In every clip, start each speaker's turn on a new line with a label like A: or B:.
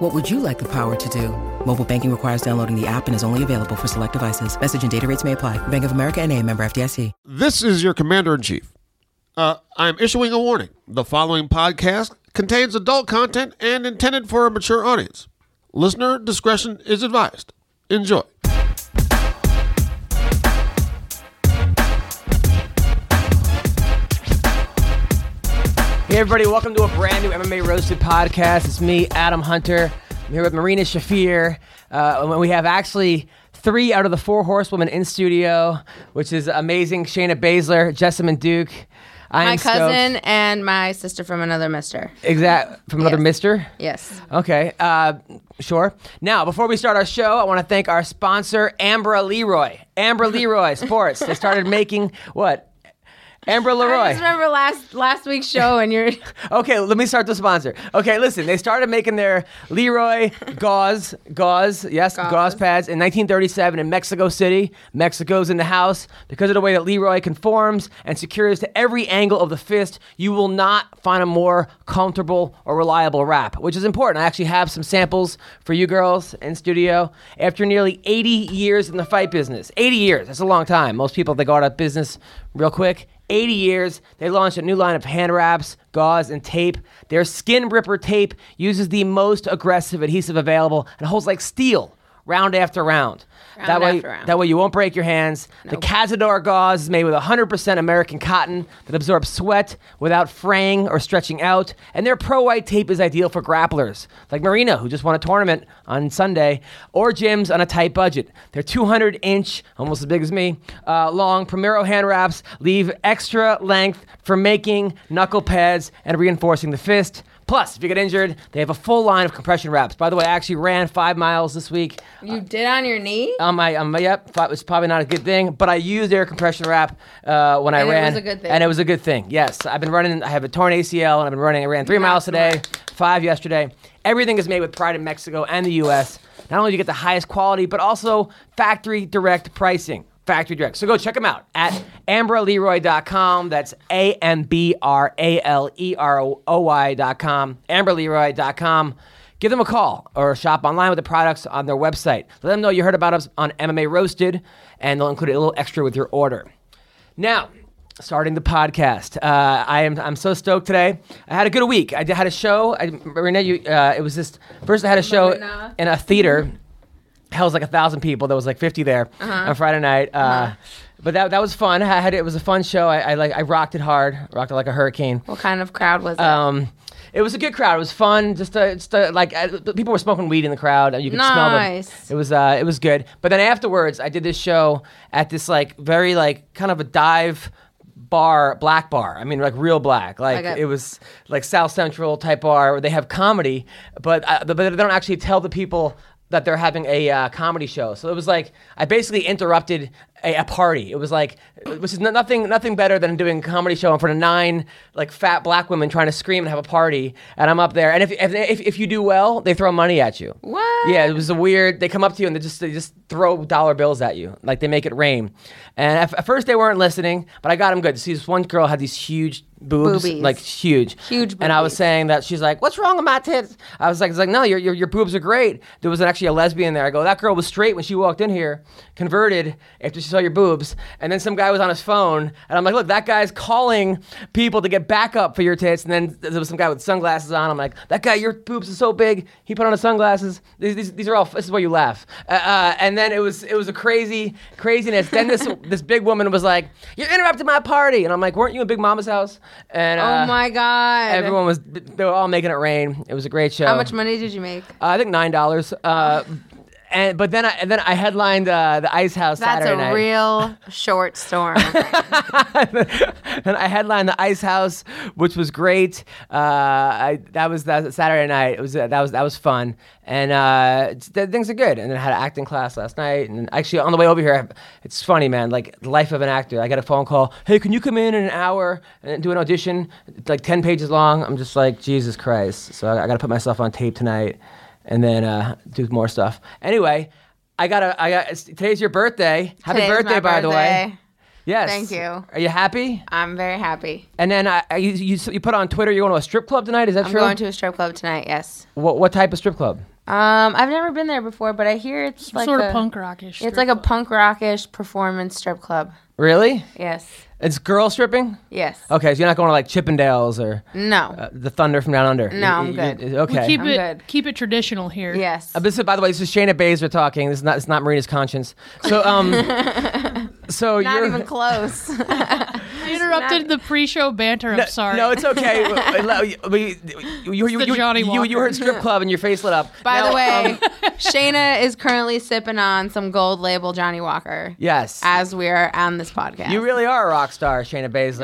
A: What would you like the power to do? Mobile banking requires downloading the app and is only available for select devices. Message and data rates may apply. Bank of America and a member FDIC.
B: This is your commander in chief. Uh, I'm issuing a warning. The following podcast contains adult content and intended for a mature audience. Listener discretion is advised. Enjoy.
C: Hey everybody, welcome to a brand new MMA Roasted podcast. It's me, Adam Hunter. I'm here with Marina Shafir. Uh, and we have actually three out of the four horsewomen in studio, which is amazing. Shayna Baszler, Jessamine Duke. I
D: my
C: am
D: cousin and my sister from another mister.
C: Exact from another
D: Yes.
C: mister.
D: Yes.
C: Okay, uh, sure. Now, before we start our show, I want to thank our sponsor, Ambra Leroy. Ambra Leroy Sports. They started making what? Ambra Leroy.
D: I just remember last last week's show and you're
C: Okay, let me start the sponsor. Okay, listen, they started making their Leroy gauze, gauze, yes, gauze, pads in 1937 in Mexico City. Mexico's in the house. Because of the way that Leroy conforms and secures to every angle of the fist, you will not find a more comfortable or reliable wrap, which is important. I actually have some samples for you girls in studio. After nearly 80 years in the fight business, 80 years, that's a long time. Most people, they go out of business real quick. 80 years, they launched a new line of hand wraps, gauze, and tape. Their Skin Ripper tape uses the most aggressive adhesive available and holds like steel round after round. that way,
D: after round.
C: that way you won't break your hands. The Cazador gauze is made with 100% American cotton that absorbs sweat without fraying or stretching out, and their pro white tape is ideal for grapplers like Marina, who just won a tournament on Sunday, or gyms on a tight budget. They're 200 inch, almost as big as me, uh, long Primero hand wraps leave extra length for making knuckle pads and reinforcing the fist. Plus, if you get injured, they have a full line of compression wraps. By the way, I actually ran five miles this week
D: you did on your knee
C: on my on my yep, thought it was probably not a good thing, but I used air compression wrap uh, when I
D: And it
C: ran,
D: was a good thing.
C: and it was a good thing. Yes, I've been running. I have a torn ACL, and I've been running. I ran three
D: Not
C: miles today,
D: smart.
C: five yesterday. Everything is made with pride in Mexico and the U.S. Not only do you get the highest quality, but also factory direct pricing. Factory direct. So go check them out at ambraleroy.com. That's A M B R A L E R O Y.com. Ambraleroy.com. Give them a call or shop online with the products on their website. Let them know you heard about us on MMA Roasted, and they'll include a little extra with your order. Now, starting the podcast. Uh, I am I'm so stoked today. I had a good week. I did- had a show. I, Marina, you uh, it was just first I had a show
D: Marina.
C: in a theater. Hell, it was like a thousand people. There was like fifty there on Friday night. Uh, But that, that was fun. I had it was a fun show. I, I like I rocked it hard. Rocked it like a hurricane.
D: What kind of crowd was it?
C: Um, it was a good crowd. It was fun. Just, uh just uh like uh, people were smoking weed in the crowd. and You could smell them.
D: Nice.
C: It was uh, it was good. But then afterwards, I did this show at this like very like kind of a dive bar, black bar. I mean, like real black. Like
D: Like a-
C: it was like South Central type bar where they have comedy, but uh, but they don't actually tell the people. That they're having a uh, comedy show, so it was like I basically interrupted a, a party. It was like, which is no- nothing, nothing better than doing a comedy show in front of nine like fat black women trying to scream and have a party, and I'm up there. And if if if, if you do well, they throw money at you.
D: What?
C: Yeah, it was a weird. They come up to you and they just they just throw dollar bills at you, like they make it rain. And at, at first they weren't listening, but I got them good. See, this one girl had these huge boobs,
D: Boobies.
C: like huge,
D: Huge
C: And I was
D: boobies.
C: saying that she's like, "What's wrong with my tits?" I was like, "It's like no, your, your your boobs are great." There was actually a lesbian there. I go, "That girl was straight when she walked in here, converted after she saw your boobs." And then some guy was on his phone, and I'm like, "Look, that guy's calling people to get backup for your tits." And then there was some guy with sunglasses on. I'm like, "That guy, your boobs are so big." He put on his sunglasses. These these, these are all. This is why you laugh. Uh, uh, and then it was it was a crazy craziness. then this this big woman was like, "You're interrupting my party," and I'm like, "Weren't you in Big Mama's house?" And
D: oh
C: uh,
D: my god.
C: Everyone was they were all making it rain. It was a great show.
D: How much money did you make?
C: Uh, I think nine dollars. Uh, and but then I and then I headlined uh, the Ice House
D: That's
C: Saturday
D: a
C: night.
D: real short storm.
C: and I headlined the Ice House, which was great. Uh, I, that was that Saturday night. It was uh, that was that was fun, and uh, it's- the, things are good. And then I had an acting class last night, and actually on the way over here, I, it's funny, man. Like the life of an actor. I got a phone call. Hey, can you come in in an hour and do an audition? It's like ten pages long. I'm just like Jesus Christ. So I, I got to put myself on tape tonight, and then uh, do more stuff. Anyway. I got a. I got. it's- Today's your birthday. Happy
D: Today's
C: birthday,
D: my
C: by the way.
D: birthday.
C: Yes.
D: Thank you.
C: Are you happy?
D: I'm very happy.
C: And then I, I- you, you you put on Twitter you're going to a strip club tonight. Is that
D: I'm
C: true?
D: going to a strip club tonight. Yes.
C: what what type of strip club?
D: Um, I've never been there before, but I hear it's like
E: sort
D: a,
E: of punk rockish.
D: It's like a punk rockish performance strip club.
C: Really?
D: Yes.
C: It's girl stripping.
D: Yes.
C: Okay, so you're not going to like Chippendales or
D: No.
C: uh, the Thunder from Down Under.
D: No, I'm good.
C: okay.
E: keep
D: I'm
E: it
D: good.
E: keep it traditional here.
D: yes.
C: Uh, This is, by the way, this is Shayna Baszler talking. This is not, it's not Marina's conscience. So, um, so
D: Not
C: you're
D: even close.
E: I interrupted the pre-show banter. I'm sorry.
C: No, it's okay. We- we- you, you,
E: the
C: you-
E: Johnny
C: you- you
E: Walker.
C: heard strip club and your face lit up.
D: By
C: Now,
D: the way,
C: um,
D: Shayna is currently sipping on some gold label Johnny Walker.
C: yes,
D: As we are on this podcast.
C: You really are a rock star, Shayna Baszler.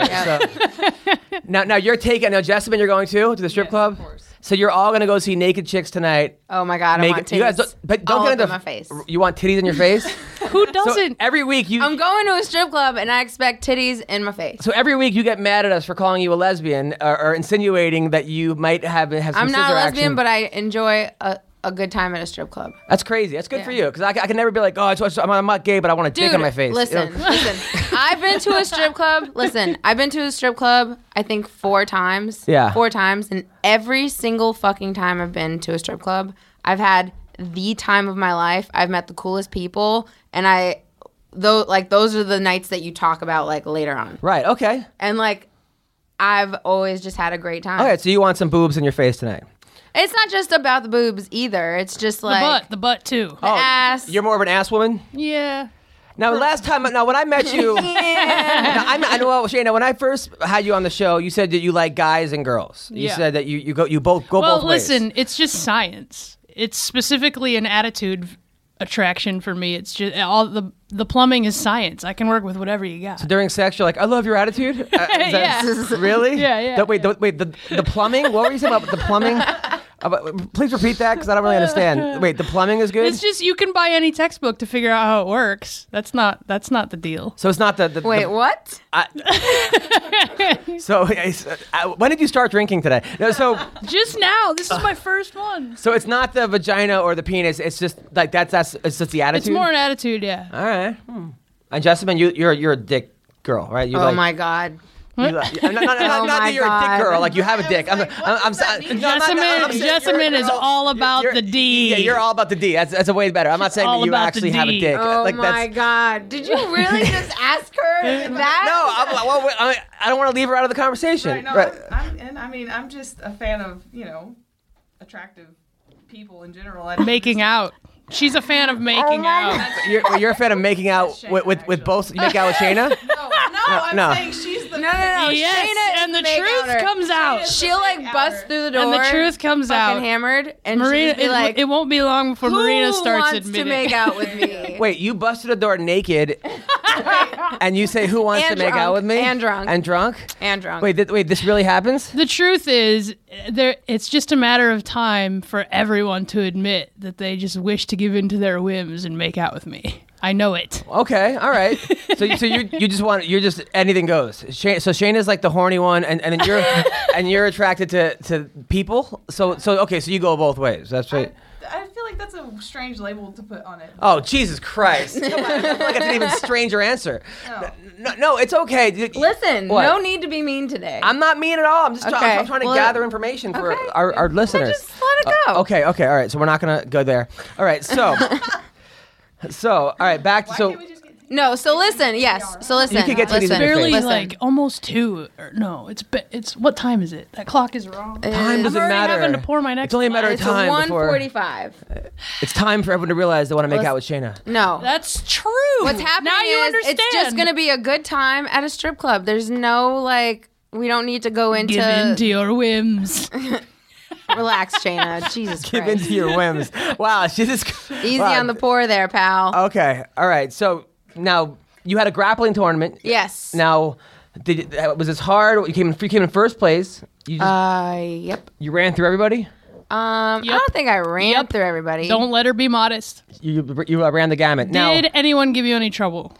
C: So now, now you're taking. Now, Jessamine, you're going too to the strip
E: Yes,
C: club.
E: of course.
C: So you're all gonna go see naked chicks tonight.
D: oh my god, I want
C: Naked-
D: titties.
C: you guys, don't, but don't
D: all
C: get
D: up
C: into
D: in my face.
C: You want titties in your face?
E: Who
C: so
E: doesn't?
C: every week you.
D: I'm going to a strip club and I expect titties in my face.
C: so every week you get mad at us for calling you a lesbian or, or insinuating that you might have have some
D: I'm not a
C: scissor
D: lesbian,
C: action.
D: but I enjoy a, a good time at a strip club.
C: that's crazy. That's good for you
D: Yeah.
C: because I, ca- I can never be like, oh, it's, it's- I'm, I'm not gay, but I want a dick on my face. You know?
D: Listen, listen. I've been to a strip club. Listen, I've been to a strip club. I think four times.
C: Yeah.
D: four times, and every single fucking time I've been to a strip club, I've had the time of my life. I've met the coolest people, and I, though, like those are the nights that you talk about like later on,
C: Right? Okay.
D: and like. I've always just had a great time.
C: All right. So you want some boobs in your face tonight?
D: It's not just about the boobs either. It's just
E: the
D: like
E: butt, the butt too.
C: Oh.
D: the ass.
C: You're more of an ass woman.
E: Yeah.
C: Now, last time, now when I met you, now, I'm, I know, well, Shayna, when I first had you on the show, you said that you like guys and girls. You
E: Yeah.
C: said that you, you go you both go
E: Well,
C: both ways.
E: listen, it's just science. It's specifically an attitude attraction for me. It's just all the the plumbing is science. I can work with whatever you got.
C: During sex, you're like, I love your attitude. Uh, is that- Really?
E: Yeah, yeah,
C: The- wait, the, wait, the, the plumbing? What were you saying about the plumbing? About- please repeat that because I don't really understand. Wait, the plumbing is good?
E: It's just you can buy any textbook to figure out how it works. That's not that's not the deal.
C: so it's not the. the
D: Wait,
C: the-
D: what?
C: So it's- uh, when did you start drinking today? No, so
E: Just now, this is my first one.
C: so it's not the vagina or the penis. It's just like that's that's it's just the attitude.
E: It's more an attitude, yeah.
C: All right. And Jessamine, you, you're you're a dick girl, right? You
D: Oh
C: like,
D: my god.
C: You like, I'm not, not, not,
D: Oh
C: not
D: my
C: that you're a
D: God.
C: dick girl. Like you have a dick. I'm I'm, I'm, sa- no, I'm, not-
E: Jessamine,
C: no, I'm saying you're a
E: Jessamine is
C: girl.
E: all about
C: You're-
E: the D.
C: Yeah, you're all about the D. That's, that's a way better. I'm not saying
E: all
C: that you
E: about the
C: actually have a
E: D.
C: dick.
D: Oh
C: like
D: my
C: that's
D: god! Did you really just ask her
C: no.
D: that?
C: I'm, like, well, wait, I, I don't want to leave her out of the conversation.
F: Right, no,
C: Right.
F: I'm, I'm, and I mean, I'm just a fan of you know, attractive people in general. I don't
E: making out. She's a fan of making out.
C: You're, well, you're a fan of making out with, with, with both. You make out with Shayna.
F: Know. No, I'm
C: no.
F: saying she's the.
D: No, no, no.
E: Yes,
D: Shayna
E: and the
D: is make
E: truth
D: outer.
E: comes out.
D: She'll like bust through the door,
E: And the truth comes
D: fucking
E: out.
D: hammered, and
E: Marina,
D: she'll be
E: it,
D: like,
E: it won't be long before
D: "Who
E: Marina starts
D: wants
E: admitting.
D: to make out with me?"
C: Wait, you busted a door naked, and you say, "Who wants
D: And
C: to make out
D: drunk.
C: with me?"
D: And drunk.
C: And drunk.
D: and drunk.
C: Wait, th- wait. This really happens.
E: the truth is, uh, there. It's just a matter of time for everyone to admit that they just wish to give in to their whims and make out with me. I know it.
C: Okay, all right. So, so you you just want you're just anything goes. Shane, so Shane is like the horny one, and, and then you're and you're attracted to to people. So so okay, so you go both ways. That's right.
F: I feel like that's a strange label to put on it.
C: Oh Jesus Christ! Come on, I feel like that's an even stranger answer.
F: No.
C: No, no, it's okay. You-
D: Oh. listen.
C: What?
D: No need to be mean today.
C: I'm not mean at all. I'm just try-
D: Okay,
C: I'm trying to
D: well-
C: gather information for
D: okay.
C: our, our listeners.
D: just let it
C: Uh,
D: go.
C: okay, okay, all right. So we're not gonna go there. All right, so so all right, back to
F: Why
C: so.
F: can't we just get
D: no. So listen. Yes. So listen.
C: You could get titties in
D: listen,
C: your face.
E: Barely
D: listen.
E: like almost two. Or, no, it's be- it's what time is it? That clock is wrong.
C: Time doesn't
E: already
C: matter.
E: having to pour my next
C: it's only a matter of
D: It's
C: time before
D: 1:45.
C: it's time for everyone to realize they want to make out with Shayna.
D: No.
E: That's true.
D: What's happening
E: now? You
D: is
E: understand.
D: it's just going to be a good time at a strip club. There's no like we don't need to go into
E: give in to your whims.
D: Relax, Shayna. Jesus
C: Give in
D: Christ.
C: to your whims. Wow, she just
D: Easy
C: wow.
D: on the poor there, pal.
E: Oh,
C: Okay, all right. So now you had a grappling tournament.
D: yes.
C: Now, did it, was this hard? You came in, you came in first place. You just,
D: Uh, yep.
C: you ran through everybody.
D: Um, I
E: Yep.
D: don't think I ran
E: Yep.
D: through everybody.
E: Don't let her be modest.
C: You you uh, ran the gamut. now,
E: Did anyone give you any trouble?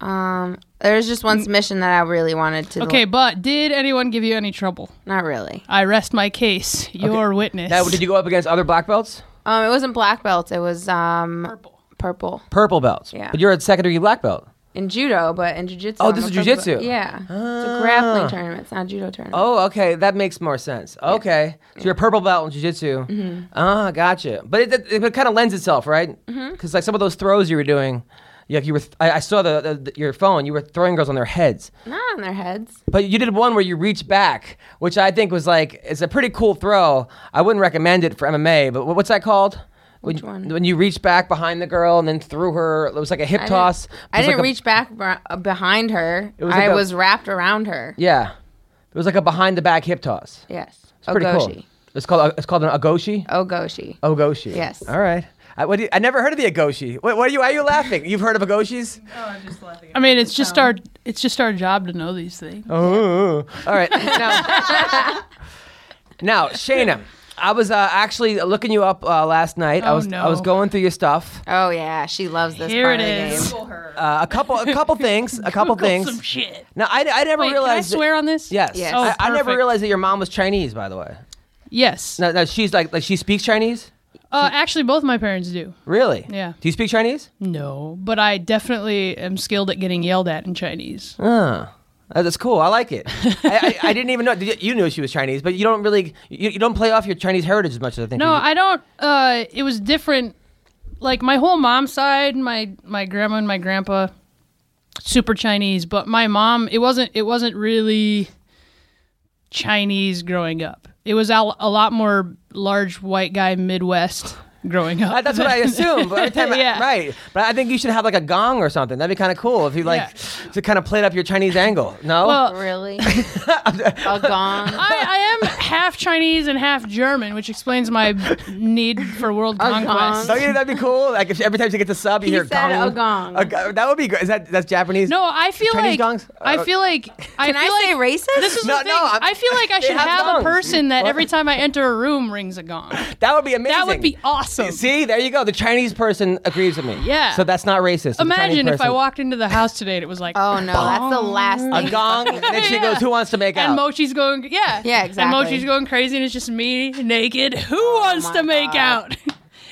D: Um, there's just one submission that I really wanted to.
E: Mm. Okay, but did anyone give you any trouble?
D: Not really.
E: I rest my case. Your witness.
C: now, did you go up against other black belts?
D: Um, it wasn't black belt. It was um
E: Purple.
D: purple
C: Purple belts.
D: Yeah.
C: But you're a secondary black belt.
D: in judo, but in jujitsu.
C: Oh,
D: I'm
C: this
D: a
C: is
D: purple belt.
C: jujitsu.
D: Yeah, it's a
E: Ah.
D: grappling tournament. It's not a judo tournament.
C: Oh, okay, that makes more sense. Okay, so you're a purple belt in jiu-jitsu.
D: Mm-hmm.
C: Ah, gotcha. But it, it, kind of lends itself, right? Because
D: Mm-hmm.
C: like some of those throws you were doing, you- like you were, th- I, I saw the, the, the- your phone. You were throwing girls on their heads,
E: Oh.
D: not on their heads.
C: but you did one where you reached back, which I think was like it's a pretty cool throw. I wouldn't recommend it for MMA, but wh- what's that called? When,
D: Which one?
C: When you reached back behind the girl and then threw her, it was like a hip
D: I didn't-
C: toss. It
D: I
C: was
D: didn't
C: like a-
D: reach back br- uh, behind her.
C: was
D: I
C: like a-
D: was wrapped around her.
C: Yeah, it was like a behind the back hip toss.
D: Yes.
C: It's pretty cool. Oh.
D: Ogoshi.
C: It's called uh, it's called an agoshi.
D: Ogoshi.
C: Ogoshi.
D: Yes.
C: All right. I, what do you, I never heard of the Agoshi. What, what are you? Why are you laughing? You've heard of Agoshis?
F: Oh, I'm just laughing.
E: I mean, it's
C: Um,
E: just our it's just our job to know these things.
C: Oh. All right. Now, now Shayna, I was uh, actually looking you up uh, last night. I
E: Oh,
C: was I was
E: no.
C: going through your stuff.
D: Oh yeah, she loves this.
E: Here
D: part
E: it
D: of the
E: is.
D: game.
F: Google her.
C: Uh, a couple a couple things. A couple
E: Google
C: things.
E: Some shit.
C: Now I, I never
E: Wait, can I
C: realized. that-
E: swear on this?
C: yes.
D: Yes.
E: Oh,
C: I, I never
E: perfect.
C: realized that your mom was Chinese. By the way.
E: Yes.
C: Now, now she's like like she speaks Chinese.
E: Uh, actually, both my parents do.
C: Really?
E: Yeah.
C: Do you speak Chinese?
E: No, but I definitely am skilled at getting yelled at in Chinese.
C: Huh. Uh, That's cool. I like it. I, I, I didn't even know. Did you, you knew she was Chinese, but you don't really you, you don't play off your Chinese heritage as much as I think.
E: No,
C: you,
E: I don't. Uh, it was different. Like my whole mom's side, my my grandma and my grandpa, super Chinese. But my mom, it wasn't. It wasn't really Chinese growing up. It was al- a lot more large white guy Midwest growing up.
C: Uh, That's what I assume. But every time I-
E: Yeah.
C: right. But I think you should have like a gong or something. That'd be kind of cool if you like to kind of played up your Chinese angle. No.
E: Well,
D: Really? a gong.
E: I, I am half Chinese and half German, which explains my need for world conquest.
C: don't you think Oh, that'd be cool? Like if every time you get the sub, you
D: He
C: hear
D: said
C: gong.
D: a gong.
C: A go- that would be great. Is that that's Japanese?
E: No, I feel
C: Chinese
E: like
C: gongs? Uh,
E: I feel like I
D: Can
E: feel
D: I say
E: like,
D: racist?
E: This is
C: No,
E: the thing.
C: no, I'm-
E: I feel like I
C: they
E: should
C: have
E: have,
C: gongs.
E: a person that
C: What?
E: every time I enter a room rings a gong.
C: That would be amazing.
E: That would be awesome.
C: See, there you go. The Chinese person agrees with me.
E: Yeah.
C: So that's not racist. The Chinese
E: Imagine if I
C: person-
E: walked into the house today and it was like,
D: Oh no, that's the last
C: a
D: thing.
C: gong, and then she goes, "Who wants to make
E: And
C: out?"
E: Mochi's going, yeah, Oh
D: Yeah, exactly.
E: And Mochi's going crazy, and it's just me naked. Who wants
D: my
E: to make
D: God.
E: out?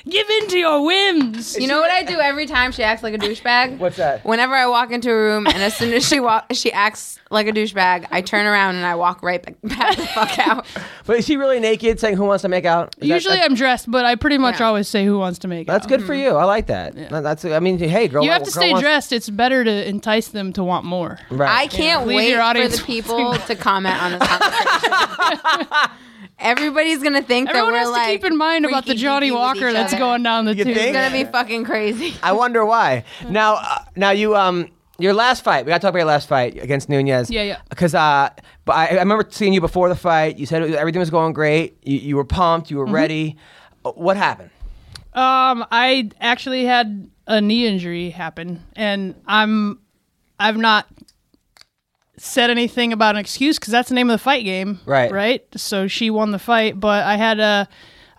E: Give in to your whims.
D: You know what I do every time she acts like a douchebag?
C: What's that?
D: Whenever I walk into a room and as soon as she walk, she acts like a douchebag, I turn around and I walk right back, back the fuck out.
C: But is she really naked saying who wants to make out? Is that-
E: Usually
C: that's,
E: I'm dressed, but I pretty much
D: Yeah.
E: always say who wants to make
C: that's
E: out.
C: good for you. I like that. That- That's I mean, hey, girl,
E: You have to
C: girl
E: stay
C: wants-
E: dressed. It's better to entice them to want more.
D: I
C: Right.
D: can't
E: Leave
D: wait
E: your
D: for
E: audience
D: the people to comment on this conversation. Everybody's gonna think that
E: Everyone
D: we're
E: has
D: like
E: to keep in mind about the
D: freaky
E: Johnny
D: deaky with
E: Walker
D: each
E: that's
D: other.
E: going down the
C: You
E: tube.
C: think?
D: It's gonna be fucking crazy.
C: I wonder why. Now, uh, now you um. Your last fight, we gotta talk about your last fight against Nunez.
E: Yeah, yeah.
C: Because uh, but I, I remember seeing you before the fight. You said it was, everything was going great. You, you were pumped. You
E: Mm-hmm.
C: were ready. Uh, What happened?
E: Um, I actually had a knee injury happen, and I'm I've not said anything about an excuse because that's the name of the fight game,
C: Right.
E: Right. So she won the fight, but I had a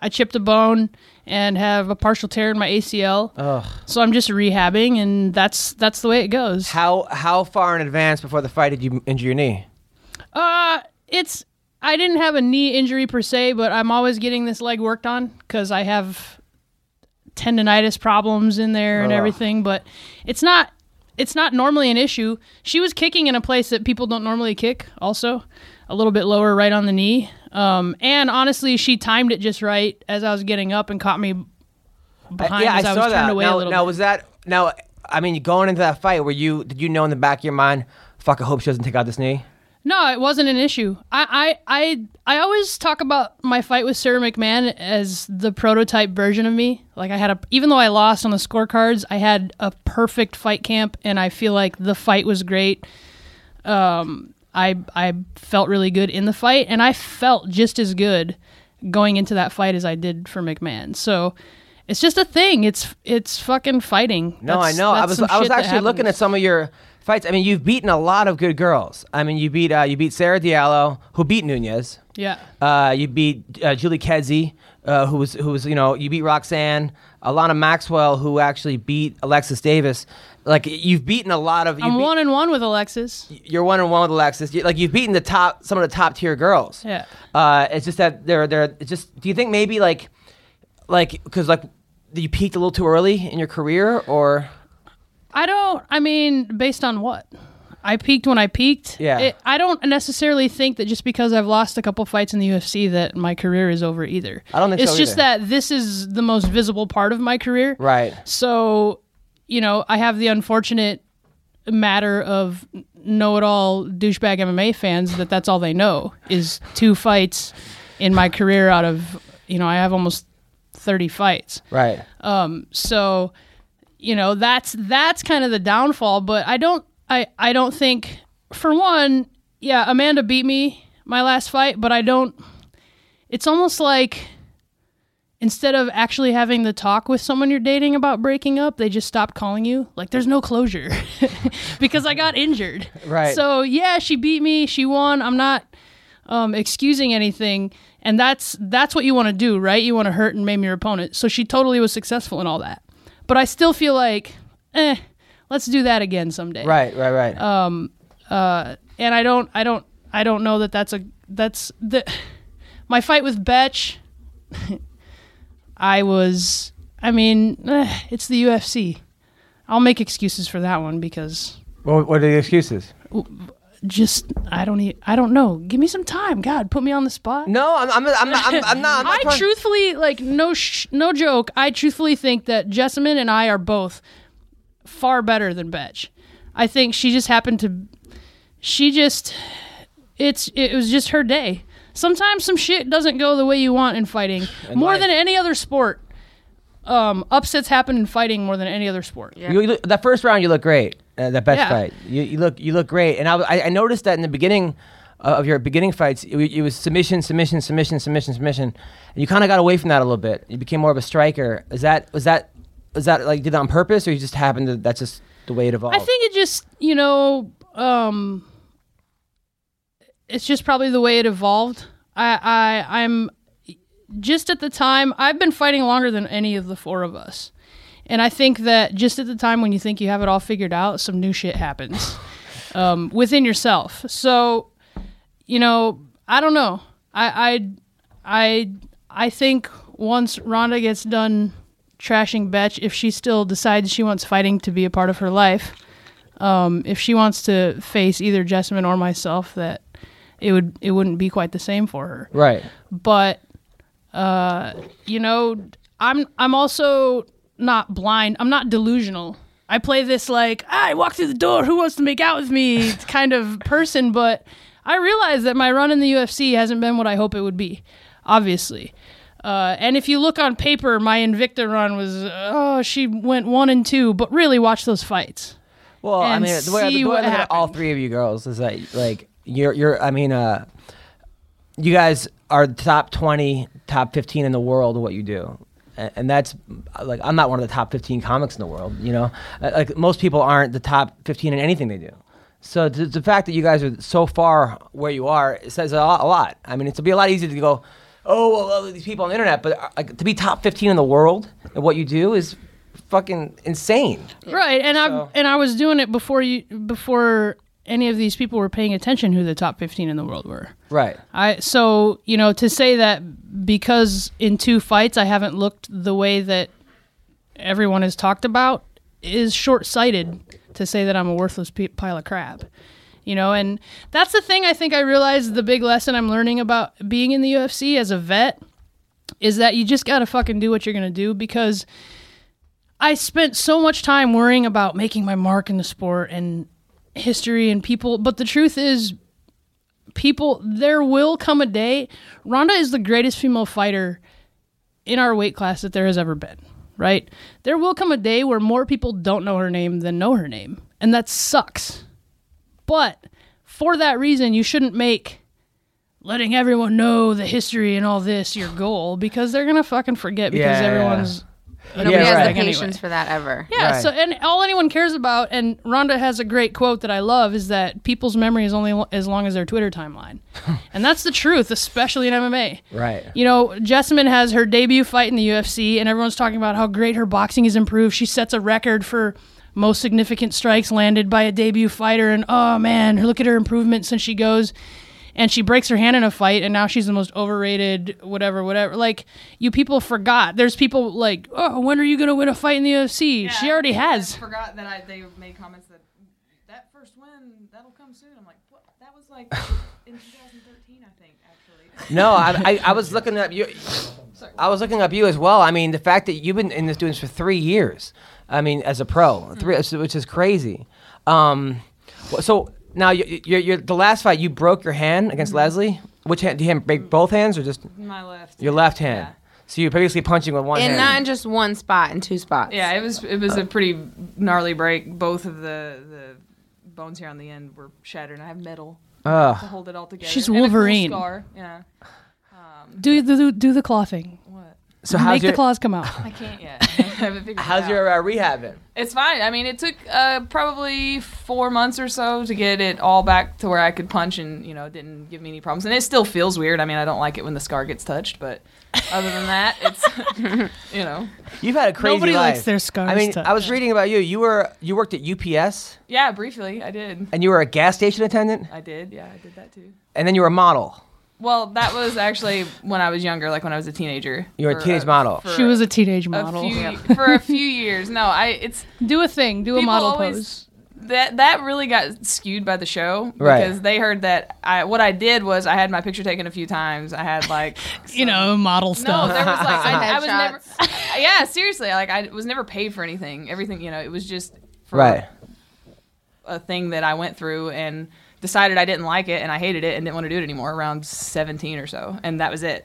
E: I chipped a bone and have a partial tear in my ACL. Ugh. So I'm just rehabbing, and that's that's the way it goes.
C: How how far in advance before the fight did you injure your knee?
E: Uh, it's I didn't have a knee injury per se, but I'm always getting this leg worked on because I have tendonitis problems in there and everything. But it's not it's not normally an issue. She was kicking in a place that people don't normally kick. Also, a little bit lower right on the knee. Um, and honestly, she timed it just right as I was getting up and caught me behind
C: yeah, I
E: as I,
C: saw
E: was turned
C: that.
E: away
C: now,
E: a little.
C: now
E: bit.
C: was that now? I mean, going into that fight, were you did you know in the back of your mind, fuck? I hope she doesn't take out this knee.
E: No, it wasn't an issue. I, I, I, I always talk about my fight with Sarah McMahon as the prototype version of me. Like I had a, even though I lost on the scorecards, I had a perfect fight camp, and I feel like the fight was great. Um, I, I felt really good in the fight, and I felt just as good going into that fight as I did for McMahon. So it's just a thing. It's it's fucking fighting.
C: No, I know. I was I was actually looking at some of your fights. I mean, you've beaten a lot of good girls. I mean, you beat uh, you beat Sarah Diallo, who beat Nunez.
E: Yeah.
C: Uh, you beat uh, Julie Kedzie, uh, who was who was you know you beat Roxanne, Alana Maxwell, who actually beat Alexis Davis. Like you've beaten a lot of. you
E: I'm
C: beat-
E: one and one with Alexis.
C: You're one and one with Alexis. You, like you've beaten the top some of the top tier girls.
E: Yeah.
C: Uh, it's just that they're they're it's just. Do you think maybe like, like because like you peaked a little too early in your career or
E: I don't. I mean, based on what? I peaked when I peaked.
C: Yeah.
E: It, I don't necessarily think that just because I've lost a couple fights in the UFC that my career is over either.
C: I don't think
E: it's
C: so
E: just
C: either.
E: that this is the most visible part of my career.
C: right?
E: So, you know, I have the unfortunate matter of know-it-all douchebag MMA fans that that's all they know is two fights in my career out of you know I have almost thirty fights.
C: Right.
E: So, you know, that's that's kind of the downfall, but I don't I I don't think for one, yeah, Amanda beat me my last fight, but I don't it's almost like instead of actually having the talk with someone you're dating about breaking up, they just stop calling you. Like there's no closure because I got injured.
C: Right.
E: So, yeah, she beat me, she won. I'm not um, excusing anything and that's that's what you want to do right you want to hurt and maim your opponent so she totally was successful in all that but i still feel like eh let's do that again someday
C: Right. Right. Right.
E: Uh, and i don't i don't i don't know that that's a that's the my fight with betch i was i mean eh, it's the ufc i'll make excuses for that one because
C: what, what are the excuses?
E: just i don't e- i don't know give me some time god put me on the spot
C: No, I'm I'm I'm, I'm, I'm not. I'm not
E: I
C: trying-
E: truthfully, like, no, sh- no joke. I truthfully think that Jessamine and I are both far better than Betch. I think she just happened to. She just, it's it was just her day. Sometimes some shit doesn't go the way you want in fighting. more
C: life.
E: than any other sport, um, upsets happen in fighting more than any other sport.
C: You, you look, that first round, you look great. Uh, that best
E: Yeah.
C: fight, you, you look you look great. And I, w- I- I noticed that in the beginning uh, of your beginning fights, it, w- it was submission, submission, submission, submission, submission. And you kind of got away from that a little bit. You became more of a striker. Is that was that was that like you did that on purpose, or you just happened to? That's just the way it evolved.
E: I think it just, you know, um, it's just probably the way it evolved. I, I, I'm just at the time I've been fighting longer than any of the four of us, and I think that just at the time when you think you have it all figured out, some new shit happens um, within yourself. So, you know, I don't know. I, I, I, I think once Rhonda gets done trashing Betch, if she still decides she wants fighting to be a part of her life, um, if she wants to face either Jessamine or myself, that it would it wouldn't be quite the same for her
C: right.
E: but uh, you know, I'm I'm also not blind. I'm not delusional. I play this like "Ah, I walk through the door. Who wants to make out with me? kind of person, but I realize that my run in the UFC hasn't been what I hope it would be. Obviously. Uh, and if you look on paper, my Invicta run was oh she went one and two, but really watch those fights.
C: Well, I
E: and
C: mean, the way, I- the
E: see
C: way I
E: what
C: look at all
E: happens.
C: three of you girls is that like you're you're. I mean, uh, you guys are the top twenty, top fifteen in the world of what you do, and, and that's like I'm not one of the top fifteen comics in the world. You know, Uh, like most people aren't the top fifteen in anything they do. So the, the fact that you guys are so far where you are it says a lot, a lot. I mean, it's it'd be a lot easier to go, oh, well, all these people on the internet, but uh, like, to be top fifteen in the world and what you do is fucking insane.
E: Right, and
C: So-
E: I and I was doing it before you before any of these people were paying attention who the top 15 in the world were.
C: Right.
E: I so you know to say that because in two fights I haven't looked the way that everyone has talked about is short sighted to say that I'm a worthless p- pile of crap. You know, and that's the thing I think I realized the big lesson I'm learning about being in the UFC as a vet is that you just got to fucking do what you're going to do because I spent so much time worrying about making my mark in the sport and history and people, but the truth is people there will come a day ronda is the greatest female fighter in our weight class that there has ever been right there will come a day where more people don't know her name than know her name and that sucks but for that reason you shouldn't make letting everyone know the history and all this your goal because they're gonna fucking forget because
C: Yeah.
E: everyone's
D: Nobody
C: Yeah,
D: has
C: right.
D: the patience
E: Anyway.
D: for that ever.
E: Yeah,
C: Right.
E: so and all anyone cares about, and Rhonda has a great quote that I love is that people's memory is only lo- as long as their Twitter timeline, and that's the truth, especially in MMA.
C: Right.
E: You know, Jessamine has her debut fight in the UFC, and everyone's talking about how great her boxing has improved. She sets a record for most significant strikes landed by a debut fighter, and oh man, look at her improvement since she goes. And she breaks her hand in a fight, and now she's the most overrated, whatever, whatever. Like, you people forgot. There's people like, oh, when are you going to win a fight in the UFC? she already has.
F: I forgot that I, they made comments that that first win that'll come soon. I'm like, what? That was like in 2013, I think, actually.
C: No, I, I, I was looking up you. I was looking up you as well. I mean, the fact that you've been in this doing this for three years. I mean, as a
E: Mm-hmm.
C: pro, three, which is crazy. Um, wh- so now you, you're, you're the last fight you broke your hand against
E: Mm-hmm.
C: Leslie. Which hand? Do you hand- break both hands or just
F: My left.
C: your left hand? So you're basically punching with one
D: And
C: hand.
D: not in just one spot, in two spots.
F: Yeah, it was it was a pretty gnarly break. Both of the the bones here on the end were shattered. and I have metal to hold it all together.
E: She's
F: And a cool
E: Wolverine.
F: scar. Yeah.
E: Do the do, do the claw thing.
F: What?
C: so how's
E: Make
C: your
E: the claws come out.
F: I can't yet. I haven't figured it
C: how's
F: out.
C: your uh, rehab been?
F: It's fine. I mean, it took uh, probably four months or so to get it all back to where I could punch and, you know, it didn't give me any problems. And it still feels weird. I mean, I don't like it when the scar gets touched, but other than that, it's, you know.
C: You've had a crazy
E: Nobody
C: life.
E: likes their scars
C: I mean,
E: touched.
C: I was reading about you. You were you worked at UPS
F: Yeah, briefly, I did.
C: and you were a gas station attendant,
F: I did. Yeah, I did that too.
C: and then you were a model.
F: Well, that was actually when I was younger, like when I was a teenager.
C: You were a
F: For
C: teenage model.
F: for
E: She was a teenage
F: a
E: model.
F: Few, for a few years. No, I, it's,
E: Do a thing. Do a
F: People
E: model
F: always-
E: pose.
F: that that really got skewed by the show
C: Right.
F: because they heard that I what I did was I had my picture taken a few times. I had like
E: You know, model
F: no,
E: stuff.
F: there was like I, I was never
D: Headshots.
F: yeah seriously like I was never paid for anything. Everything you know it was just for
C: Right.
F: a thing that I went through and decided I didn't like it and I hated it and didn't want to do it anymore around 17 or so and that was it.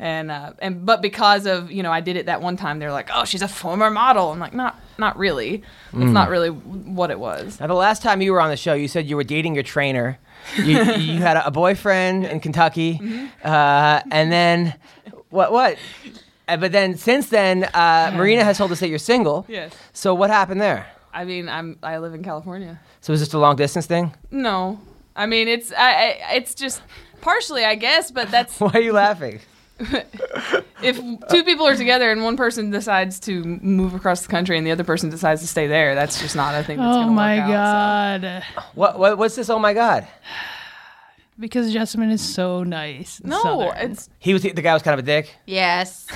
F: And uh, and but because of you know I did it that one time they're like oh she's a former model I'm like not not really that's
E: Hmm.
F: not really what it was
C: Now, the last time you were on the show, you said you were dating your trainer. You, you had a, a boyfriend in Kentucky, uh, and then what? What? Uh, but then since then, uh, Marina has told us that you're single.
F: yes
C: So what happened there?
F: I mean I'm I live in California
C: So it was just a long distance thing.
F: No, I mean it's I, I it's just partially I guess, but that's
C: Why are you laughing?
F: if two people are together and one person decides to move across the country and the other person decides to stay there. That's just not a thing. That's
E: oh
F: gonna
E: my
F: work out, so.
E: god.
C: What? what what's this? Oh my God!
E: Because Jessamine is so nice. and
F: No,
E: southern.
F: it's
C: He was the guy was kind of a dick,
D: Yes.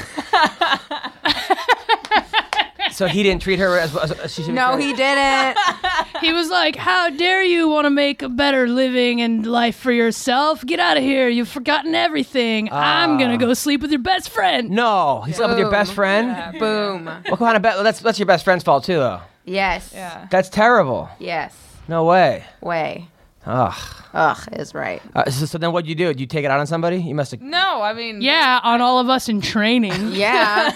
C: so he didn't treat her as, as, as she should. be
D: No,
C: treated?
D: he didn't.
E: he was like, "How dare you want to make a better living and life for yourself? Get out of here! You've forgotten everything.
C: Ah.
E: I'm gonna go sleep with your best friend."
C: No, he slept with your best
D: Boom.
C: friend.
D: Boom.
C: What kind of be- that's that's your best friend's fault too, though.
D: Yes.
F: yeah.
C: That's terrible.
D: Yes.
C: No way. Ah.
D: Way.
C: Ugh.
D: Ugh is right.
C: Uh, so, so then what do you do? Do you take it out on somebody? You must have.
F: No, I mean
E: Yeah, on all of us in training.
D: Yeah.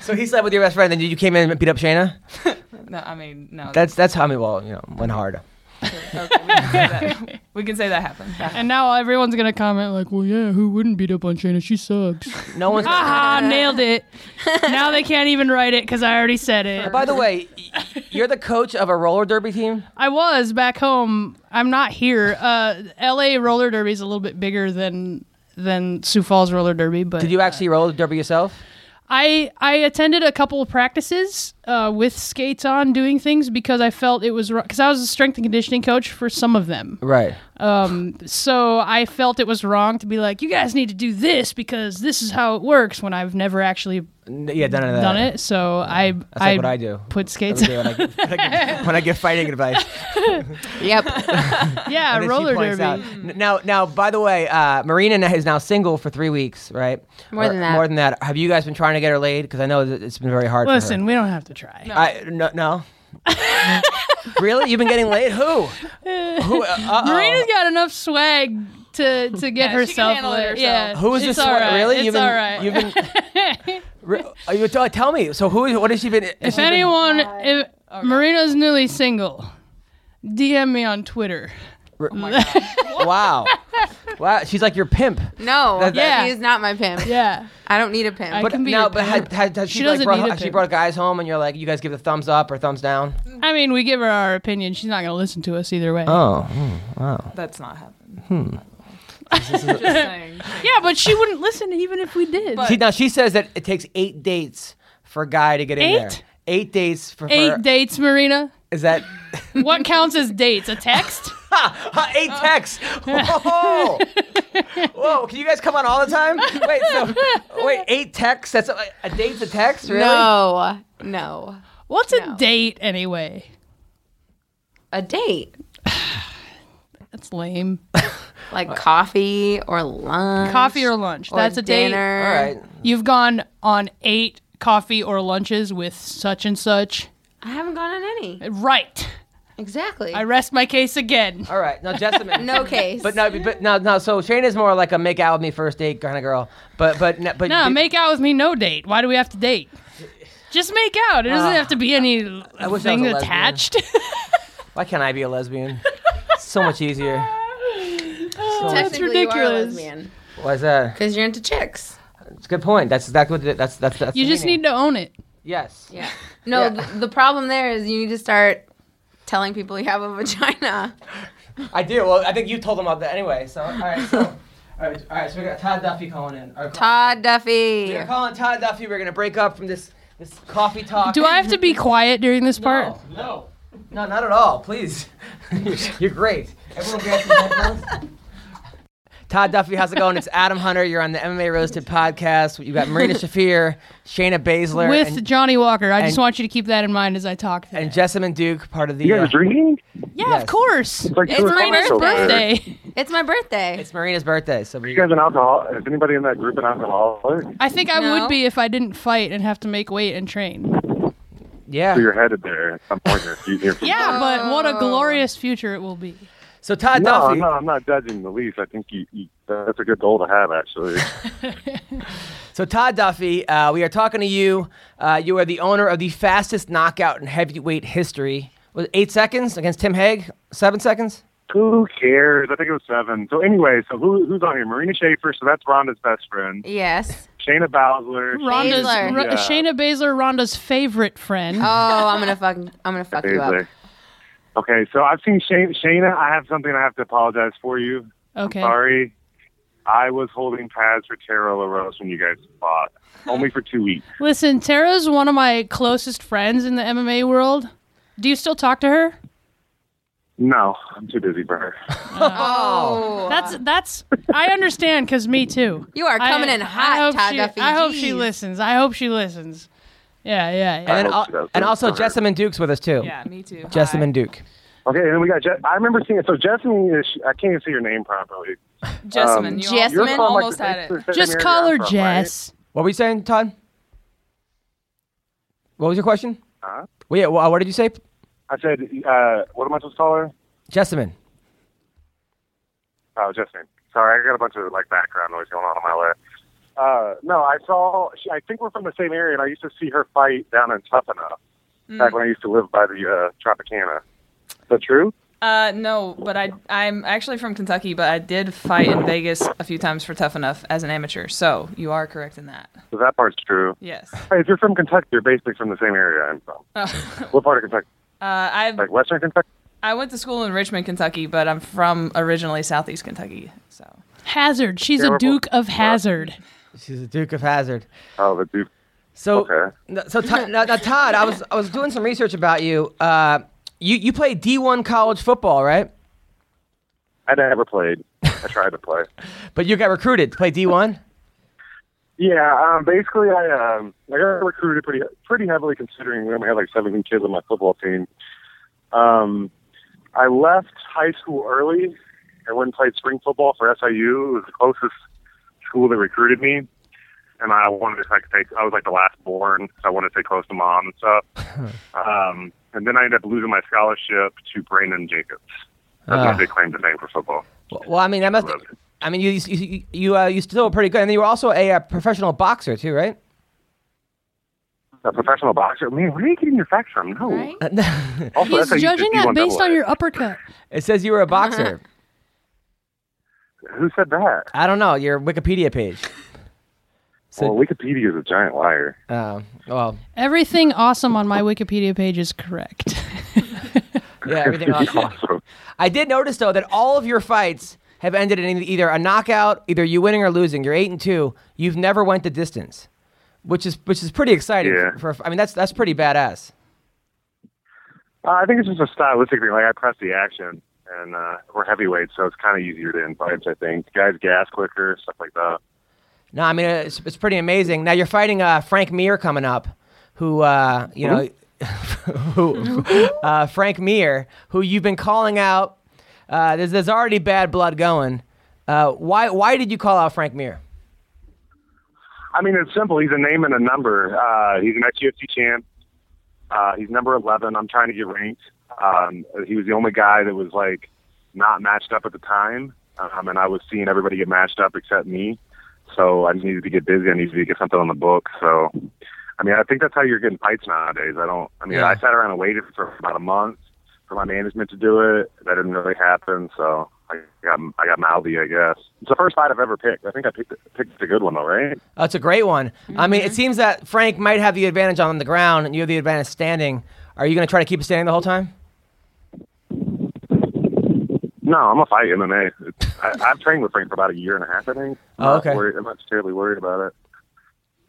C: So he slept with your best friend, and you came in and beat up Shayna.
F: No, I mean no.
C: That's that's how I mean. Well, you know, went hard.
F: okay, we, can say that. we can say that happened. That happened.
E: And now everyone's gonna comment like, "Well, yeah, who wouldn't beat up on Shayna? She sucks."
C: No one's.
E: Aha, nailed it. Now they can't even write it because I already said it.
C: By the way, y- you're the coach of a roller derby team.
E: I was back home. I'm not here. Uh, L.A. roller derby is a little bit bigger than than Sioux Falls roller derby, but
C: Did you actually roller derby yourself?
E: I I attended a couple of practices uh, with skates on, doing things because I felt it was because I was a strength and conditioning coach for some of them.
C: Right.
E: Um, so I felt it was wrong to be like, you guys need to do this because this is how it works when I've never actually
C: N- yeah, done of that.
E: done it. So I
C: That's
E: I,
C: like what I do.
E: put skates.
C: Every day when, I, give- when, I give, when I give fighting advice,
D: yep.
E: yeah,
C: And then she
E: roller
C: points
E: derby.
C: out- N- Now, now, by the way, uh, Marina na- is now single for three weeks, right?
D: More than that.
C: More than that. Have you guys been trying to get her laid? Because I know that it's been very hard. for her.
E: Listen, we don't have to try.
C: I no no. really? You've been getting laid? Who? Who? Uh,
E: Marina's got enough swag to to get
F: Yeah, she can
E: herself.
F: handle it
E: lit.
F: herself.
E: Yeah,
C: Who is
E: it's
C: this?
E: all
C: one?
E: right.
C: Really?
E: It's
C: you've been,
E: all right.
C: You've been. Re- are you, tell, tell me. So who? is- What has she been? has
E: If
C: she been-
E: anyone, if Marina's newly single, DM me on Twitter.
F: Oh my God.
C: wow. Wow, she's like your pimp.
D: No,
C: That-
E: that-
D: he is not my pimp.
E: Yeah.
D: I don't need a pimp.
E: I-
C: But
E: can be
C: no,
E: your
C: but
E: pimp.
C: had, had, had she,
E: She
C: like
E: doesn't
C: brought,
E: need a
C: she
E: pimp.
C: brought guys home and you're like, you guys give the thumbs up or thumbs down.
E: I mean, we give her our opinion. She's not gonna listen to us either way.
C: Oh,
F: That's not happening.
C: Hmm.
E: yeah, but she wouldn't listen even if we did.
C: See, now she says that it takes eight dates for a guy to get in there.
E: Eight?
C: Eight dates for, for-
E: Eight dates, Marina.
C: Is that
E: What counts as dates? A text?
C: eight texts? Whoa! Whoa! Can you guys come on all the time? Wait, so wait, eight texts? That's a, a date's a text, really?
D: No, no,
E: What's a
D: No.
E: date anyway?
D: a date
E: That's lame.
D: like coffee or lunch,
E: Coffee or lunch. That's a date.
D: dinner.
C: All right.
E: You've gone on eight coffee or lunches with such and such.
D: I haven't gone on any.
E: Right.
D: Exactly.
E: I rest my case again.
C: All right. Now, Jessamine.
D: no case.
C: But no, but no, no. So Shane is more like a make out with me first date kind of girl. But but no, but
E: No,
C: but-
E: make out with me, no date. Why do we have to date? Just make out. It doesn't have to be any
C: wish Ah, I
E: thing
C: was a lesbian.
E: attached.
C: Why can't I be a lesbian? so much easier.
E: That's ridiculous.
C: Why is that?
D: because you're into chicks.
C: It's a good point. That's exactly what. it- That's that's that's.
E: you
C: the
E: just
C: meaning.
E: need to own it.
C: Yes.
D: Yeah. No,
C: Yeah.
D: th- the problem there is you need to start telling people you have a vagina.
C: I do. Well, I think you told them about that anyway. So all right. So, all right. All right. So we got Todd Duffy calling in. All right,
D: Todd Duffy.
C: We're calling Todd Duffy. We're gonna break up from this this coffee talk.
E: Do I have to be quiet during this part?
C: No. No. No, not at all. Please. You're great. Everyone grab some headphones. Todd Duffy, how's it going? It's Adam Hunter. You're on the MMA Roasted podcast. You got Marina Shafir, Shayna Baszler,
E: With
C: and,
E: Johnny Walker. I
C: and-
E: just want you to keep that in mind as I talk. today.
C: and Jessamine Duke, part of the.
G: You
C: uh,
G: guys are drinking?
E: yeah,
C: yes.
E: of course.
G: like
D: It's
G: two o'clock
D: Marina's
G: over there.
E: Birthday.
D: It's my birthday.
C: it's Marina's birthday, so we.
G: You guys an alcohol? Is anybody in that group an alcoholic?
E: I think I
D: No.
E: would be if I didn't fight and have to make weight and train.
C: Yeah.
G: So you're headed there at some point. Or you hear from
E: Yeah, but what
D: Oh.
E: a glorious future it will be.
C: So Todd
G: No,
C: Duffy.
G: Oh, no, I'm not judging the least. I think you, you, that's a good goal to have, actually.
C: So Todd Duffy, uh, we are talking to you. Uh, you are the owner of the fastest knockout in heavyweight history. Was it eight seconds against Tim Haig? Seven seconds?
G: who cares? I think it was seven. So anyway, so who, who's on here? Marina Schaefer, so that's Rhonda's best friend.
D: Yes.
G: Shayna Bowsler.
E: Rhonda's
D: Baszler.
E: Ra-
G: Yeah.
E: Shayna Baszler, Rhonda's favorite friend.
D: Oh, I'm gonna fuck. I'm gonna fuck you up.
G: Baszler. Okay, so I've seen Shane, Shayna. I have something I have to apologize for you.
E: okay.
G: Sorry. I was holding pads for Tara LaRose when you guys fought. Only for two weeks.
E: Listen, Tara's one of my closest friends in the MMA world. Do you still talk to her?
G: No, I'm too busy for her.
D: Oh,
E: That's that's I understand cuz me too.
D: you are coming
E: I-
D: in hot,
E: I hope
D: Todd
E: she,
D: Duffy.
E: I hope she
D: Jeez.
E: listens. I hope she listens. Yeah, yeah, yeah.
C: And, then,
G: hope
C: al-
G: she does.
C: and also
G: Good for her.
C: Jessamine Duke's with us too.
F: Yeah, me too.
C: Jessamine
F: Hi.
C: Duke.
G: Okay, and then we got. Je- I remember seeing it. So Jessamine is. I can't even say your name properly.
C: um,
D: Jessamine?
F: Jessamine. you
G: You're
F: Jessamine
G: from, like,
F: almost
G: the-
F: had it.
G: the- the
E: Just
G: area
E: call
G: I'm
E: her
G: from,
E: Jess.
C: What were you saying, Todd? What was your question?
G: Huh?
C: Well, yeah, well, what did you say?
G: right? I said, uh, what am I supposed to call her?
C: Jessamine.
G: Oh, Jessamine. Sorry, I got a bunch of like background noise going on on my left. Uh, no, I saw. She, I think we're from the same area, and I used to see her fight down in Tupena back when I used to live by the uh, Tropicana. Is that true?
F: Uh, no, but I I'm actually from Kentucky, but I did fight in Vegas a few times for Tough Enough as an amateur. So you are correct in that.
G: So that part's true.
F: Yes. Uh,
G: Hey, if you're from Kentucky, you're basically from the same area I'm from. what part of Kentucky?
F: Uh, I've
G: Like Western Kentucky?
F: I went to school in Richmond, Kentucky, but I'm from originally Southeast Kentucky. So
E: Hazard. She's a
G: Terrible.
E: Duke of Hazard.
C: She's a Duke of Hazard.
G: Oh, the Duke.
C: So,
G: Okay.
C: no- so Todd, now, now, Todd, I was I was doing some research about you. Uh, you you played D1 college football, right?
G: I never played. I tried to play.
C: But you got recruited to play D1.
G: Yeah, um, basically, I um, I got recruited pretty pretty heavily, considering we only had like 17 kids on my football team. Um, I left high school early. I went and played spring football for SIU. It was the closest school that recruited me, and I wanted to like take. I was like the last born, so I wanted to stay close to mom and stuff. um, and then I ended up losing my scholarship to Brandon Jacobs. That's
C: Ah.
G: my big claim to fame for football.
C: Well, well, I mean, I must.
G: Love it.
C: I mean, you you you uh, you still were pretty good, and then you were also a, uh professional boxer too, right?
G: A professional boxer. Man, where are you getting your facts from? No.
D: Right?
G: Also,
E: He's
G: SIU
E: judging that
G: D1
E: based on
G: AA.
E: your uppercut.
C: It says you were a boxer.
G: Who said that?
C: I don't know your Wikipedia page.
G: Well, Wikipedia is a giant liar.
C: Um, well,
E: Everything awesome on my Wikipedia page is correct.
C: yeah, everything awesome.
G: So,
C: I did notice though that all of your fights have ended in either a knockout, either you winning or losing. You're eight and two. You've never went the distance, which is which is pretty exciting.
G: Yeah.
C: For, I mean, that's that's pretty badass.
G: uh, I think it's just a stylistic thing. Like I press the action, and uh, we're heavyweights, so it's kind of easier to invite. I think guys gas quicker, stuff like that.
C: No, I mean it's, it's pretty amazing. Now you're fighting uh, Frank Mir coming up, who uh, you know, who uh, Frank Mir, who you've been calling out. Uh, there's there's already bad blood going. Uh, why why did you call out Frank Mir?
G: I mean, it's simple. He's a name and a number. Uh, he's an ex-UFC champ. Uh, he's number 11. I'm trying to get ranked. Um, he was the only guy that was like not matched up at the time, um, and I was seeing everybody get matched up except me. So I just needed to get busy. I needed to get something on the book. So, I mean, I think that's how you're getting fights nowadays. I don't. I mean,
C: Yeah.
G: I sat around and waited for about a month for my management to do it. That didn't really happen. So I got I got mouthy, I guess. It's the first fight I've ever picked. I think I picked picked a good one though, right?
C: Oh, it's a great one. I mean, it seems that Frank might have the advantage on the ground, and you have the advantage standing. Are you going to try to keep it standing the whole time?
G: No, I'm a fight MMA. I, I've trained with Frank for about a year and a half, I think. I'm
C: Oh,
G: not
C: okay.
G: Worried, I'm not terribly worried about it.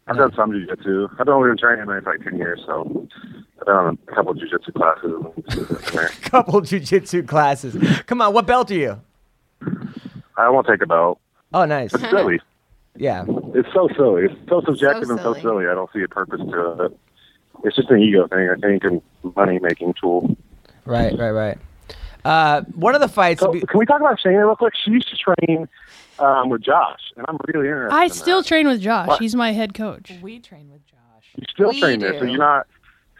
G: I've done some jujitsu. I've only been training MMA for like 10 years, so I've done a couple of jujitsu classes.
C: Couple jujitsu classes. Come on, what belt are you?
G: I won't take a belt.
C: Oh, nice.
G: It's silly.
C: Yeah.
G: It's so silly. It's so subjective and so
D: silly.
G: silly. I don't see a purpose to it. It's just an ego thing, I think, and money making tool.
C: Right, right, right. Uh, one of the fights.
G: So,
C: be-
G: can we talk about Shayna real quick? She used to train um, with Josh, and I'm really interested.
E: I
G: in
E: still
G: that.
E: train with Josh. He's my head coach.
F: We train with Josh.
G: You still
D: We
G: train there,
D: do.
G: so you're not.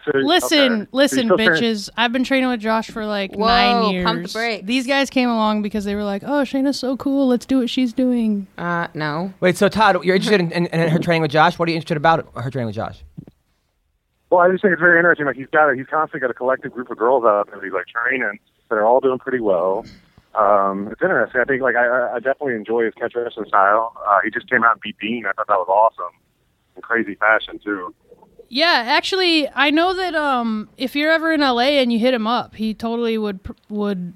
G: So,
E: Listen,
G: okay. So you're
E: listen,
G: still training-
E: bitches. I've been training with Josh for like
D: Whoa,
E: nine years.
D: pump the brakes.
E: These guys came along because they were like, "Oh, Shayna's so cool. Let's do what she's doing."
D: Uh, no.
C: wait, so Todd, you're interested in, in, in her training with Josh? What are you interested about her training with Josh?
G: Well, I just think it's very interesting. Like he's got a, he's constantly got a collective group of girls out there that he's like training that are all doing pretty well. Um, it's interesting. I think like I- I, I definitely enjoy his catch wrestling style. Uh, he just came out and beat Dean. I thought that was awesome in crazy fashion too.
E: Yeah, actually, I know that um, if you're ever in LA and you hit him up, he totally would pr- would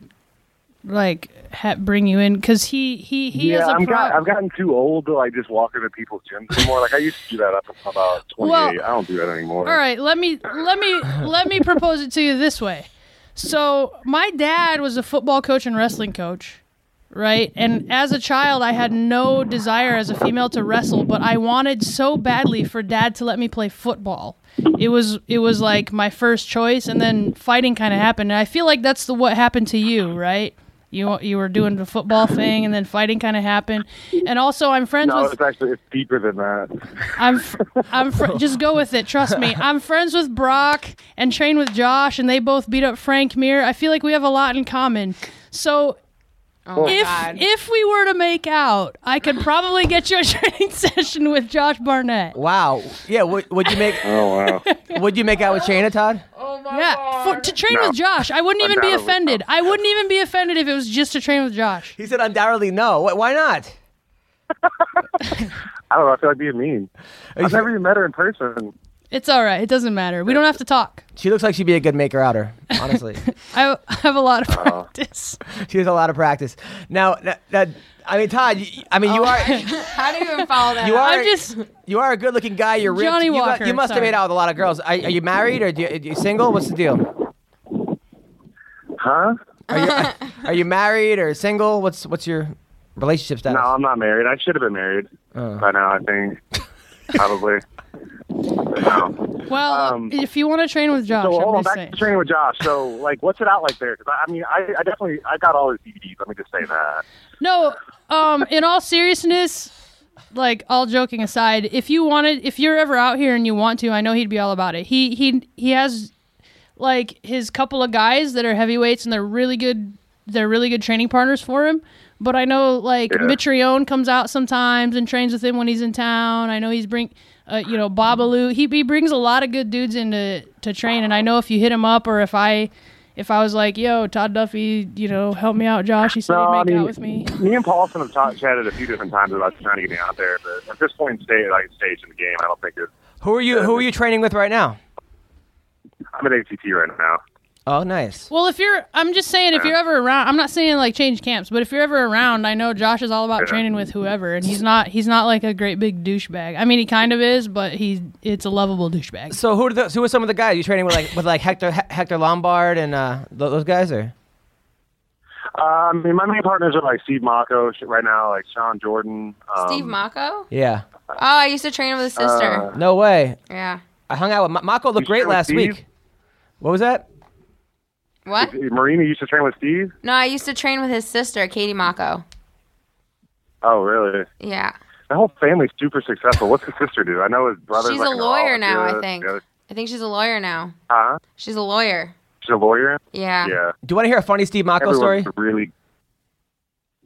E: like ha- bring you in because he he he
G: yeah,
E: has a
G: I'm
E: pro.
G: got, I've gotten too old to like just walk into people's gyms anymore. like I used to do that up until about 28.
E: Well,
G: I don't do that anymore.
E: All right, let me let me let me propose it to you this way. So my dad was a football coach and wrestling coach, right? And as a child, I had no desire as a female to wrestle, but I wanted so badly for dad to let me play football. It was it was like my first choice, and then fighting kind of happened. And I feel like that's the what happened to you, right? You you were doing the football thing, and then fighting kind of happened. And also, I'm friends
G: No,
E: with
G: it's actually it's deeper than that.
E: I'm, fr- I'm fr- just go with it. Trust me. I'm friends with Brock and train with Josh, and they both beat up Frank Mir. I feel like we have a lot in common. So
D: Oh
E: if
D: my God.
E: if we were to make out, I could probably get you a training session with Josh Barnett.
C: Wow. Yeah. Would, would you make
G: Oh wow.
C: Would you make out with Shayna, Todd?
E: Yeah, for, to train
G: No.
E: with Josh, I wouldn't even be
G: Undoubtedly
E: offended. I wouldn't even be offended if it was just to train with Josh.
C: He said undoubtedly no. Wh- Why not?
G: I don't know. I feel like being mean. I've never even met her in person.
E: It's all right. It doesn't matter. We don't have to talk.
C: She looks like she'd be a good maker outer. Honestly,
E: I I have a lot of
G: Uh-huh.
E: practice.
C: she has a lot of practice. Now, now- now, I mean, Todd. You, I mean, you are
D: How do you even follow that?
C: you
D: up?
C: are
E: I'm just
C: you are a good looking guy. You're ripped.
E: Johnny
C: you, got-
E: Walker,
C: you must have
E: sorry.
C: made out with a lot of girls. Are, are you married or do you, are you single? What's the deal?
G: Huh?
C: Are you, are you married or single? What's what's your relationship status?
G: No, I'm not married. I should have been married by now. I think probably. so,
E: well.
G: Um,
E: if you want to train with Josh,
G: hold
E: I'm
G: on,
E: just
G: back
E: saying.
G: to training with Josh. So, like, what's it out like there? 'Cause I, I mean, I, I definitely I got all his DVDs. Let me just say that.
E: No, um, in all seriousness, like all joking aside, if you wanted, if you're ever out here and you want to, I know he'd be all about it. He he he has like his couple of guys that are heavyweights and they're really good. They're really good training partners for him. But I know like
G: Yeah.
E: Mitrione comes out sometimes and trains with him when he's in town. I know he's bring. Uh, you know, Babalu. He, he brings a lot of good dudes into to train, and I know if you hit him up or if I if I was like, "Yo, Todd Duffy, you know, help me out, Josh," he said
G: No,
E: he'd
G: I
E: make
G: mean-
E: out with me.
G: Me and Paulson have talked, chatted a few different times about trying to get me out there, but at this point in stage, like stage in the game, I don't think it's.
C: Who are you? Who are you training with right now?
G: I'm at ACT right now.
C: Oh, nice.
E: Well, if you're, I'm just saying, if you're ever around, I'm not saying like change camps, but if you're ever around, I know Josh is all about training with whoever, and he's not, he's not like a great big douchebag. I mean, he kind of is, but he, it's a lovable douchebag.
C: So who are the, who are some of the guys you training with? Like with like Hector He- Hector Lombard and uh, tho- those guys are.
G: Uh, I mean, my main partners are like Steve Mako sh- right now, like Sean Jordan. Um,
D: Steve Mako?
C: Yeah.
D: Oh, I used to train with his sister.
C: No way.
D: yeah.
C: I hung out with Ma- Mako. Looked
G: You train
C: great
G: with
C: last
G: Steve?
C: week. What was that?
D: What?
G: Marina used to train with Steve.
D: No, I used to train with his sister, Katie Mako.
G: Oh, really?
D: Yeah.
G: The whole family's super successful. What's his sister do? I know his brother.
D: She's a lawyer now, I think. I think she's a lawyer now.
G: Huh?
D: She's a lawyer.
G: She's a lawyer.
D: Yeah.
G: Yeah.
C: Do you want to hear a funny Steve Mako story?
G: Everyone's really.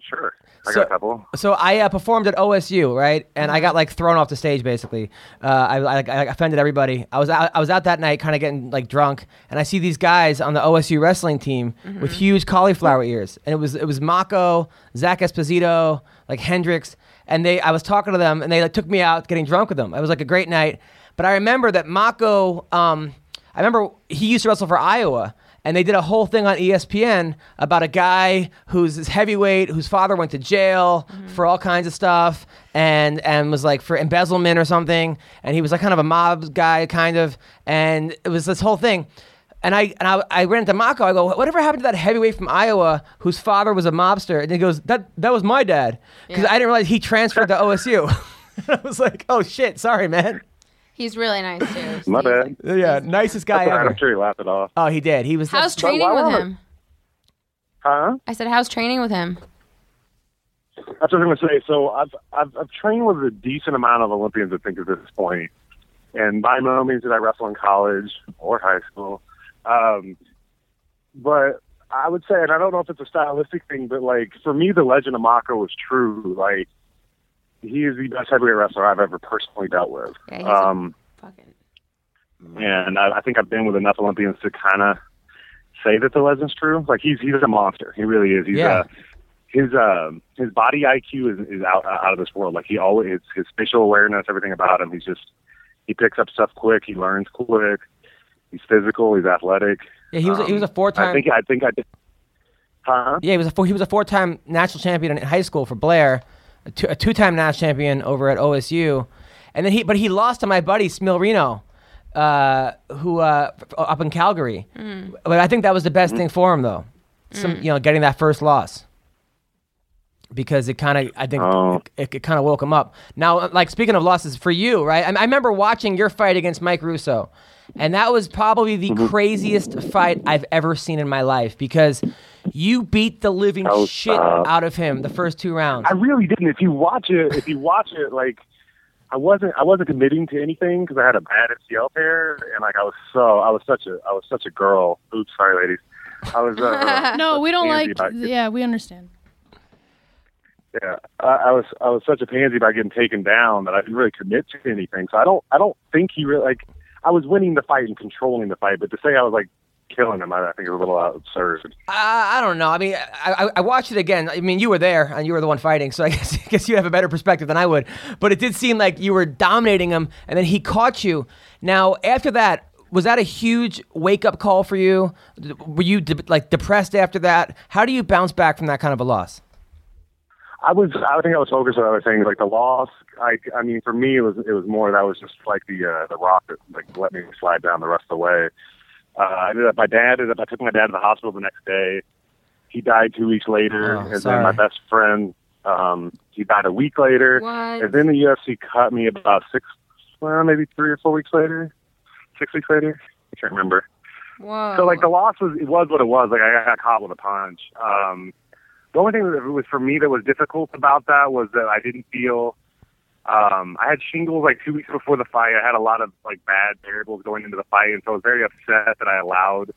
G: Sure. I
C: So-
G: got a couple.
C: so I uh, performed at OSU, right? And I got like thrown off the stage basically. Uh, I, I, I offended everybody. I was out, I was out that night, kind of getting like drunk, and I see these guys on the OSU wrestling team with huge cauliflower ears, and it was it was Mako, Zach Esposito, like Hendrix, and they I was talking to them, and they like took me out getting drunk with them. It was like a great night, but I remember that Mako. Um, I remember he used to wrestle for Iowa, and they did a whole thing on E ESPN about a guy who's this heavyweight whose father went to jail for all kinds of stuff and and was like for embezzlement or something and he was like kind of a mob guy kind of and it was this whole thing and I and I, I ran into Mako. I go, whatever happened to that heavyweight from Iowa whose father was a mobster? And he goes, that that was my dad because
D: Yeah.
C: I didn't realize he transferred to OSU. I was like, oh shit, sorry man.
D: He's really nice too.
G: My
D: Steve's
G: bad.
D: like-
C: Yeah, nicest guy
G: That's all right.
C: ever.
G: I'm sure he laughed it off.
C: Oh, he did. He was.
D: How's
G: But
D: training
G: why
D: with
G: would-
D: him?
G: Huh?
D: I said, how's training with him?
G: That's what I'm going to say. So I've, I've I've trained with a decent amount of Olympians, I think, at this point. And by no means did I wrestle in college or high school. Um, but I would say, and I don't know if it's a stylistic thing, but like for me, the legend of Mako was true. Like he is the best heavyweight wrestler I've ever personally dealt with.
D: Yeah, he's a-
G: um,
D: Fucking.
G: and I, I think I've been with enough Olympians to kind of say that the legend's true. Like he's he's a monster. He really is. He's
C: Yeah.
G: uh, his um his body IQ is, is out out of this world. Like he always his spatial awareness, everything about him. He's just he picks up stuff quick. He learns quick. He's physical. He's athletic.
C: Yeah, he was a- he was a four-time-
G: Um, I think I think I did. Huh?
C: Yeah, he was a four, he was a four-time national champion in high school for Blair, a, two, a two-time national champion over at OSU, and then he but he lost to my buddy Smil Reno, uh, who uh, f- up in Calgary.
G: Mm.
C: But I think that was the best thing for him though, some you know getting that first loss. Because it kind of, I think,
G: Oh.
C: it, it kind of woke him up. Now, uh, like speaking of losses for you, right? I, I remember watching your fight against Mike Russo, and that was probably the craziest fight I've ever seen in my life because you beat the living
G: Oh,
C: shit
G: stop.
C: out of him the first two rounds.
G: I really didn't. If you watch it, if you watch it, like I wasn't, I wasn't committing to anything because I had a bad MCL tear, and like I was so, I was such a, I was such a girl. Oops, sorry, ladies. I was, uh,
E: No, we don't
G: pansy
E: like.
G: about you.
E: Yeah, we understand.
G: yeah, I, I was, I was such a pansy by getting taken down that I didn't really commit to anything. So I don't, I don't think he really like. I was winning the fight and controlling the fight, but to say I was like killing him, I, I think is a little absurd.
C: I, I don't know. I mean, I, I, I watched it again. I mean, you were there and you were the one fighting, so I guess, I guess you have a better perspective than I would. But it did seem like you were dominating him, and then he caught you. Now, after that, was that a huge wake up call for you? D- Were you de- like depressed after that? How do you bounce back from that kind of a loss?
G: I was. I think I was focused on other things, like the loss. I. I mean, for me, it was. It was more that was just like the uh, the rock that like let me slide down the rest of the way. Uh, I ended up. My dad ended up. I took my dad to the hospital the next day. He died two weeks later,
C: Oh,
G: and
C: sorry.
G: then my best friend. Um, he died a week later,
D: What?
G: and then the UFC cut me about six, well, maybe three or four weeks later, six weeks later. I can't remember.
D: Whoa.
G: So like the loss was it was what it was. Like I got caught with a punch. Um, the only thing that was for me that was difficult about that was that I didn't feel. Um, I had shingles like two weeks before the fight. I had a lot of like bad variables going into the fight, and so I was very upset that I allowed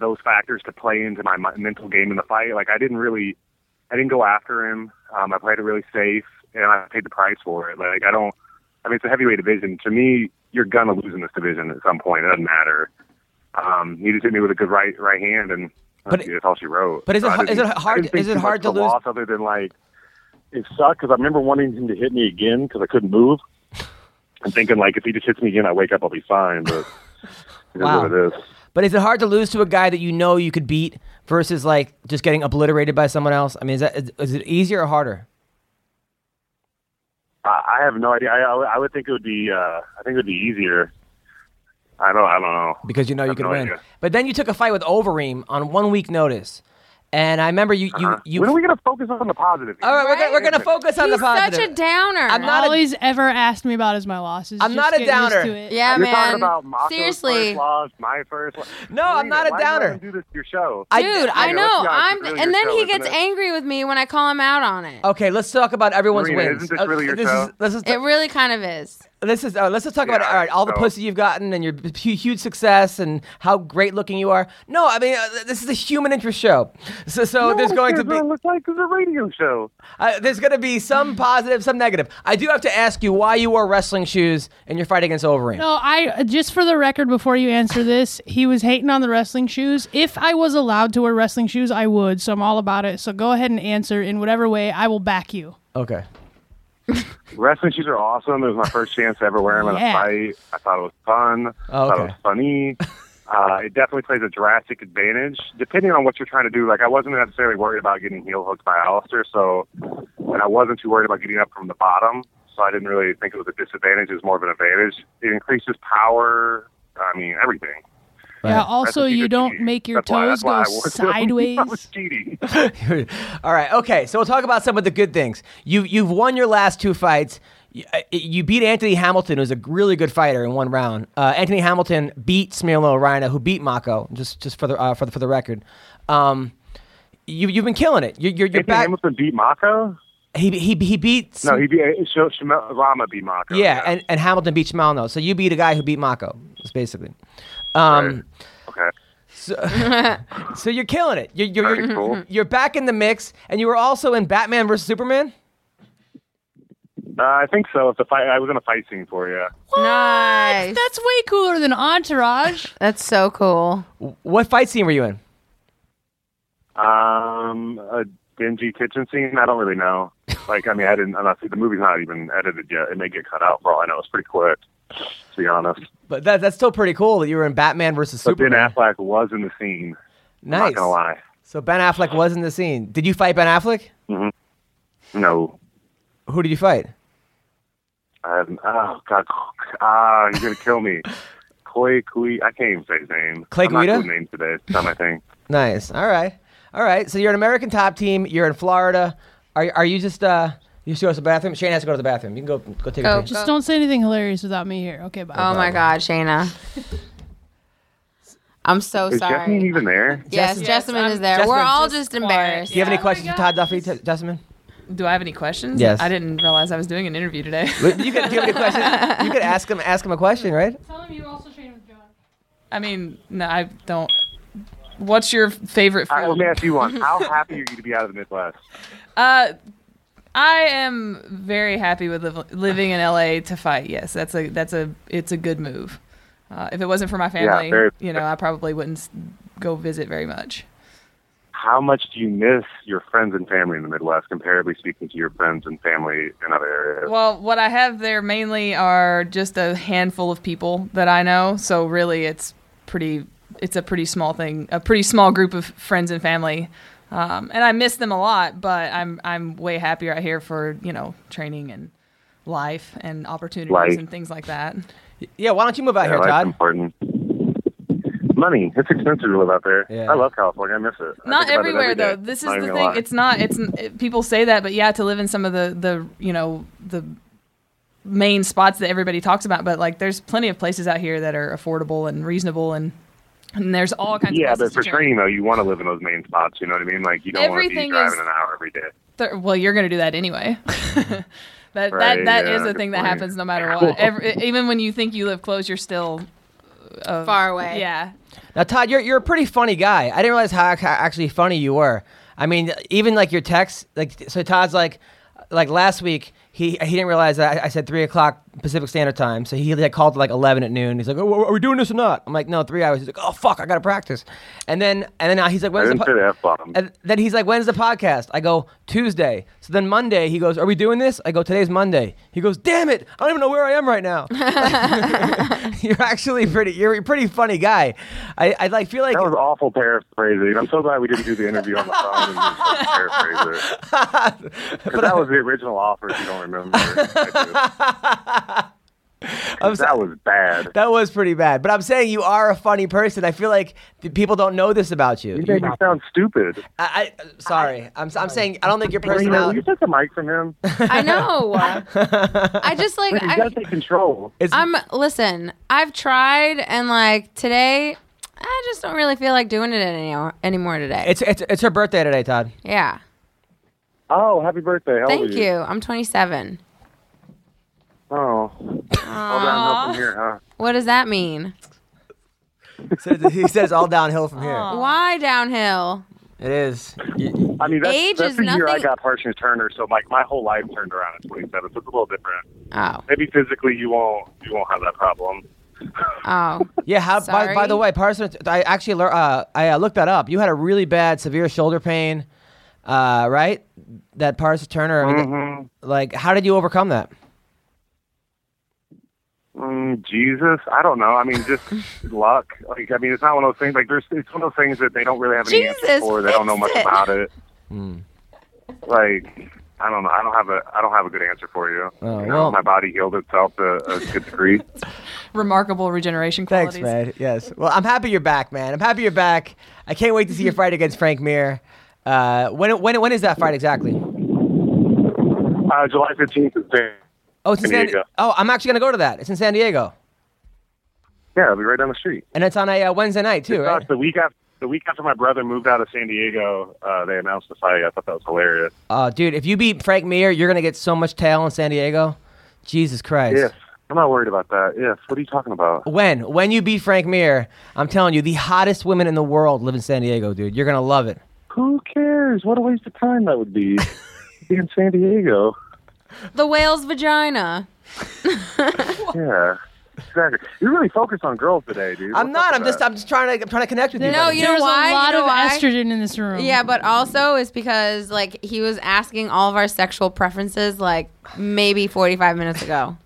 G: those factors to play into my mi- mental game in the fight. Like I didn't really, I didn't go after him. Um, I played it really safe, and I paid the price for it. Like I don't. I mean, it's a heavyweight division. To me, you're gonna lose in this division at some point. It doesn't matter Um, he just hit me with a good right right hand, and uh,
C: But
G: that's
C: it-
G: all she wrote.
C: but is it
G: I
C: hu- is
G: didn't-
C: it hard-
G: I didn't think
C: is it
G: too
C: hard
G: much
C: to
G: of a
C: lose-
G: Loss other than like it sucked because I remember wanting him to hit me again because I couldn't move, and thinking like if he just hits me again, I wake up, I'll be fine. But it is
C: Wow.
G: what it is.
C: But is it hard to lose to a guy that you know you could beat versus like just getting obliterated by someone else? I mean, is that is, is it easier or harder?
G: I I have no idea. I, I, I would think it would be. Uh, I think it would be easier. I don't. I don't know.
C: Because you know you
G: have
C: could
G: no
C: win.
G: idea.
C: But then you took a fight with Overeem on one week notice, and I remember you you you.
G: Uh-huh. when are we gonna focus on the positive? here?
C: all right, we're gonna, we're gonna
G: Right?
C: focus on
D: He's
C: the positive.
D: such a downer.
C: I'm not- a-
E: All he's ever asked me about is my losses.
C: I'm
E: Just
C: not a
E: get used
C: downer.
E: to it.
D: yeah,
G: You're
D: man.
G: talking about Mako's
D: Seriously.
G: first loss, my first. Loss.
C: No, I'm not a
G: why do you let
C: downer.
G: him Do this to your show.
C: I-
D: Dude, I,
G: You know, it's
D: know.
G: not-
D: I'm,
G: it's really
D: and
G: your
D: then
G: show,
D: he
G: isn't
D: gets
G: it?
D: angry with me when I call him out on it.
C: okay, let's talk about everyone's
G: Marina,
C: wins.
G: isn't this
C: Uh,
G: really your
C: this
G: show?
C: Is, let's just
D: It really kind of is.
C: Let's just uh, let's just talk about
G: Yeah,
C: all right, all the
G: so-
C: pussy you've gotten and your b- hu- huge success and how great looking you are. No, I mean uh, this is a human interest show, so so
G: No
C: there's
G: one
C: going to
G: cares
C: be
G: What it looks like it's a radio show.
C: uh, there's going to be some positive, some negative. I do have to ask you why you wore wrestling shoes in your fight against Overeem.
E: No, I just for the record, before you answer this, he was hating on the wrestling shoes. If I was allowed to wear wrestling shoes, I would. So I'm all about it. So go ahead and answer in whatever way. I will back you.
C: Okay,
G: Wrestling shoes are awesome. It was my first chance to ever wear them
E: Yeah.
G: in a fight. I thought it was fun.
C: Oh,
G: I thought it
C: okay.
G: was funny. Uh, it definitely plays a drastic advantage depending on what you're trying to do. Like I wasn't necessarily worried about getting heel hooked by Alistair, so and I wasn't too worried about getting up from the bottom. So I didn't really think it was a disadvantage. It was more of an advantage. It increases power. I mean everything.
E: Yeah. Also,
G: Wrestling shoes
E: you
G: are
E: don't
G: cheating.
E: make your
G: That's why-
E: toes
G: that's why I
E: go
G: wore them. I was
E: sideways.
G: cheating.
C: all right, okay. So we'll talk about some of the good things. You you've won your last two fights. You, uh, you beat Anthony Hamilton, who's a really good fighter, in one round. Uh, Anthony Hamilton beat Smirno Rhino, who beat Mako. Just just for the uh, for the for the record. Um, you, you've been killing it. You're, you're, you're
G: Anthony
C: back.
G: Hamilton beat Mako.
C: He, he, he beats.
G: No, he beat Sh- Sh- Rama beat Mako.
C: yeah, And, and Hamilton beat Shimano. So you beat a guy who beat Mako, That's basically. Um,
G: okay.
C: So you're killing it. You're, you're,
G: Very
C: you're,
G: cool.
C: you're back in the mix, and you were also in Batman versus Superman?
G: Uh, I think so. If the fight, I was in a fight scene for you.
D: Nice.
E: That's way cooler than Entourage.
D: That's so cool.
C: What fight scene were you in?
G: Um, a dingy kitchen scene. I don't really know. Like, I mean, I didn't. I'm not. The movie's not even edited yet. It may get cut out. For all I know, it's pretty quick. To be honest,
C: But that, that's still pretty cool that you were in Batman versus
G: but Ben
C: Superman.
G: Affleck was in the scene.
C: nice.
G: Not gonna lie.
C: So Ben Affleck was in the scene. Did you fight Ben Affleck?
G: No,
C: Who did you fight?
G: I haven't. Oh God. Ah, you're gonna kill me. Clay Kui. I can't even say his name.
C: Clay
G: I'm not
C: Guida?
G: good with names today. It's not my thing.
C: Nice. All right. All right. So you're an American top team. You're in Florida. Are, are you just, uh, you should go to the bathroom? Shane has to go to the bathroom. You can go, go take a
D: Go.
C: pee.
E: Just don't say anything hilarious without me here. Okay, bye.
D: Oh my God, Shayna. I'm so
G: Is
D: sorry.
G: Jesse even there?
D: yes,
C: Yes,
D: Jessamine
F: I'm-
D: is there.
C: Jessamine,
D: We're all
F: just
D: just
F: quiet.
D: embarrassed.
C: Do you have any
F: Oh my
C: questions for
F: God.
C: Todd Duffy, T- Jessamine?
F: Do I have any questions?
C: Yes.
F: I didn't realize I was doing an interview today.
C: You could, do you have any questions? You could ask him, ask him a question, right?
E: Tell him you also trained with John.
F: I mean, no, I don't. What's your favorite
G: All right, let me
F: food?
G: ask you one. How happy are you to be out of the Midwest?
F: Uh, I am very happy with liv- living in LA to fight. Yes, that's a that's a it's a good move. Uh, if it wasn't for my family,
G: very-
F: you know, I probably wouldn't s- go visit very much.
G: how much do you miss your friends and family in the Midwest, comparably speaking to your friends and family in other areas?
F: Well, what I have there mainly are just a handful of people that I know. So really, it's pretty. It's a pretty small thing, a pretty small group of friends and family, um, and I miss them a lot. But I'm I'm way happier out here for you know training and life and opportunities
G: Life.
F: and things like that.
C: Yeah, why don't you move out
G: Yeah,
C: here,
G: that's
C: Todd?
G: important. Money. It's expensive to live out there.
C: Yeah.
G: I love California. I miss it. I
F: not
G: think about it
F: everywhere
G: every day.
F: though. This is
G: Not
F: the
G: even
F: thing.
G: gonna lie.
F: It's not. It's it, people say that, but yeah, to live in some of the the you know the main spots that everybody talks about, but like there's plenty of places out here that are affordable and reasonable and. And there's all kinds
G: yeah,
F: of places
G: but for
F: to
G: training though, you want to live in those main spots. You know what I mean? Like you don't want to be
F: Everything
G: driving
F: is-
G: an hour every day.
F: Th- well, you're going to do that anyway. that
G: Right,
F: that that is
G: yeah,
F: a
G: good
F: thing that
G: point.
F: happens no matter
G: Cool.
F: what. Every, e, even when you think you live close, you're still
D: Far away.
F: yeah.
C: Now, Todd, you're, you're a pretty funny guy. I didn't realize how ac- how actually funny you were. I mean, even like your text, like so. Todd's like, like last week, he he didn't realize that I, I said three o'clock Pacific Standard Time. So he like, called at like 11 at noon. He's like, oh, are we doing this or not? I'm like, no, three hours. He's like, oh, fuck, I got to practice. And then, and then uh, he's like,
G: I
C: when's the
G: didn't say
C: po-
G: the F bomb.
C: and then he's like, when's the podcast? I go, Tuesday. So then Monday, he goes, are we doing this? I go, today's Monday. He goes, damn it. I don't even know where I am right now. you're actually pretty, you're a pretty funny guy. I, I like feel like,
G: That was awful paraphrasing. I'm so glad we didn't do the interview on the phone and just paraphrase it. Because that was the original offer, if you don't remember. that was bad.
C: that was pretty bad. But I'm saying you are a funny person. I feel like the people don't know this about you.
G: You made me sound stupid.
C: I, I sorry. I'm, I'm saying I don't think your
G: You know, will
C: personality.
G: you took the mic from him.
D: I know. I just like
G: You gotta
D: I,
G: take control.
D: I'm listen. I've tried and like today, I just don't really feel like doing it anymore anymore today.
C: It's, it's it's her birthday today, Todd.
D: yeah.
G: Oh, happy birthday. How old
D: Thank
G: are
D: you. I'm 27.
G: Oh. All downhill from here, huh?
D: What does that mean?
C: Says- he says all downhill from here.
D: Why downhill?
C: It is.
G: I mean, that's,
D: Age
G: that's
D: is
G: the year I
D: nothing-
G: got Parsons Turner, so like my whole life turned around at 27. So it's a little different.
D: Oh,
G: Maybe physically you won't you won't have that problem.
D: oh.
C: Yeah. How, by, by
D: Sorry.
C: the way, Parson, I actually lear- uh, I uh, looked that up. You had a really bad, severe shoulder pain, uh, right? That Parson Turner. I mean, Like, how did you overcome that?
G: Mm, Jesus, I don't know. I mean, just luck. Like, I mean, it's not one of those things. Like, there's it's one of those things that they don't really have any answer
D: Jesus,
G: for. They don't know
D: fix
G: much
D: it.
G: about it.
C: Hmm.
G: Like, I don't know. I don't have a I don't have a good answer for you.
C: Oh, well-
G: you know, my body healed itself to a good degree.
F: Remarkable regeneration
C: Thanks,
F: qualities.
C: man. Yes. Well, I'm happy you're back, man. I'm happy you're back. I can't wait to see your fight against Frank Mir. Uh, when when when is that fight exactly?
G: uh, July fifteenth is day.
C: Oh, it's in
G: San
C: San
G: Diego.
C: Oh, I'm actually gonna go to that. It's in San Diego,
G: Yeah, it'll be right down the street.
C: and it's on a uh, Wednesday night too, right?
G: Gosh, the week after the week after my brother moved out of San Diego, uh, they announced the fight. I thought that was hilarious.
C: Oh, dude, if you beat Frank Mir, you're gonna get so much tail in San Diego. Jesus Christ.
G: Yes, I'm not worried about that. Yes, what are you talking about?
C: When when you beat Frank Mir, I'm telling you, the hottest women in the world live in San Diego, dude. You're gonna love it.
G: Who cares? What a waste of time that would be. be in San Diego.
D: The whale's vagina.
G: Yeah, exactly. You're really focused on girls today, dude.
C: I'm
G: What's
C: not.
G: up
C: I'm
G: with
C: just.
G: that?
C: I'm just trying to. I'm trying to connect with you.
D: No,
C: buddy.
D: you know
E: There's
D: why?
E: a lot
D: you know
E: of
D: why?
E: estrogen in this room.
D: Yeah, but also it's because like he was asking all of our sexual preferences like maybe 45 minutes ago.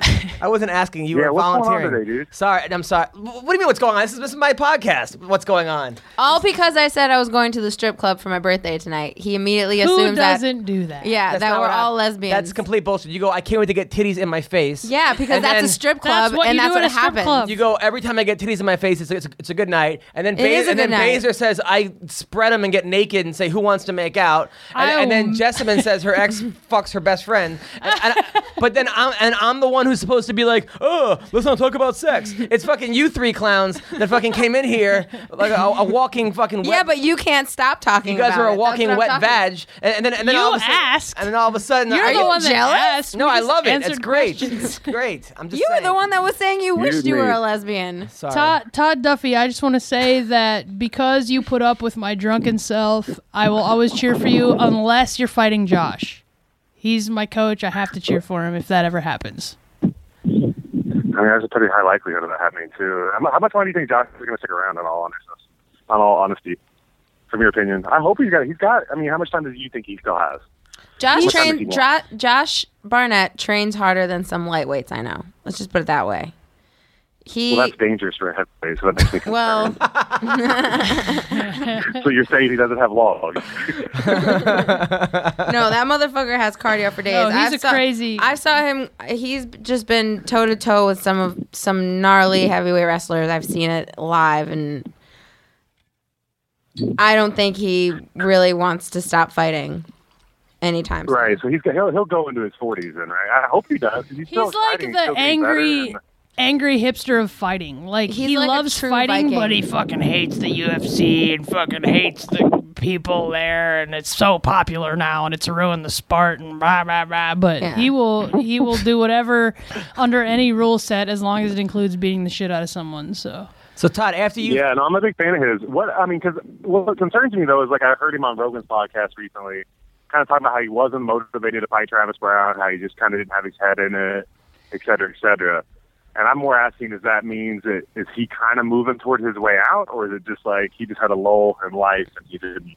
C: I wasn't asking. You
G: Yeah,
C: were
G: what's going on
C: volunteering.
G: today, dude?
C: Sorry, I'm sorry. Wh- What do you mean? What's going on? This is, this is my podcast. What's going on?
D: all because I said I was going to the strip club for my birthday tonight. He immediately
E: Who
D: assumes that
E: doesn't do that?
D: yeah,
C: That's
D: that
C: not
D: we're
C: what I-
D: all lesbians.
C: That's complete bullshit. You go. I can't wait to get titties in my face.
D: Yeah, because
C: And
D: that's
C: then-
D: a strip
E: That's
D: club
E: what
D: and
E: you
D: that's
E: do
D: what
E: at a strip
D: happens.
E: club.
C: You go every time I get titties in my face. It's a, it's a, it's a good night, and then Ba-
D: is a
C: and then
D: good night.
C: Baser says I spread them and get naked and say who wants to make out, and, and then
E: Ow.
C: Jessamine says her ex fucks her best friend, and, and I- but then I'm and I'm the one who's supposed to be like, oh, let's not talk about sex. It's fucking you three clowns that fucking came in here like a, a walking fucking wet,
D: Yeah, but you can't stop talking.
C: you guys
D: about
C: are
D: it.
C: a
D: That's
C: walking
D: what I'm
C: wet
D: talking-
C: vag, and, and then and then
E: You
C: all of a sudden,
E: asked.
C: and then all of a sudden,
E: You're
C: are
E: the
C: you
E: one that
D: jealous?
E: asked.
C: No,
E: We
C: I
E: just
C: love it. It's
E: answered
C: great.
E: questions.
C: It's great. I'm just
D: You were
C: saying.
D: the one that was saying you wished you were
G: me.
D: a lesbian.
C: Sorry.
E: Todd, Todd Duffy, I just want to say that because you put up with my drunken self, I will always cheer for you unless you're fighting Josh. He's my coach. I have to cheer for him if that ever happens.
G: I mean, there's a pretty high likelihood of that happening too. How mu- how much longer do you think Josh is going to stick around? In all honesty, on all honesty, from your opinion, I hope he's got. He's got. I mean, how much time do you think he still has?
D: Josh
G: What time
D: train,
G: does he
D: Dra- Josh Barnett trains harder than some lightweights I know. Let's just put it that way. He
G: Well, that's dangerous for a heavyweight, so that makes me concerned.
D: well,
G: so you're saying he doesn't have logs?
D: no, that motherfucker has cardio for days.
E: No, he's
D: I
E: a
D: saw,
E: crazy-
D: I saw him. He's just been toe to toe with some of some gnarly heavyweight wrestlers. I've seen it live, and I don't think he really wants to stop fighting anytime. soon.
G: Right. So he's got, he'll he'll go into his 40s then, right? I hope he does. 'cause He's, still
E: He's like
G: exciting,
E: the
G: still getting better,
E: angry,
G: and-
E: angry hipster of fighting. Like
D: He's
E: he
D: like a
E: loves
D: true
E: fighting,
D: Viking.
E: but he fucking hates the UFC and fucking hates the people there, and it's so popular now, and it's ruined the sport and blah blah blah. But
D: Yeah.
E: he will, he will do whatever under any rule set as long as it includes beating the shit out of someone. So.
C: So Todd, after you,
G: Yeah, no, I'm a big fan of his. What I mean, because what concerns me though is like I heard him on Rogan's podcast recently, kind of talking about how he wasn't motivated to fight Travis Brown, how he just kind of didn't have his head in it. et cetera, et cetera. And I'm more asking, does that mean that is he kind of moving toward his way out, or is it just like he just had a lull in life and he didn't?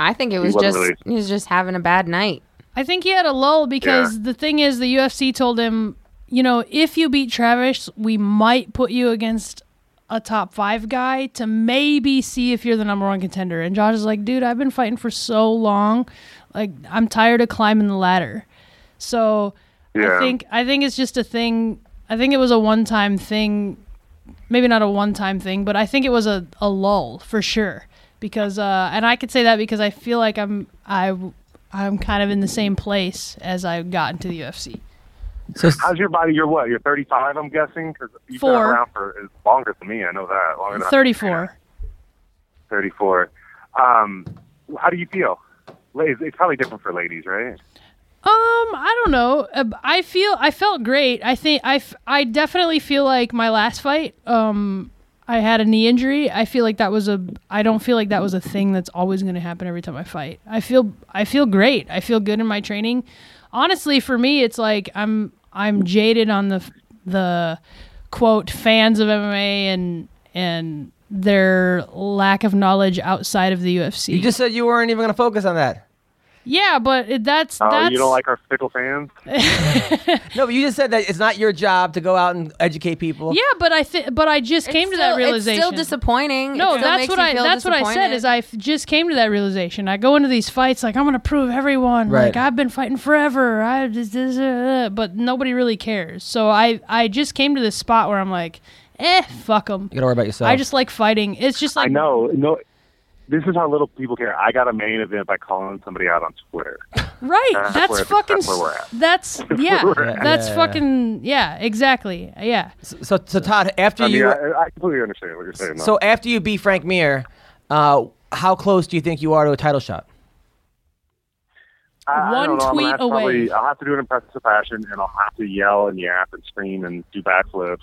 D: I think it was
G: wasn't
D: just
G: really-
D: he was just having a bad night.
E: I think he had a lull because the thing is, the UFC told him, you know, if you beat Travis, we might put you against a top five guy to maybe see if you're the number one contender. And Josh is like, dude, I've been fighting for so long, like I'm tired of climbing the ladder. So I
G: Yeah.
E: think I think it's just a thing. I think it was a one time thing, maybe not a one time thing, but I think it was a, a lull for sure. Because uh, and I could say that because I feel like I'm I I'm kind of in the same place as I got into the UFC.
C: So
G: How's your body? You're what? You're 35, I'm guessing, because you've been
E: Four.
G: around for as longer than me. I know that longer than I've been
E: 34.
G: 34. Um, how do you feel? La- It's it's probably different for ladies, right?
E: Um, I don't know. Uh, I feel I felt great. I think I, f- I definitely feel like my last fight. Um, I had a knee injury. I feel like that was a. I don't feel like that was a thing that's always going to happen every time I fight. I feel I feel great. I feel good in my training. Honestly, for me, it's like I'm I'm jaded on the f- the quote fans of MMA and and their lack of knowledge outside of the UFC.
C: you just said you weren't even going to focus on that.
E: yeah, but it, that's
G: Oh,
E: that's
G: you don't like our fickle fans?
C: No, but you just said that it's not your job to go out and educate people.
E: Yeah, but I th- but I just came
D: It's
E: to
D: still-
E: that realization.
D: It's still disappointing. It
E: No,
D: still
E: that's
D: makes
E: what
D: you
E: I
D: feel
E: that's what I said
D: disappointed.
E: is I f- just came to that realization. I go into these fights like I'm going to prove everyone
C: Right.
E: like I've been fighting forever. I just, this, uh, but nobody really cares. So I I just came to this spot where I'm like, "Eh, fuck them."
C: You got to worry about yourself.
E: I just like fighting. It's just
G: I
E: like
G: know. No, this is how little people care. I got a main event by calling somebody out on Twitter.
E: Right.
G: That's
E: that's
G: where-
E: fucking
G: that's where we're at.
E: that's yeah.
G: where we're at.
E: that's
C: Yeah, yeah, yeah.
E: fucking yeah, exactly. Yeah.
C: so, so Todd, after
G: I mean,
C: you,
G: I, I completely understand what you're saying. though.
C: so after you beat Frank Mir, uh, how close do you think you are to a title shot?
G: I, I
E: one
G: don't know. I'm gonna
E: tweet
G: have to
E: away.
G: Probably, I'll have to do an impressive fashion, and I'll have to yell and yap and scream and do backflips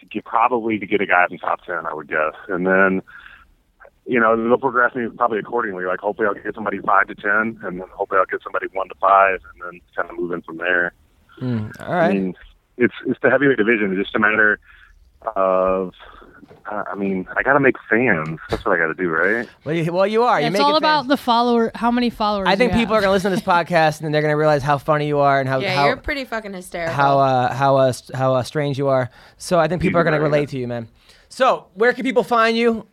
G: to get probably to get a guy in the top ten, I would guess. And then, you know, they'll progress me probably accordingly. Like hopefully I'll get somebody five to ten, and then hopefully I'll get somebody one to five, and then kind of move in from there.
C: All right.
G: I mean, it's it's the heavyweight division. It's just a matter of. Uh, I mean, I gotta make fans. That's what I gotta do, right?
C: well, you, well, you are. You're
E: It's
C: making
E: all about
C: fans.
E: the follower how many followers
C: I think
E: you
C: people are
E: have.
C: going to listen to this podcast and then they're going to realize how funny you are and how
D: Yeah,
C: how,
D: you're pretty fucking hysterical.
C: how uh, how uh, st- how uh, strange you are. So I think people are going to
G: right,
C: relate to you, man. So where can people find you?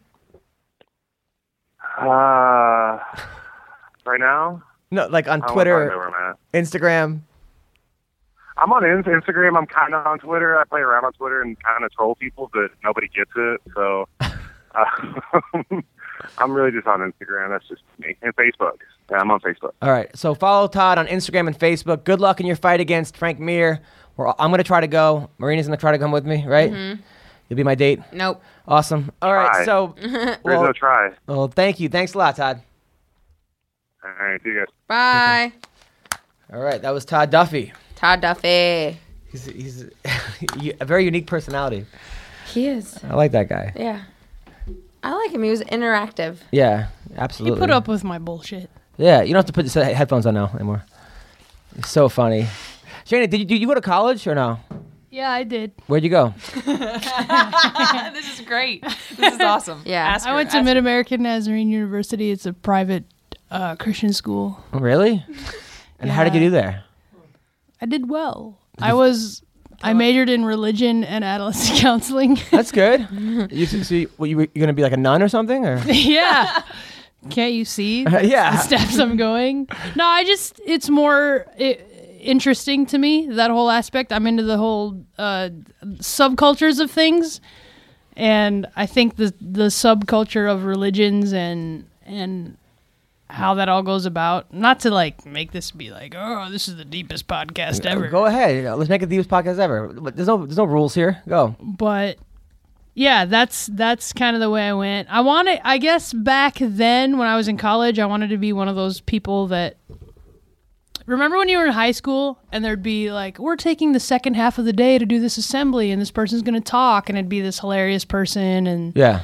G: Uh, right now,
C: No, like on
G: I don't wanna talk
C: Twitter,
G: about where I'm at.
C: Instagram.
G: I'm on Ins- Instagram. I'm kind of on Twitter. I play around on Twitter and kind of troll people, but nobody gets it. So uh, I'm really just on Instagram. That's just me. And Facebook. Yeah, I'm on Facebook.
C: All right. So follow Todd on Instagram and Facebook. Good luck in your fight against Frank Mir. We're, I'm going to try to go. Marina's going to try to come with me, right?
E: Mm-hmm.
C: You'll be my date.
D: nope.
C: Awesome. All right.
G: Try.
C: So,
G: There's
C: well,
G: no try.
C: well, thank you. Thanks a lot, Todd.
G: All right, see you guys.
D: Bye.
C: All right. That was Todd Duffy.
D: Todd Duffy.
C: He's, he's a very unique personality.
D: He is.
C: I like that guy.
D: Yeah. I like him. He was interactive.
C: Yeah,
E: You
C: absolutely.
E: put up with my bullshit.
C: Yeah, you don't have to put the he- headphones on now anymore. It's so funny. Shana, did you, did you go to college or no?
E: Yeah, I did.
C: Where'd you go?
F: this is great. This is awesome.
D: Yeah.
F: Ask
E: I
F: her.
E: went to
F: Ask-
E: Mid American Nazarene University. It's a private uh, Christian school.
C: Really? And how did you
E: Yeah.
C: do there?
E: I did well. I was. I majored in religion and adolescent counseling.
C: That's good. you, so you, what, you were, you're gonna be like a nun or something? Or
E: yeah. Can't you see?
C: yeah.
E: the steps I'm going. No, I just it's more i interesting to me that whole aspect. I'm into the whole uh, subcultures of things, and I think the the subculture of religions and and how that all goes about. Not to like make this be like, oh, this is the deepest podcast ever.
C: Go ahead. you know, let's make it the deepest podcast ever. But There's no there's no rules here. Go.
E: but yeah, that's that's kind of the way I went. I wanted, I guess, back then when I was in college, I wanted to be one of those people that. Remember when you were in high school and there'd be like, we're taking the second half of the day to do this assembly, and this person's going to talk, and it'd be this hilarious person, and
C: Yeah.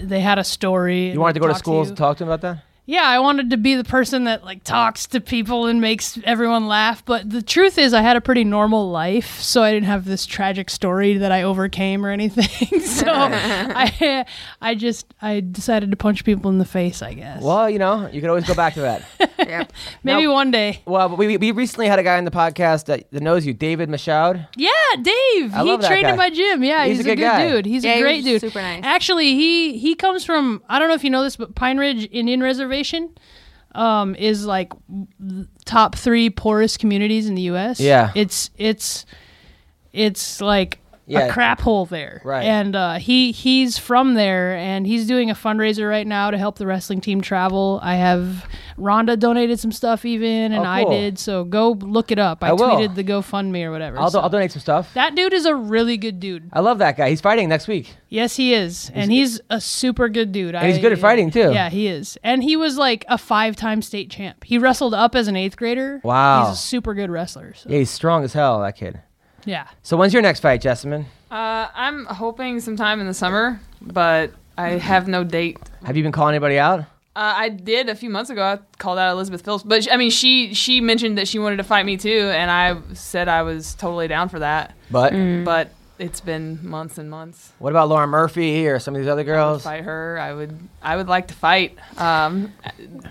E: they had a story.
C: You wanted to go to school to, talk to him about that?
E: yeah, I wanted to be the person that like talks to people and makes everyone laugh. But the truth is, I had a pretty normal life, so I didn't have this tragic story that I overcame or anything. so I, I just I decided to punch people in the face. I guess.
C: Well, you know, you can always go back to that.
D: Yep.
E: Maybe one day.
C: well, but we, we recently had a guy on the podcast that, that knows you, David Michaud.
E: Yeah, Dave.
C: I
E: he
C: love that
E: trained
C: guy.
E: in my gym. Yeah,
C: He's
E: he's,
C: a
E: a,
C: good
E: good,
C: guy.
E: dude. He's
D: Yeah,
E: a
D: he
E: great
D: was
E: dude.
D: super nice.
E: Actually, he he comes from I don't know if you know this, but Pine Ridge Indian Reservation um, is like the top three poorest communities in the U.S.
C: Yeah.
E: it's it's it's like
C: Yeah.
E: a crap hole there.
C: Right.
E: And uh, he he's from there, and he's doing a fundraiser right now to help the wrestling team travel. I have Rhonda donated some stuff even,
C: Oh,
E: and I
C: cool.
E: did. So go look it up. I,
C: I will.
E: tweeted the GoFundMe or whatever.
C: I'll, do,
E: so.
C: I'll donate some stuff.
E: That dude is a really good dude.
C: I love that guy. He's fighting next week.
E: Yes, he is, and he's a super good dude.
C: he's
E: I-
C: good at fighting, too.
E: Yeah, he is, and he was like a five-time state champ. He wrestled up as an eighth grader.
C: Wow.
E: he's a super good wrestler. So.
C: Yeah, he's strong as hell, that kid.
E: Yeah,
C: So when's your next fight, Jessamine?
F: Uh, I'm hoping sometime in the summer, but I have no date.
C: Have you been calling anybody out?
F: Uh, I did a few months ago. I called out Elizabeth Phillips, but she, I mean, she she mentioned that she wanted to fight me too, and I said I was totally down for that.
C: But
F: But it's been months and months.
C: what about Lauren Murphy or some of these other
F: To
C: girls?
F: fight her, I would I would like to fight. Um,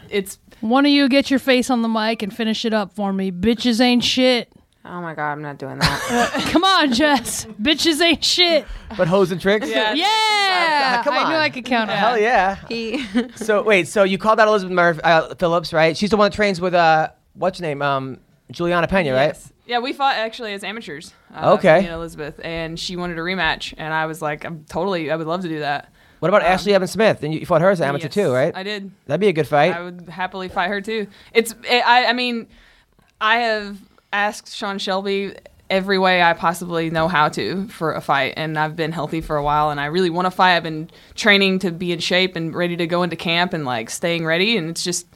F: it's
E: one of you get your face on the mic and finish it up for me. Bitches ain't shit.
D: Oh my god, I'm not doing that.
E: Come on, Jess. Bitches ain't shit.
C: But hoes and tricks?
F: Yeah.
E: Yeah,
C: come
E: I knew
C: on.
E: I could count on.
C: Hell
E: that.
C: yeah.
D: he,
C: So wait, so you called out Elizabeth Murph uh, Phillips, right? She's the one that trains with uh, what's her name? Um, Juliana Pena,
F: Yes. Yeah, we fought actually as amateurs. Uh,
C: Okay.
F: Me and Elizabeth, and she wanted a rematch, and I was like, I'm totally, I would love to do that.
C: right? What about Ashley Evans Smith? And you you fought her as an amateur
F: Um, Yes,
C: too, right?
F: I did.
C: That'd be a good fight.
F: I would happily fight her too. It's, I, I mean, I have asked Sean Shelby every way I possibly know how to for a fight, and I've been healthy for a while, and I really want to fight. I've been training to be in shape and ready to go into camp and like staying ready, and it's just.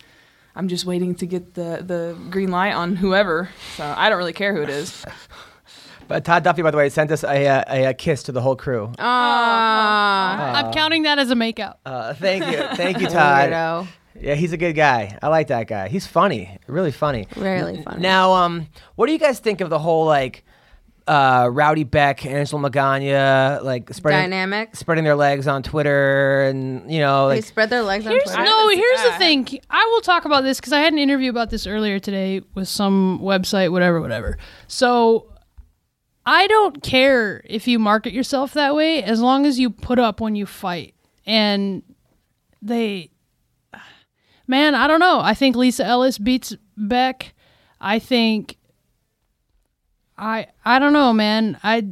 F: I'm just waiting to get the, the green light on whoever. So I don't really care who it is.
C: But Todd Duffy, by the way, sent us a, uh, a, a kiss to the whole crew.
F: Oh.
E: I'm counting that as a makeout.
C: Uh, thank you, thank you, Todd.
D: Weirdo.
C: Yeah, he's a good guy. I like that guy. He's funny, really funny.
D: Really funny.
C: Now, um, what do you guys think of the whole like uh, Rowdy Beck, Angela Magana, like spreading
D: Dynamic.
C: spreading their legs on Twitter, and you know,
D: they
C: like
D: spread their legs on
E: Here's,
D: Twitter.
E: no, here's
F: yeah.
E: the thing. I will talk about this because I had an interview about this earlier today with some website, whatever, whatever. So I don't care if you market yourself that way as long as you put up when you fight. And they, man, I don't know. I think Lisa Ellis beats Beck. I think. I I don't know, man. I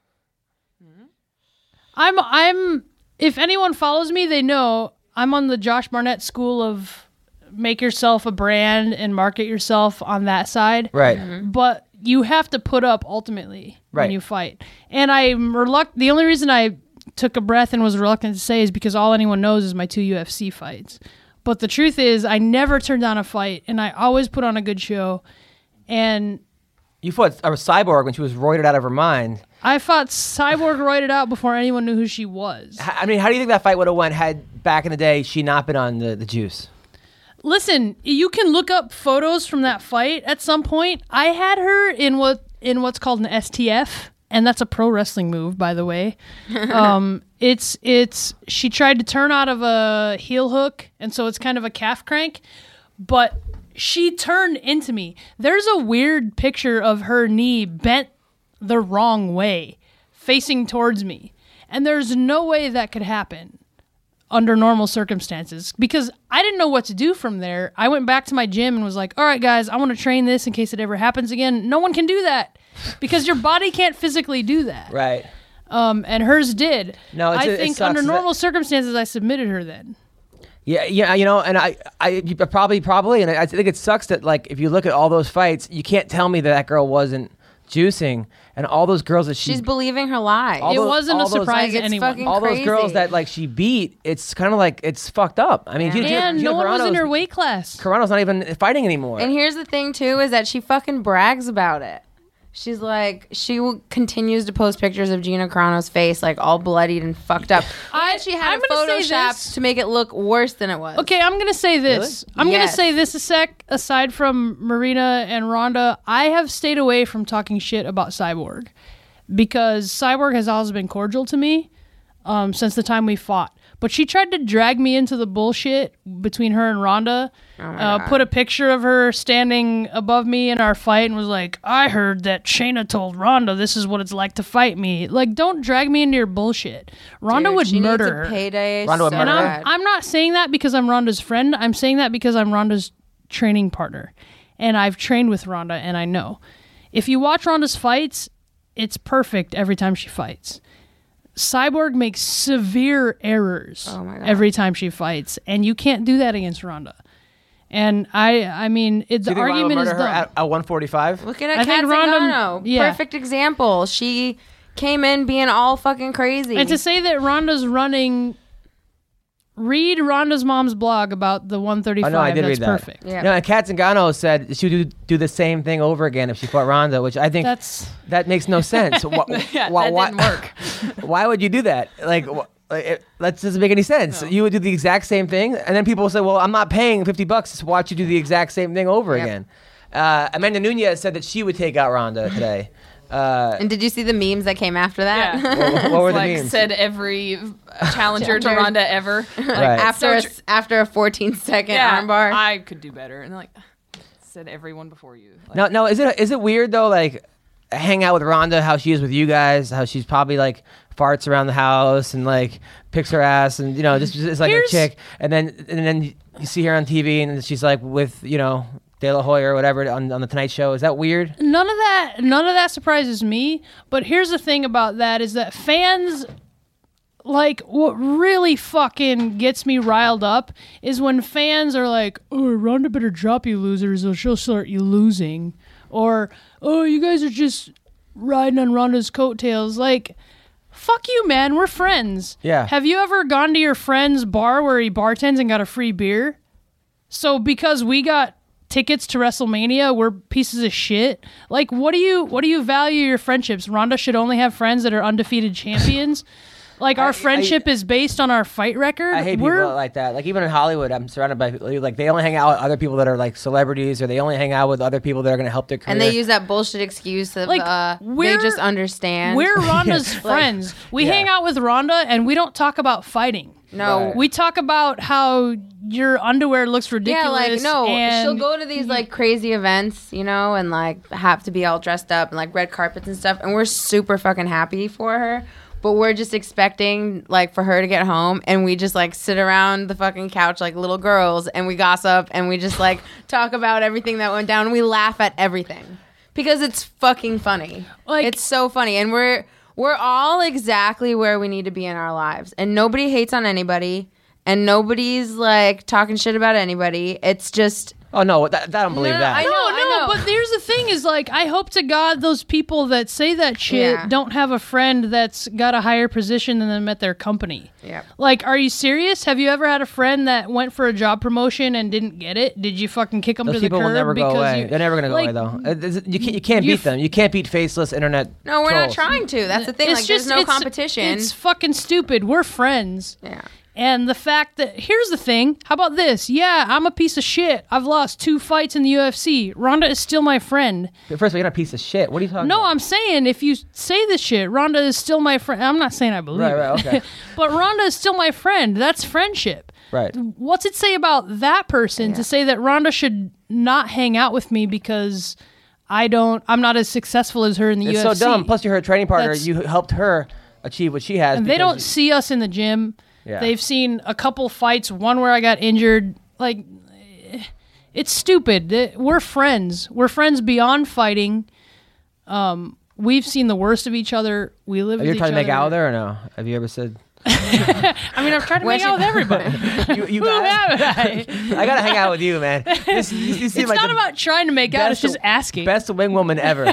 E: I'm I'm if anyone follows me, they know I'm on the Josh Barnett school of make yourself a brand and market yourself on that side.
C: right.
E: Mm-hmm. But you have to put up ultimately
C: Right.
E: when you fight. And I'm reluctant the only reason I took a breath and was reluctant to say is because all anyone knows is my two UFC fights. But the truth is I never turned down a fight and I always put on a good show and
C: You fought a cyborg when she was roided out of her mind.
E: I fought Cyborg roided out before anyone knew who she was.
C: H- I mean, how do you think that fight would have went had back in the day she not been on the, the juice?
E: Listen, you can look up photos from that fight at some point. I had her in what in what's called an STF, and that's a pro wrestling move, by the way. Um, it's it's she tried to turn out of a heel hook, and so it's kind of a calf crank, but she turned into me. There's a weird picture of her knee bent the wrong way, facing towards me. And there's no way that could happen under normal circumstances because I didn't know what to do from there. I went back to my gym and was like, all right, guys, I want to train this in case it ever happens again. No one can do that because your body can't physically do that.
C: Right.
E: Um, and hers did.
C: No, it's-
E: I
C: it
E: think
C: sucks
E: under
C: that-
E: normal circumstances, I submitted her then.
C: Yeah, yeah, you know, and I, I you uh, probably, probably, and I think it sucks that like if you look at all those fights, you can't tell me that that girl wasn't juicing, and all those girls that she,
D: She's believing her lie.
C: All
E: it
C: those-
E: wasn't
C: all
E: a
C: those-
D: Like,
E: surprise to
D: it's
E: anyone.
D: fucking-
C: all those girls
D: crazy.
C: that like she beat, it's kind of like it's fucked up. I mean, Gina, Gina-
E: and
C: Gina
E: no one was in
C: Carano's-
E: her weight class.
C: Carano's not even fighting anymore.
D: And here's the thing too is that she fucking brags about it. She's like, she w- continues to post pictures of Gina Carano's face, like all bloodied and fucked up.
E: I-
D: and she had
E: I'm
D: it
E: gonna say this-
D: photoshopped to make it look worse than it was.
E: Okay, I'm gonna say this. I'm gonna
D: Yes.
E: say this a sec. Aside from Marina and Rhonda, I have stayed away from talking shit about Cyborg because Cyborg has always been cordial to me um, since the time we fought. But she tried to drag me into the bullshit between her and Rhonda.
D: Oh
E: uh, put a picture of her standing above me in our fight and was like, "I heard that Shayna told Rhonda this is what it's like to fight me." Like, don't drag me into your bullshit. Rhonda
D: Dude,
E: would
D: she
E: murder
D: needs a
E: her.
D: payday.
C: Rhonda would
D: so
C: murder her.
D: bad.
E: I'm not saying that because I'm Rhonda's friend. I'm saying that because I'm Rhonda's training partner. And I've trained with Rhonda and I know. If you watch Rhonda's fights, it's perfect every time she fights. Cyborg makes severe errors every time she fights, and you can't do that against Rhonda. And I, I mean, it, the
C: Do you think Rhonda would
E: argument is
C: murder
E: dumb.
C: her at, at 145?
D: Look at
E: I
D: Kat
E: think
D: Zingano.
E: Rhonda- yeah.
D: Perfect example. She came in being all fucking crazy.
E: And to say that Rhonda's running, read Rhonda's mom's blog about the
C: Oh,
E: 135.
C: no, I did read
E: That's
C: that.
E: perfect.
D: Yeah.
C: No, and Kat Zingano said she would do, do the same thing over again if she fought Ronda, which I think
E: That's
C: that makes no sense. Wha-
F: Yeah,
C: wha-
F: that
C: why,
F: didn't work.
C: why would you do that? Like, wha- like, it, that doesn't make any sense. You would do the exact same thing, and then people will say, "Well, I'm not paying 50 bucks to watch you do the exact same thing over again." Uh, Amanda Nunez said that she would take out Ronda today. Uh,
D: and did you see the memes that came after that?
F: Yeah.
C: what, what were the
F: like
C: memes?
F: said every challenger to
D: Challenger.
F: Ronda ever.
C: Right.
D: after a,
F: So
D: s- after a 14 second armbar.
F: I could do better. And they're like said everyone before you. Like,
C: No, no. Is it is it weird though? Like, hang out with Rhonda, how she is with you guys, how she's probably like farts around the house and like picks her ass, and you know, just is like
E: Here's-
C: a chick. And then and then you see her on TV, and she's like with you know De La Hoya or whatever on, on the Tonight Show. Is that weird?
E: none of that none of that surprises me but here's the thing about that is that fans like what really fucking gets me riled up is when fans are like oh ronda better drop you losers or she'll start you losing or oh you guys are just riding on ronda's coattails like fuck you man we're friends
C: Yeah.
E: have you ever gone to your friend's bar where he bartends and got a free beer so because we got tickets to WrestleMania, we're pieces of shit. Like what do you what do you value your friendships? Ronda should only have friends that are undefeated champions. like our friendship is based on our fight record.
C: I hate people
E: we're
C: like that. Like even in Hollywood, I'm surrounded by people like they only hang out with other people that are like celebrities, or they only hang out with other people that are going to help their career.
D: and they use that bullshit excuse of
E: Like,
D: uh, they
E: we're-
D: just understand.
E: we're Ronda's friends. We hang out with Ronda and we don't talk about fighting.
D: no,
C: Right.
E: We talk about how your underwear looks ridiculous.
D: yeah, like no,
E: and
D: she'll go to these like crazy events, you know, and like have to be all dressed up and like red carpets and stuff. And we're super fucking happy for her, but we're just expecting like for her to get home, and we just like sit around the fucking couch like little girls, and we gossip, and we just like talk about everything that went down, and we laugh at everything because it's fucking funny.
E: Like-
D: it's so funny, and we're we're all exactly where we need to be in our lives, and nobody hates on anybody. And nobody's like talking shit about anybody. It's just
C: oh no, that, that I don't believe
D: no,
C: that.
D: I know.
E: No, no, but here's the thing is like I hope to God those people that say that shit
D: Yeah.
E: don't have a friend that's got a higher position than them at their company.
D: Yep.
E: Like, are you serious? Have you ever had a friend that went for a job promotion and didn't get it? Did you fucking kick them
C: Those
E: to the
C: people
E: curb?
C: will never go
E: because
C: away.
E: you-
C: They're never going to go
E: like,
C: away, though. Uh, this- You can't, you can't
E: you
C: beat
E: f-
C: them. You can't beat faceless internet.
D: No, we're not
C: trolls.
D: trying to. That's the thing.
E: It's
D: like, there's
E: just
D: no
E: it's-
D: competition.
E: It's fucking stupid. We're friends.
D: yeah.
E: And the fact that here's the thing. How about this? Yeah, I'm a piece of shit. I've lost two fights in the UFC. Ronda is still my friend.
C: First of all, you're not a piece of shit. What are you talking
E: No,
C: about?
E: I'm saying if you say this shit, Rhonda is still my friend. I'm not saying I believe
C: Right,
E: it.
C: right, okay.
E: but Rhonda is still my friend. That's friendship.
C: Right.
E: What's it say about that person to say that Rhonda should not hang out with me because I don't I'm not as successful as her in the
C: It's
E: UFC?
C: so dumb. Plus, you're her training partner.
E: That's-
C: You helped her achieve what she has.
E: And they
C: because
E: don't
C: you-
E: see us in the gym.
C: Yeah.
E: They've seen a couple fights, one where I got injured. Like, eh, it's stupid. Eh, We're friends. We're friends beyond fighting. Um, we've seen the worst of each other. We live.
C: Are
E: with
C: you
E: each
C: trying to make
E: other.
C: out with her or no? Have you ever said?
E: I mean, I've tried to make
D: she-
E: out with everybody.
C: You, you
E: Who
C: guys-
E: haven't I?
C: I gotta hang out with you, man. This, you, you seem
E: It's
C: like
E: not
C: the
E: about trying to make out. It's just asking.
C: best wing woman ever.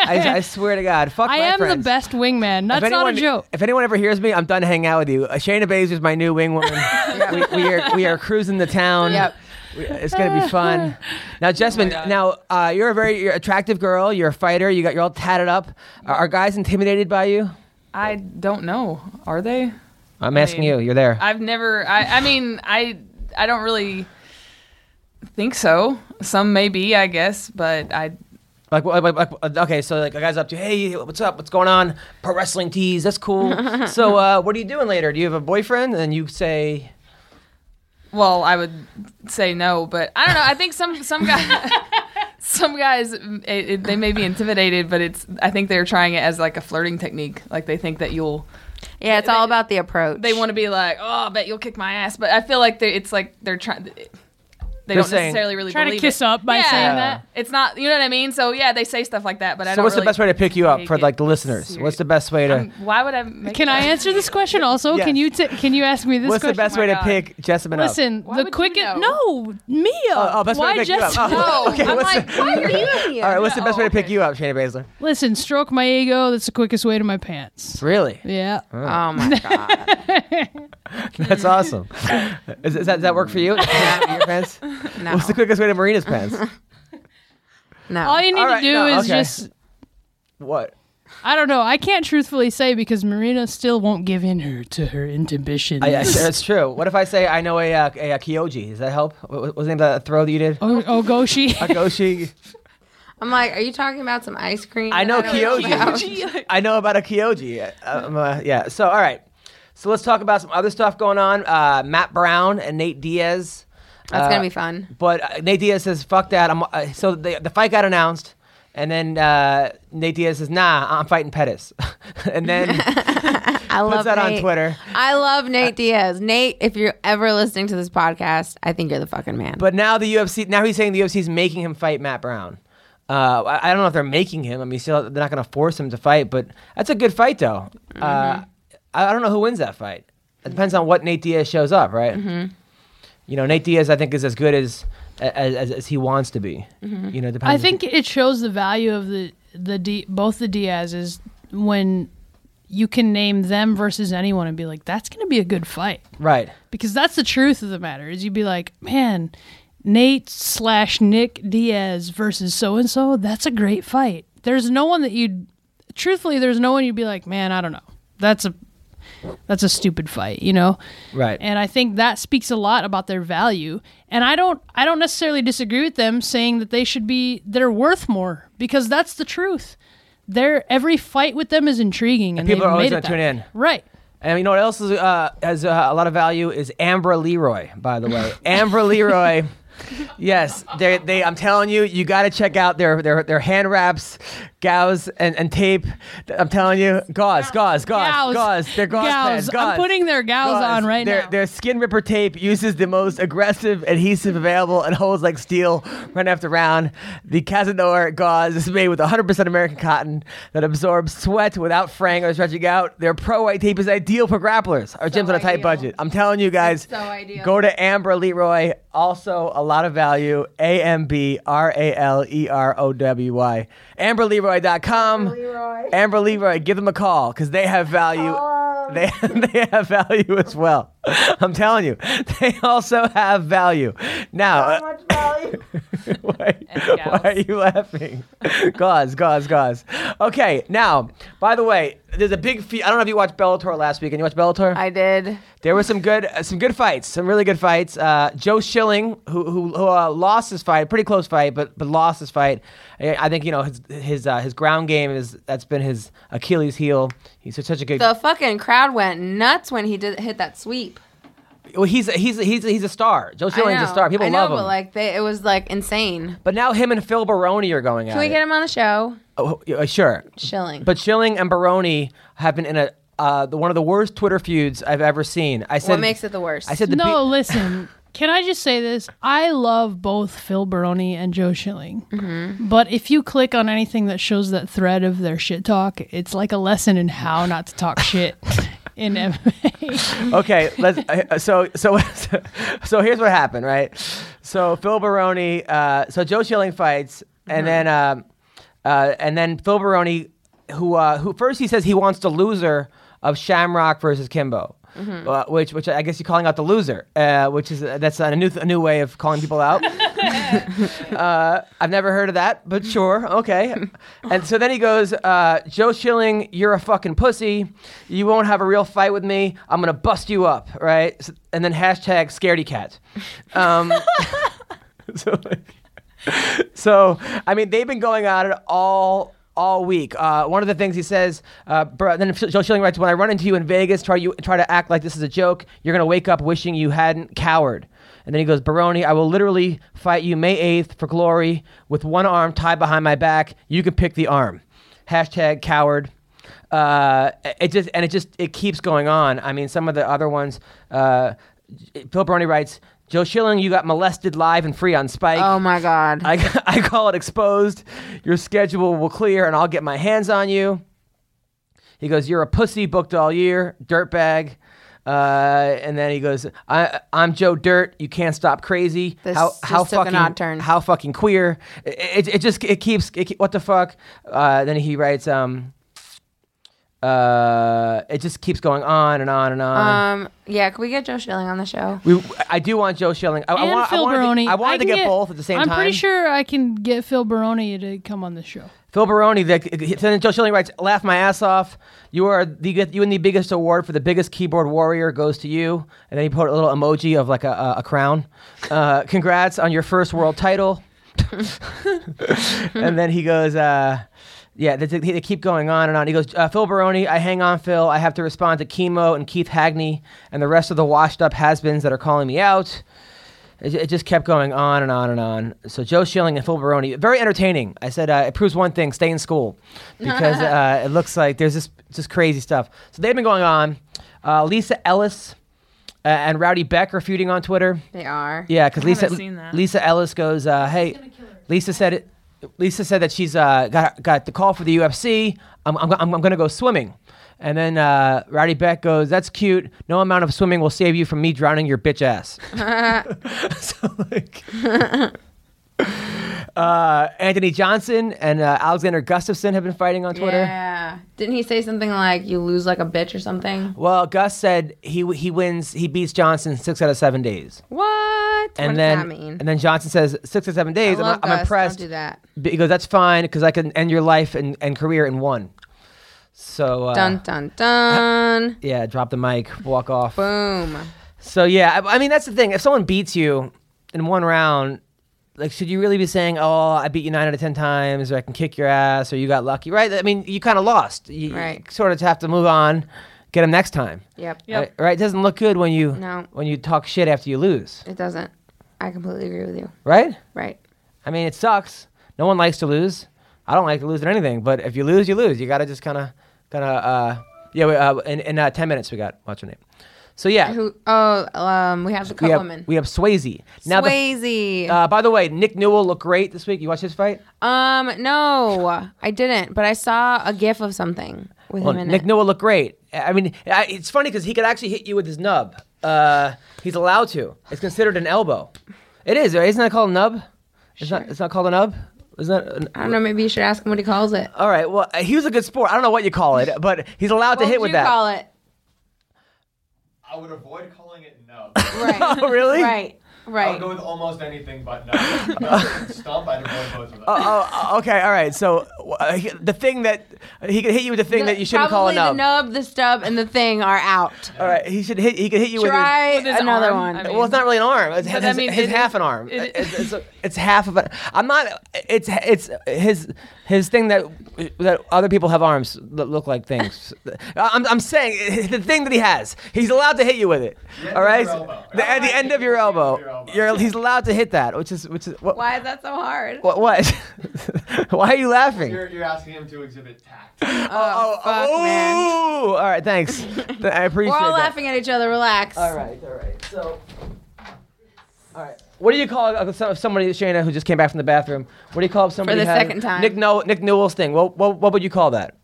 C: I, I swear to God, fuck
E: I
C: my
E: am the
C: friends.
E: best wingman. That's
C: if anyone,
E: not a joke.
C: If anyone ever hears me, I'm done hanging out with you. Uh, Shayna Baszler's my new wing woman. we, we are we are cruising the town.
D: Yep.
C: We- It's gonna be fun. Now,
F: Oh
C: Jessamine, now uh, you're a very you're an attractive girl. You're a fighter. You got you're all tatted up. Are, are guys intimidated by you?
F: I don't know. Are they?
C: I'm asking
F: mean,
C: you. You're there.
F: I've never. I, I mean, I I don't really think so. Some may be, I guess, but I
C: Like, like, like, like, okay, so like a guy's up to, you, hey, what's up? What's going on? Pro wrestling tees. That's cool. so, uh, what are you doing later? Do you have a boyfriend? And you say,
F: well, I would say no, but I don't know. I think some some guys some guys it, it, they may be intimidated, but it's I think they're trying it as like a flirting technique. Like they think that you'll
D: Yeah, it's all about the approach.
F: they want to be like, oh, I bet you'll kick my ass. But I feel like they it's like they're trying. They
C: They're
F: don't
C: saying-
F: necessarily really
E: Try to
F: believe
E: kiss
F: it.
E: up by
F: Yeah.
E: saying that.
F: It's not, you know what I mean. So yeah, they say stuff like that, but I
C: so
F: don't.
C: what's
F: really
C: the best way to pick you up
F: take
C: for
F: it
C: like the listeners? What's the best way to?
F: I'm- why would I? Make
E: Can I answer this question also? Can you t- can you ask me this
C: what's the
E: question?
C: best way to
F: God.
C: pick Jessamine up?
E: Listen,
F: Why would
E: the
F: you
E: quickest
F: know?
E: no, Mia.
C: Oh, oh, best way
E: Why
C: to pick you up.
E: just
C: Oh, okay,
D: I'm
C: what's
D: like,
C: the,
D: why are you here?
C: all right, what's the best
F: Oh,
C: way to pick
F: okay.
C: you up, Shayna Baszler?
E: Listen, stroke my ego. That's the quickest way to my pants.
C: Really?
E: Yeah.
D: oh my god.
C: That's awesome. is, is that, does that work for you? Your pants?
D: No.
C: What's the quickest way to Marina's pants?
D: no.
E: All you need
C: All right,
E: to do
C: no,
E: is
C: okay.
E: just
C: what?
E: I don't know. I can't truthfully say because Marina still won't give in her to her inhibitions.
C: I, I, that's true. What if I say I know a uh, a, uh Kyoji? Does that help? What what was the name of that throw that you did?
E: Oh, oh, Goshi.
C: A Goshi.
D: I'm like, are you talking about some ice cream?
C: I know
D: that don't
C: Kyoji.
D: have?
C: I know about a Kyoji. Um, uh, yeah. So, all right. So let's talk about some other stuff going on. Uh, Matt Brown and Nate Diaz.
D: That's
C: Uh,
D: gonna be fun.
C: But uh, Nate Diaz says, "Fuck that." I'm, uh, so the the fight got announced, and then uh, Nate Diaz says, "Nah, I'm fighting Pettis," and then
D: I love
C: puts that on
D: Nate.
C: Twitter.
D: I love Nate Diaz. Nate, if you're ever listening to this podcast, I think you're the fucking man.
C: But now the UFC, now he's saying the UFC is making him fight Matt Brown. Uh, I, I don't know if they're making him. I mean, still, they're not going to force him to fight, but that's a good fight, though. Uh,
E: Mm-hmm.
C: I, I don't know who wins that fight. It depends on what Nate Diaz shows up, right?
E: Mm-hmm.
C: You know, Nate Diaz, I think, is as good as as, as, as he wants to be. You know, depends.
E: Mm-hmm. I think it shows the value of the the D, both the Diaz's when you can name them versus anyone and be like, that's going to be a good fight
C: right.
E: because that's the truth of the matter. Is you'd be like, man, Nate slash Nick Diaz versus so and so, that's a great fight. There's no one that you'd truthfully, there's no one you'd be like, man, I don't know, that's a that's a stupid fight, you know.
C: Right.
E: And I think that speaks a lot about their value. And I don't I don't necessarily disagree with them saying that they should be they're worth more because that's the truth. Their every fight with them is intriguing, and,
C: people
E: they've
C: are always
E: made it
C: gonna
E: that
C: tune
E: way.
C: in.
E: Right.
C: And you know what else is, uh, has uh, a lot of value is Ambra Leroy, by the way. Ambra Leroy. Yes, they, they. I'm telling you, you got to check out their their their hand wraps, gauze, and, and tape. I'm telling you, gauze, gauze, gauze,
E: Gauze.
C: gauze. They're gauze, pads,
E: Gauze. I'm
C: gauze.
E: putting their gauze on right
C: their,
E: now.
C: Their skin ripper tape uses the most aggressive adhesive available and holds like steel round after round. The Casador gauze is made with 100% American cotton that absorbs sweat without fraying or stretching out. Their pro white tape is ideal for grapplers or gyms on a tight
D: ideal.
C: budget. I'm telling you guys,
D: It's so ideal.
C: go to Amber Leroy. Also, a lot of value. A M B R A L E R O W Y. AmberLeroy.com.
D: Leroy.
C: Amber Leroy, give them a call because they have value. They, they have value as well. I'm telling you, they also have value. Now, uh,
D: much value.
C: why, why
F: gals.
C: are you laughing? gauze, gauze, gauze. Okay, now, by the way, there's a big. Fe- I don't know if you watched Bellator last weekend. You watched Bellator?
D: I did.
C: There were some good, uh, some good fights, some really good fights. Uh, Joe Schilling, who who, who uh, lost his fight, pretty close fight, but but lost his fight. I, I think you know his his uh, his ground game is that's been his Achilles heel. He's such a good.
D: The fucking crowd went nuts when he did hit that sweep.
C: well, he's a, he's a, he's a, he's a star. Joe
D: I
C: Schilling's a
D: know.
C: star. People
D: I know,
C: love him.
D: but like they, it was like insane.
C: But now him and Phil Baroni are going
D: Can we get him on the show?
C: Oh, yeah, sure.
D: Shilling.
C: But Schilling and Baroni have been in a uh, the, one of the worst Twitter feuds I've ever seen. I said
D: what makes it the worst?
C: I said the
E: no,
C: big-
E: listen. Can I just say this? I love both Phil Baroni and Joe Schilling,
D: Mm-hmm.
E: but if you click on anything that shows that thread of their shit talk, it's like a lesson in how not to talk shit in MMA.
C: okay, let's. uh, So so so here's what happened, right? So Phil Baroni, uh, so Joe Schilling fights, and
D: Mm-hmm.
C: then um, uh, and then Phil Baroni, who uh, who first he says he wants the loser of Shamrock versus Kimbo.
D: Mm-hmm.
C: uh, which which I guess you're calling out the loser, uh, which is that's a new a new way of calling people out. uh, I've never heard of that, but sure, okay. and so then he goes, uh, Joe Schilling, you're a fucking pussy. You won't have a real fight with me. I'm gonna bust you up, right? So, and then hashtag scaredy cat. Um, so, like- so, I mean, they've been going at it all all week. Uh, one of the things he says, uh, bro, then Joe Schilling writes, "When I run into you in Vegas, try you try to act like this is a joke. You're gonna wake up wishing you hadn't cowered." And then he goes, Baroni, I will literally fight you May 8th for glory with one arm tied behind my back. You can pick the arm. Hashtag coward. Uh, it just and it just it keeps going on. I mean, some of the other ones. Uh, Phil Baroni writes, Joe Schilling, you got molested live and free on Spike.
D: Oh my god.
C: I, I call it exposed. Your schedule will clear and I'll get my hands on you. He goes, You're a pussy booked all year, dirtbag. Uh, and then he goes, I, I'm Joe Dirt. You can't stop crazy.
D: This
C: how
D: just
C: how
D: took an
C: fucking
D: odd turn.
C: how fucking queer. It, it, it just it keeps it, ke- what the fuck. Uh, then he writes, um, uh, it just keeps going on and on and on.
D: um. Yeah. Can we get Joe Schilling on the show?
C: we, I do want Joe Schilling. I,
E: and
C: I want,
E: Phil
C: I wanted
E: Baroni.
C: To, I wanted to
E: can
C: get, both at the same
E: I'm
C: time.
E: pretty sure I can get Phil Baroni to come on the show.
C: Phil Baroni, the, then Joe Schilling writes, "Laugh my ass off. You are the you win the biggest award for the biggest keyboard warrior goes to you." And then he put a little emoji of like a, a, a crown. Uh, congrats on your first world title. and then he goes, uh, "Yeah, they, they- they keep going on and on." He goes, uh, "Phil Baroni, I hang on, Phil. I have to respond to Chemo and Keith Hagney and the rest of the washed-up has-beens that are calling me out." It, it just kept going on and on and on. So Joe Schilling and Phil Baroni, very entertaining. I said uh, it proves one thing: stay in school, because uh, it looks like there's this just crazy stuff. So they've been going on. Uh, Lisa Ellis uh, and Rowdy Beck are feuding on Twitter.
D: They are.
C: Yeah, because Lisa
F: haven't seen that.
C: Lisa Ellis goes, uh, "Hey, Lisa said it. Lisa said that she's uh, got got the call for the UFC. I'm I'm, I'm, I'm going to go swimming." And then uh, Rowdy Beck goes, "That's cute. No amount of swimming will save you from me drowning your bitch ass." so like. Uh, Anthony Johnson and uh, Alexander Gustafson have been fighting on Twitter.
D: Yeah. Didn't he say something like "you lose like a bitch" or something?
C: Well, Gus said he he wins, he beats Johnson six out of seven days,
D: What? what
C: and
D: does
C: then
D: that mean?
C: and then Johnson says six out of seven
D: I
C: days.
D: love
C: I'm, I'm
D: Gus.
C: impressed.
D: Don't do that.
C: But he goes, that's fine because I can end your life and, and career in one. So uh,
D: Dun dun dun.
C: yeah, drop the mic, walk off.
D: Boom.
C: So yeah, I, I mean that's the thing. If someone beats you in one round, like should you really be saying, "Oh, I beat you nine out of ten times," or "I can kick your ass," or "You got lucky"? Right? I mean, you kind of lost. You,
D: Right.
C: sort of have to move on, get him next time.
D: Yep.
C: Right, right? It doesn't look good when you
D: No.
C: when you talk shit after you lose.
D: It doesn't. I completely agree with you.
C: Right?
D: Right.
C: I mean, it sucks. No one likes to lose. I don't like to lose at anything, but if you lose, you lose. You gotta just kind of, kind of, uh, yeah. We, uh, in in uh, ten minutes, we got what's her name. So yeah,
D: Who? Oh, um, we have the
C: we
D: cut
C: have
D: woman.
C: we have Swayze. Now, the,
D: Swayze.
C: uh, by the way, Nick Newell looked great this week. You watch his fight?
D: um, no, I didn't, but I saw a gif of something with
C: Well,
D: him in
C: Nick
D: it.
C: Newell looked great. I mean, I, it's funny because he could actually hit you with his nub. Uh, he's allowed to. It's considered an elbow. It is. right? Isn't that called a nub? It's not. It's not called a nub. Isn't that? an-
D: I don't know. Maybe you should ask him what he calls it.
C: all right. Well, he was a good sport. I don't know what you call it, but he's allowed
D: what
C: to
D: would
C: hit with
D: you
C: that.
D: call it?
H: I would avoid calling it no.
D: Right.
C: Oh, really?
D: right.
H: I would
D: Right.
H: go with almost anything but no. no stump, I'd avoid both of them.
C: oh, oh, okay, all right. So uh, he- the thing that he could hit you with the thing that you shouldn't call a nub.
D: Probably the nub, the stub, and the thing are out.
C: All right, he should hit. He could hit you
D: Try
F: With his
D: another
F: arm,
D: one.
F: I mean-
C: with. Well, it's not really an arm. It's,
F: But
C: his,
F: I mean,
C: his
F: it
C: half
F: is-
C: an arm.
F: it-
C: it's, it's, it's half of an. I'm not. It's it's his his thing that that other people have arms that look like things. I'm I'm saying the thing that he has. He's allowed to hit you with it. All right,
H: your elbow.
C: the, at the end of your elbow,
H: Your elbow.
C: you're, he's allowed to hit that, which is which is what
D: Why is that so hard?
C: what. what? Why are you laughing?
H: You're, you're asking him to exhibit tact.
C: Oh,
D: fuck, man.
C: ooh. All right, thanks. Th- I appreciate
D: We're all
C: that.
D: laughing at each other. Relax.
C: All right, all right. So, all right. What do you call uh, so- somebody, Shayna, who just came back from the bathroom? What do you call somebody
D: the
C: who had-
D: second time.
C: Nick, no- Nick Newell's thing. What, what, what would you call that?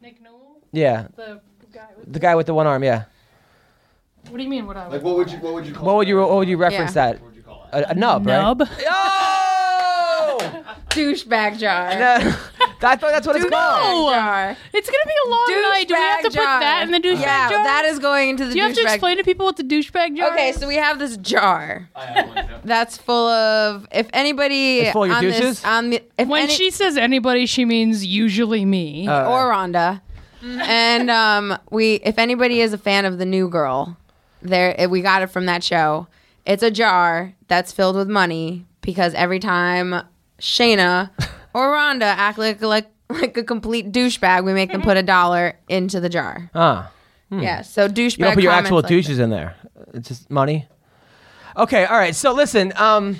E: Nick Newell,
C: Yeah,
E: the guy. With,
C: the guy with the one arm. Yeah.
E: what do you mean? What I
H: Like, what would you, what would you call
C: What would you, what would you reference
D: Yeah.
C: that?
H: What would you call it?
C: A, a nub,
E: nub?
C: right? Oh!
D: Douchebag jar.
C: No, I thought that's what it's called.
E: No.
D: jar.
E: It's gonna be a long night. Do we
D: Douchebag
E: have to put
D: jar.
E: that in the douchebag
D: Yeah,
E: jar?
D: that is going into the
E: Do you have to
D: douchebag-
E: explain to people what the douchebag jar?
D: Okay,
E: is?
D: so we have this jar
H: I have one. yeah.
D: that's full of if anybody
C: It's full of your
D: on
C: douches?
D: this on the if
E: when
D: any-
E: she says anybody, she means usually me.
C: Uh,
D: or Rhonda, and um, we if anybody is a fan of the New Girl, there eh, we got it from that show. It's a jar that's filled with money because every time Shayna or Rhonda act like like like a complete douchebag, we make them put a dollar into the jar.
C: Ah.
D: Yeah, so douchebag.
C: You don't put your
D: comments
C: actual
D: like
C: douches in there. It's just money. Okay, all right. So listen, um,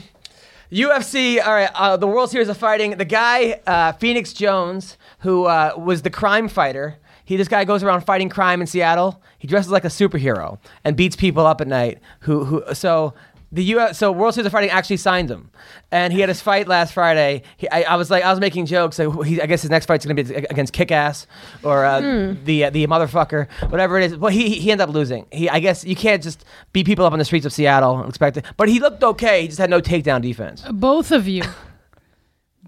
C: UFC. All right, uh, the World Series of Fighting. The guy uh, Phoenix Jones, who uh, was the crime fighter. He this guy goes around fighting crime in Seattle. He dresses like a superhero and beats people up at night. Who who? So the U. So World Series of Fighting actually signed him, and he had his fight last Friday. He, I, I was like, I was making jokes. Like, who- he, I guess his next fight's gonna be against Kick Ass or uh, the uh, the motherfucker, whatever it is. But he he ended up losing. He I guess you can't just beat people up on the streets of Seattle. and Expect it, but he looked okay. He just had no takedown defense.
E: Both of you,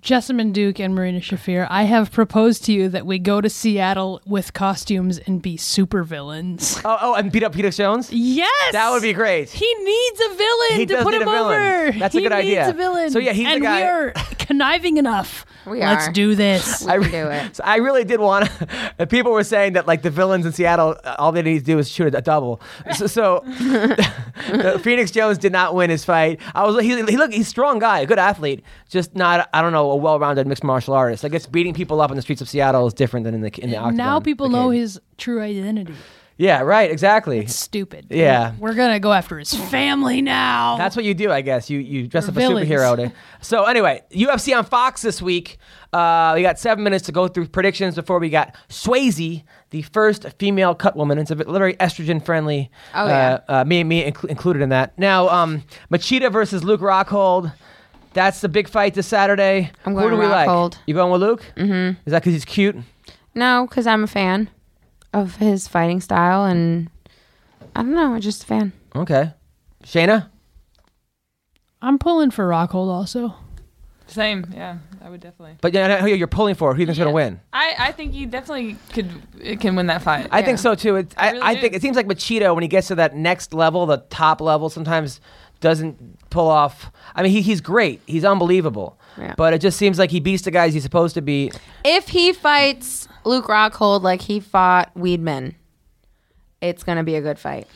E: Jessamine Duke and Marina Shafir, I have proposed to you that we go to Seattle with costumes and be supervillains.
C: Oh oh, and beat up Peter Jones.
E: Yes,
C: That would be great.
E: He needs a villain
C: He
E: to
C: does
E: put
C: need
E: him
C: a villain.
E: over.
C: That's a
E: He
C: good idea.
E: needs a villain.
C: So, yeah, he's the
E: and
C: guy-
E: we are conniving enough.
D: We
E: Let's
D: are.
E: do this.
D: that. We can do it.
C: So I really did want to. People were saying that like the villains in Seattle, uh, all they need to do is shoot a, a double. So, so the Phoenix Jones did not win his fight. I was he, he look he's a strong guy, a good athlete, just not I don't know a well-rounded mixed martial artist. I guess beating people up in the streets of Seattle is different than in the in the octagon.
E: now people
C: the
E: know
C: cage.
E: his true identity.
C: Yeah, right, exactly.
E: Stupid.
C: Yeah.
E: We're gonna go after his family now.
C: That's what you do, I guess. You you dress
E: We're
C: up
E: villains.
C: a superhero. To, so anyway, UFC on Fox this week. Uh, we got seven minutes to go through predictions before we got Swayze, the first female cut woman. It's a bit- very estrogen friendly.
D: Oh, yeah.
C: Uh, uh, me me inc- included in that. Now, um, Machida versus Luke Rockhold. That's the big fight this Saturday.
D: I'm
C: Who
D: going
C: do we
D: Rockhold.
C: like? You going with Luke? Mm-hmm. Is that because he's cute?
D: No, because I'm a fan of his fighting style, and I don't know, I'm just a fan.
C: Okay. Shayna.
E: I'm pulling for Rockhold also.
F: Same, yeah. I would definitely.
C: But yeah, who you're pulling for? Who you think's gonna win?
F: I, I think you definitely could it can win that fight.
C: I think so too. It, I, I,
F: really do.
C: think it seems like Machida, when he gets to that next level, the top level, sometimes doesn't pull off. I mean, he, he's great. He's unbelievable.
D: Yeah.
C: But it just seems like he beats the guys he's supposed to beat.
D: If he fights Luke Rockhold like he fought Weedman, it's gonna be a good fight.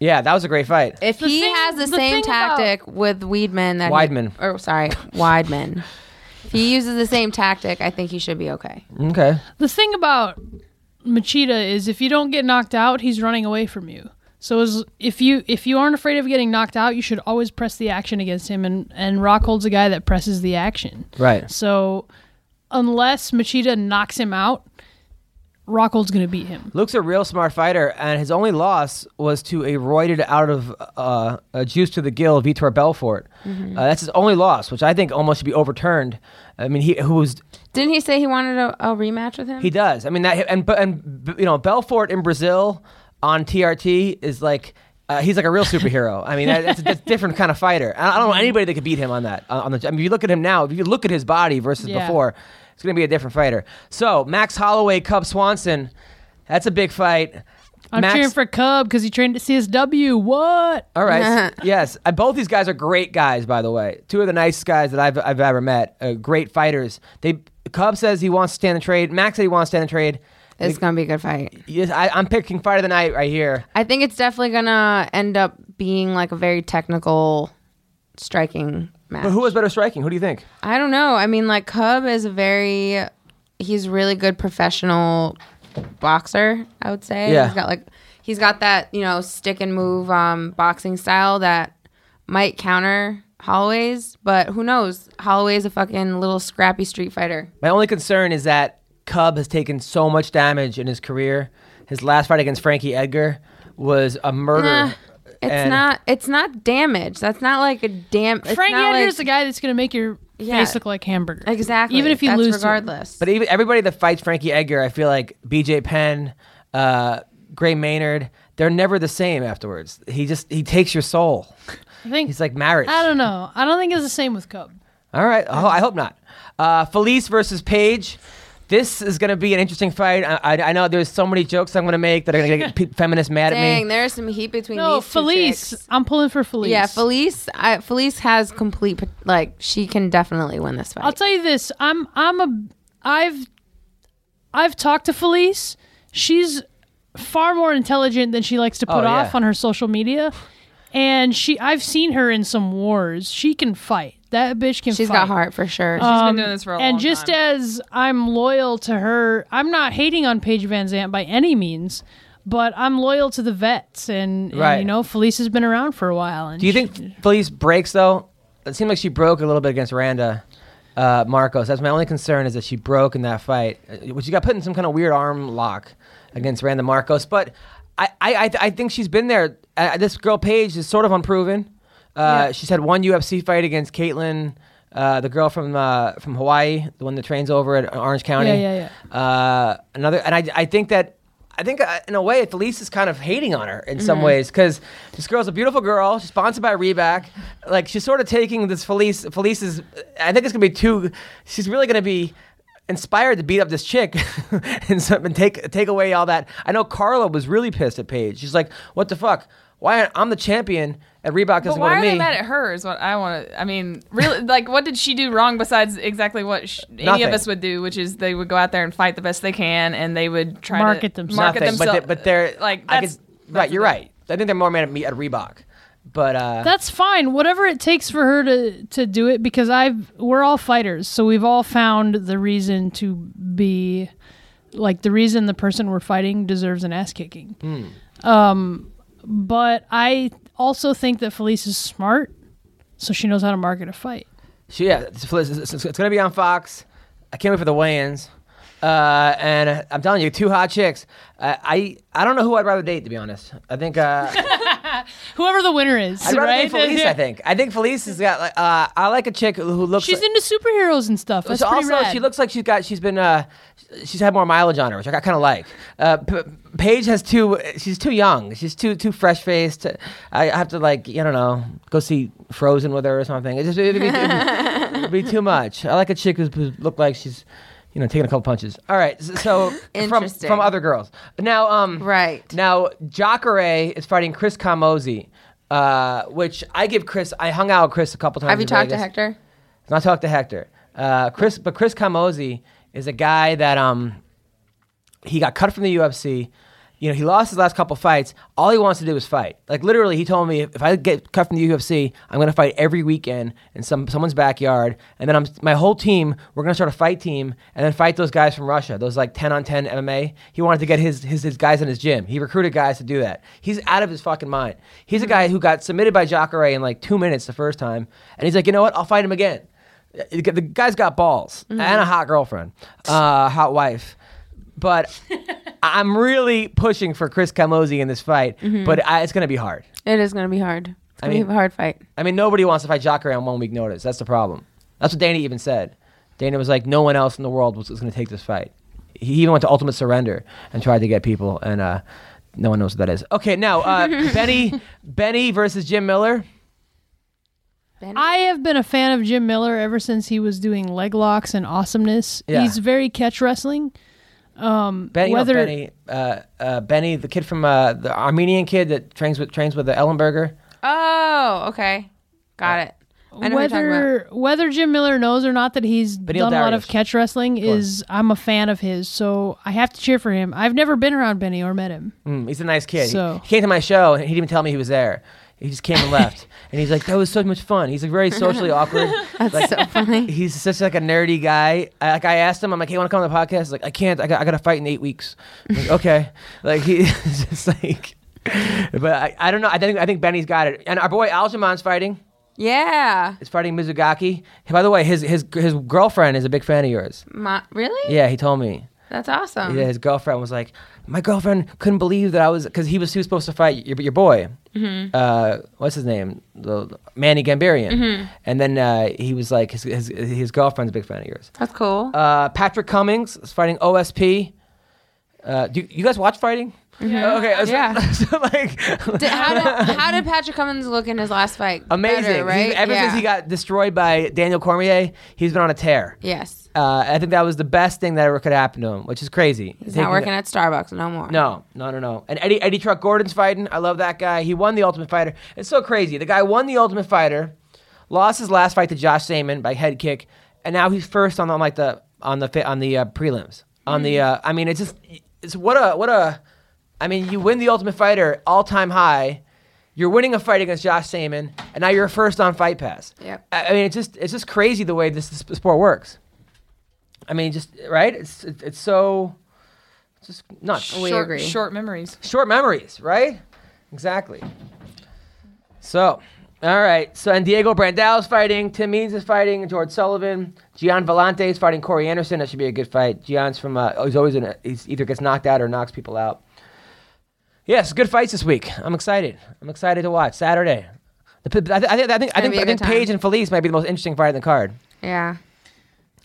C: Yeah, that was a great fight.
D: If he
E: thing-
D: has the,
E: the
D: same
E: thing about-
D: tactic with Weedman that he-
C: Weidman.
D: or sorry, Weidman, if he uses the same tactic, I think he should be okay.
C: Okay.
E: The thing about Machida is if you don't get knocked out, he's running away from you. So as, if you if you aren't afraid of getting knocked out, you should always press the action against him. And and Rockhold's a guy that presses the action.
C: Right.
E: So unless Machida knocks him out, Rockhold's gonna beat him.
C: Luke's a real smart fighter, and his only loss was to a roided out of uh, a juice to the gill Vitor Belfort. Uh, that's his only loss, which I think almost should be overturned. I mean, he who was
D: Didn't he say he wanted a, a rematch with him?
C: He does. I mean that, and but and you know, Belfort in Brazil on TRT is like uh, he's like a real superhero. I mean, that, that's, a, that's a different kind of fighter. I, I don't know anybody that could beat him on that. uh, On the, I mean, if you look at him now, if you look at his body versus
E: Yeah.
C: before, it's going to be a different fighter. So Max Holloway, Cub Swanson, that's a big fight.
E: I'm
C: Max-
E: cheering for Cub because he trained at CSW. What?
C: all right. yes. And both these guys are great guys, by the way. Two of the nicest guys that I've, I've ever met. Uh, great fighters. They Cub says he wants to stand and trade. Max said he wants to stand and trade.
D: It's gonna be a good fight.
C: Yes, I, I'm picking fight of the night right here.
D: I think it's definitely gonna end up being like a very technical, striking match.
C: But who has better striking? Who do you think?
D: I don't know. I mean, like Cub is a very, he's really good professional boxer. I would say.
C: Yeah.
D: He's got like, he's got that you know stick and move um, boxing style that might counter Holloway's, but who knows? Holloway's a fucking little scrappy street fighter.
C: My only concern is that Cub has taken so much damage in his career. His last fight against Frankie Edgar was a murder.
D: Nah, it's
C: And-
D: not. It's not damage. That's not like a damn.
E: Frank Edgar's
D: like,
E: the guy that's gonna make your
D: Yeah.
E: face look like hamburger.
D: Exactly.
E: Even if you
D: That's
E: lose, to him.
D: regardless.
C: But even everybody that fights Frankie Edgar, I feel like BJ Penn, uh, Gray Maynard, they're never the same afterwards. He just he takes your soul.
E: I think
C: He's like marriage.
E: I don't know. I don't think it's the same with Cub.
C: All right. Oh, I hope not. Uh, Felice versus Paige. This is going to be an interesting fight. I, I, I know there's so many jokes I'm going to make that are going to get pe- feminists mad at
D: Dang,
C: me.
D: there's some heat between
E: No,
D: these two
E: Felice.
D: chicks.
E: I'm pulling for Felice.
D: Yeah, Felice. I, Felice has complete pot- like she can definitely win this fight.
E: I'll tell you this. I'm I'm a I've I've talked to Felice. She's far more intelligent than she likes to put
C: Oh, yeah.
E: off on her social media. And she I've seen her in some wars. She can fight. That bitch can
D: She's
E: fight.
D: got heart for sure.
F: She's been doing this for a long
E: Um, And just
F: time.
E: as I'm loyal to her, I'm not hating on Paige Van Zant by any means, but I'm loyal to the vets and, and,
C: Right.
E: you know, Felice has been around for a while. And
C: Do you
E: she-
C: think Felice breaks, though? It seemed like she broke a little bit against Randa uh, Marcos. That's my only concern is that she broke in that fight, uh, which she got put in some kind of weird arm lock against Randa Marcos. But I, I, I, I think she's been there. Uh, this girl, Paige, is sort of unproven. Uh, She's had one UFC fight against Caitlin, uh, the girl from uh, from Hawaii, the one that trains over at Orange County.
E: Yeah, yeah,
C: yeah. Uh, another, and I, I think that. I think uh, in a way, Felice is kind of hating on her in
F: Mm-hmm.
C: some ways because this girl's a beautiful girl. She's sponsored by Reebok. Like she's sort of taking this Felice. Felice is. I think it's gonna be too. She's really gonna be inspired to beat up this chick and, so, and take take away all that. I know Carla was really pissed at Paige. She's like, "What the fuck? Why I'm the champion and Reebok doesn't
F: But
C: go
F: why
C: to
F: are
C: me?"
F: they mad at her? Is what I want to. I mean, really, like, what did she do wrong besides exactly what sh any
C: Nothing.
F: of us would do, which is they would go out there and fight the best they can, and they would try
E: Market
F: to
E: themselves.
F: market
C: Nothing,
F: themselves.
C: But, they, are
F: like
C: I
F: that's,
C: could-
F: that's
C: right.
F: the
C: You're
F: thing.
C: right. I think they're more mad at me at Reebok, but uh,
E: That's fine. Whatever it takes for her to to do it, because I've we're all fighters, so we've all found the reason to be like the reason the person we're fighting deserves an ass kicking. Um,
C: Hmm.
E: but I also think that Felice is smart, so she knows how to market a fight.
C: so yeah, it's, it's, it's- it's gonna be on Fox. I can't wait for the weigh-ins. Uh, and I'm telling you, two hot chicks. Uh, I I don't know who I'd rather date to be honest. I think uh,
E: Whoever the winner is,
C: I'd rather
E: right?
C: date Felice. I think I think Felice has got like uh, I like a chick who looks.
E: She's
C: like,
E: into superheroes and stuff. That's
C: So
E: pretty
C: also,
E: rad.
C: she looks like she's got she's been uh, she's had more mileage on her, which I kind of like. Uh, P- Paige has too she's too young, she's too too fresh faced. I have to like I don't know go see Frozen with her or something. It just it'd be, it'd be too much. I like a chick who's- who look like she's you know taking a couple punches. All right, s- so from
D: Interesting.
C: from other girls now. Um,
D: Right.
C: now, Jacare is fighting Chris Camozzi. Uh, which I give Chris. I hung out with Chris a couple times.
D: Have you
C: in
D: talked to
C: Vegas.
D: Hector?
C: Not talk to Hector. Uh, Chris, but Chris Camozzi is a guy that um, he got cut from the UFC. You know, he lost his last couple fights. All he wants to do is fight. Like literally, he told me if I get cut from the UFC, I'm gonna fight every weekend in some someone's backyard, and then I'm my whole team. We're gonna start a fight team, and then fight those guys from Russia, those like 10 on 10 MMA. He wanted to get his his, his guys in his gym. He recruited guys to do that. He's out of his fucking mind. He's a guy who got submitted by Jacare in like two minutes the first time, and he's like, you know what? I'll fight him again. Uh, The the guy's got balls and a hot girlfriend, uh, hot wife but I'm really pushing for Chris Camozzi in this fight, but I, it's going to be hard.
D: It is gonna be hard. It's gonna
C: mean-
D: be a hard fight.
C: I mean, nobody wants to fight Jacare on one week notice. That's the problem. That's what Dana even said. Dana was like, no one else in the world was, going to take this fight. He even went to Ultimate Surrender and tried to get people, and uh, no one knows what that is. Okay, now uh, Benny, Benny versus Jim Miller.
E: I have been a fan of Jim Miller ever since he was doing leg locks and awesomeness.
C: Yeah.
E: He's very catch wrestling.
C: Benny, you know
E: Whether-
C: Benny, uh, uh, Benny, the kid from uh, the Armenian kid that trains with trains with the Ellenberger.
D: Oh, okay,
C: Uh,
D: got it. I know what you're talking about.
E: whether whether Jim Miller knows or not that he's
C: he'll
E: done a lot
C: Darius.
E: of catch wrestling is I'm a fan of his, so I have to cheer for him. I've never been around Benny or met him.
C: Mm, he's a nice kid. He-
E: So-
C: He, came to my show and he didn't even tell me he was there. He just came and left. and he's like, that was so much fun. He's like very socially awkward. like,
D: So funny.
C: He's such like a nerdy guy. I, like I asked him, I'm like, hey, want to come on the podcast? He's like, I can't. I got, I got to fight in eight weeks. I'm like, okay. Like he's just like, but I, I don't know. I think I think Benny's got it. And our boy Aljamon's fighting.
D: Yeah.
C: Is fighting Mizugaki. By the way, his his his girlfriend is a big fan of yours.
D: My, really?
C: Yeah, he told me.
D: That's awesome.
C: Yeah, his girlfriend was like, my girlfriend couldn't believe that I was because he was he was supposed to fight your, your boy.
D: Mm-hmm.
C: Uh, what's his name? The, the- Manny Gambarian.
D: Mm-hmm.
C: And then uh, he was like, his, his his girlfriend's a big fan of yours.
D: That's cool.
C: Uh, Patrick Cummings is fighting OSP. Uh, do you, you guys watch fighting? Oh, Okay. so-
D: Yeah.
C: so, like
D: Did, how, did, how did Patrick Cummins look in his last fight?
C: amazing.
D: Better,
C: He's-
D: right?
C: ever since
D: Yeah.
C: he got destroyed by Daniel Cormier, he's been on a tear.
D: Yes.
C: Uh, I think that was the best thing that ever could happen to him, which is crazy.
D: He's not working at Starbucks no more.
C: No, no, no, no. And Eddie Eddie Truck Gordon's fighting. I love that guy. He won the Ultimate Fighter. It's so crazy. The guy won the Ultimate Fighter, lost his last fight to Josh Saman by head kick, and now he's first on, on like the on the fi- on the uh, prelims. On the uh, I mean, it's just it's what a what a. I mean, you win the Ultimate Fighter all time high. You're winning a fight against Josh Saman, and now you're first on Fight Pass.
D: Yep.
C: I I mean, it's just it's just crazy the way this, this sport works. I mean, just right? It's it, it's so it's just nuts
D: We
I: short,
D: agree.
I: Short memories.
C: short memories, right? Exactly. So, all right. So, and Diego Brandao is fighting. Tim Means is fighting. George Sullivan. Gian Vellante is fighting Corey Anderson. That should be a good fight. Gian's from. Uh, he's always in. A, he's either gets knocked out or knocks people out. Yes, good fights this week. I'm excited. I'm excited to watch Saturday. The, p- I, thi- I think. I think. I
D: gonna
C: think.
D: be a
C: I
D: good
C: think
D: time.
C: Paige and Felice might be the most interesting fight on the card.
D: Yeah.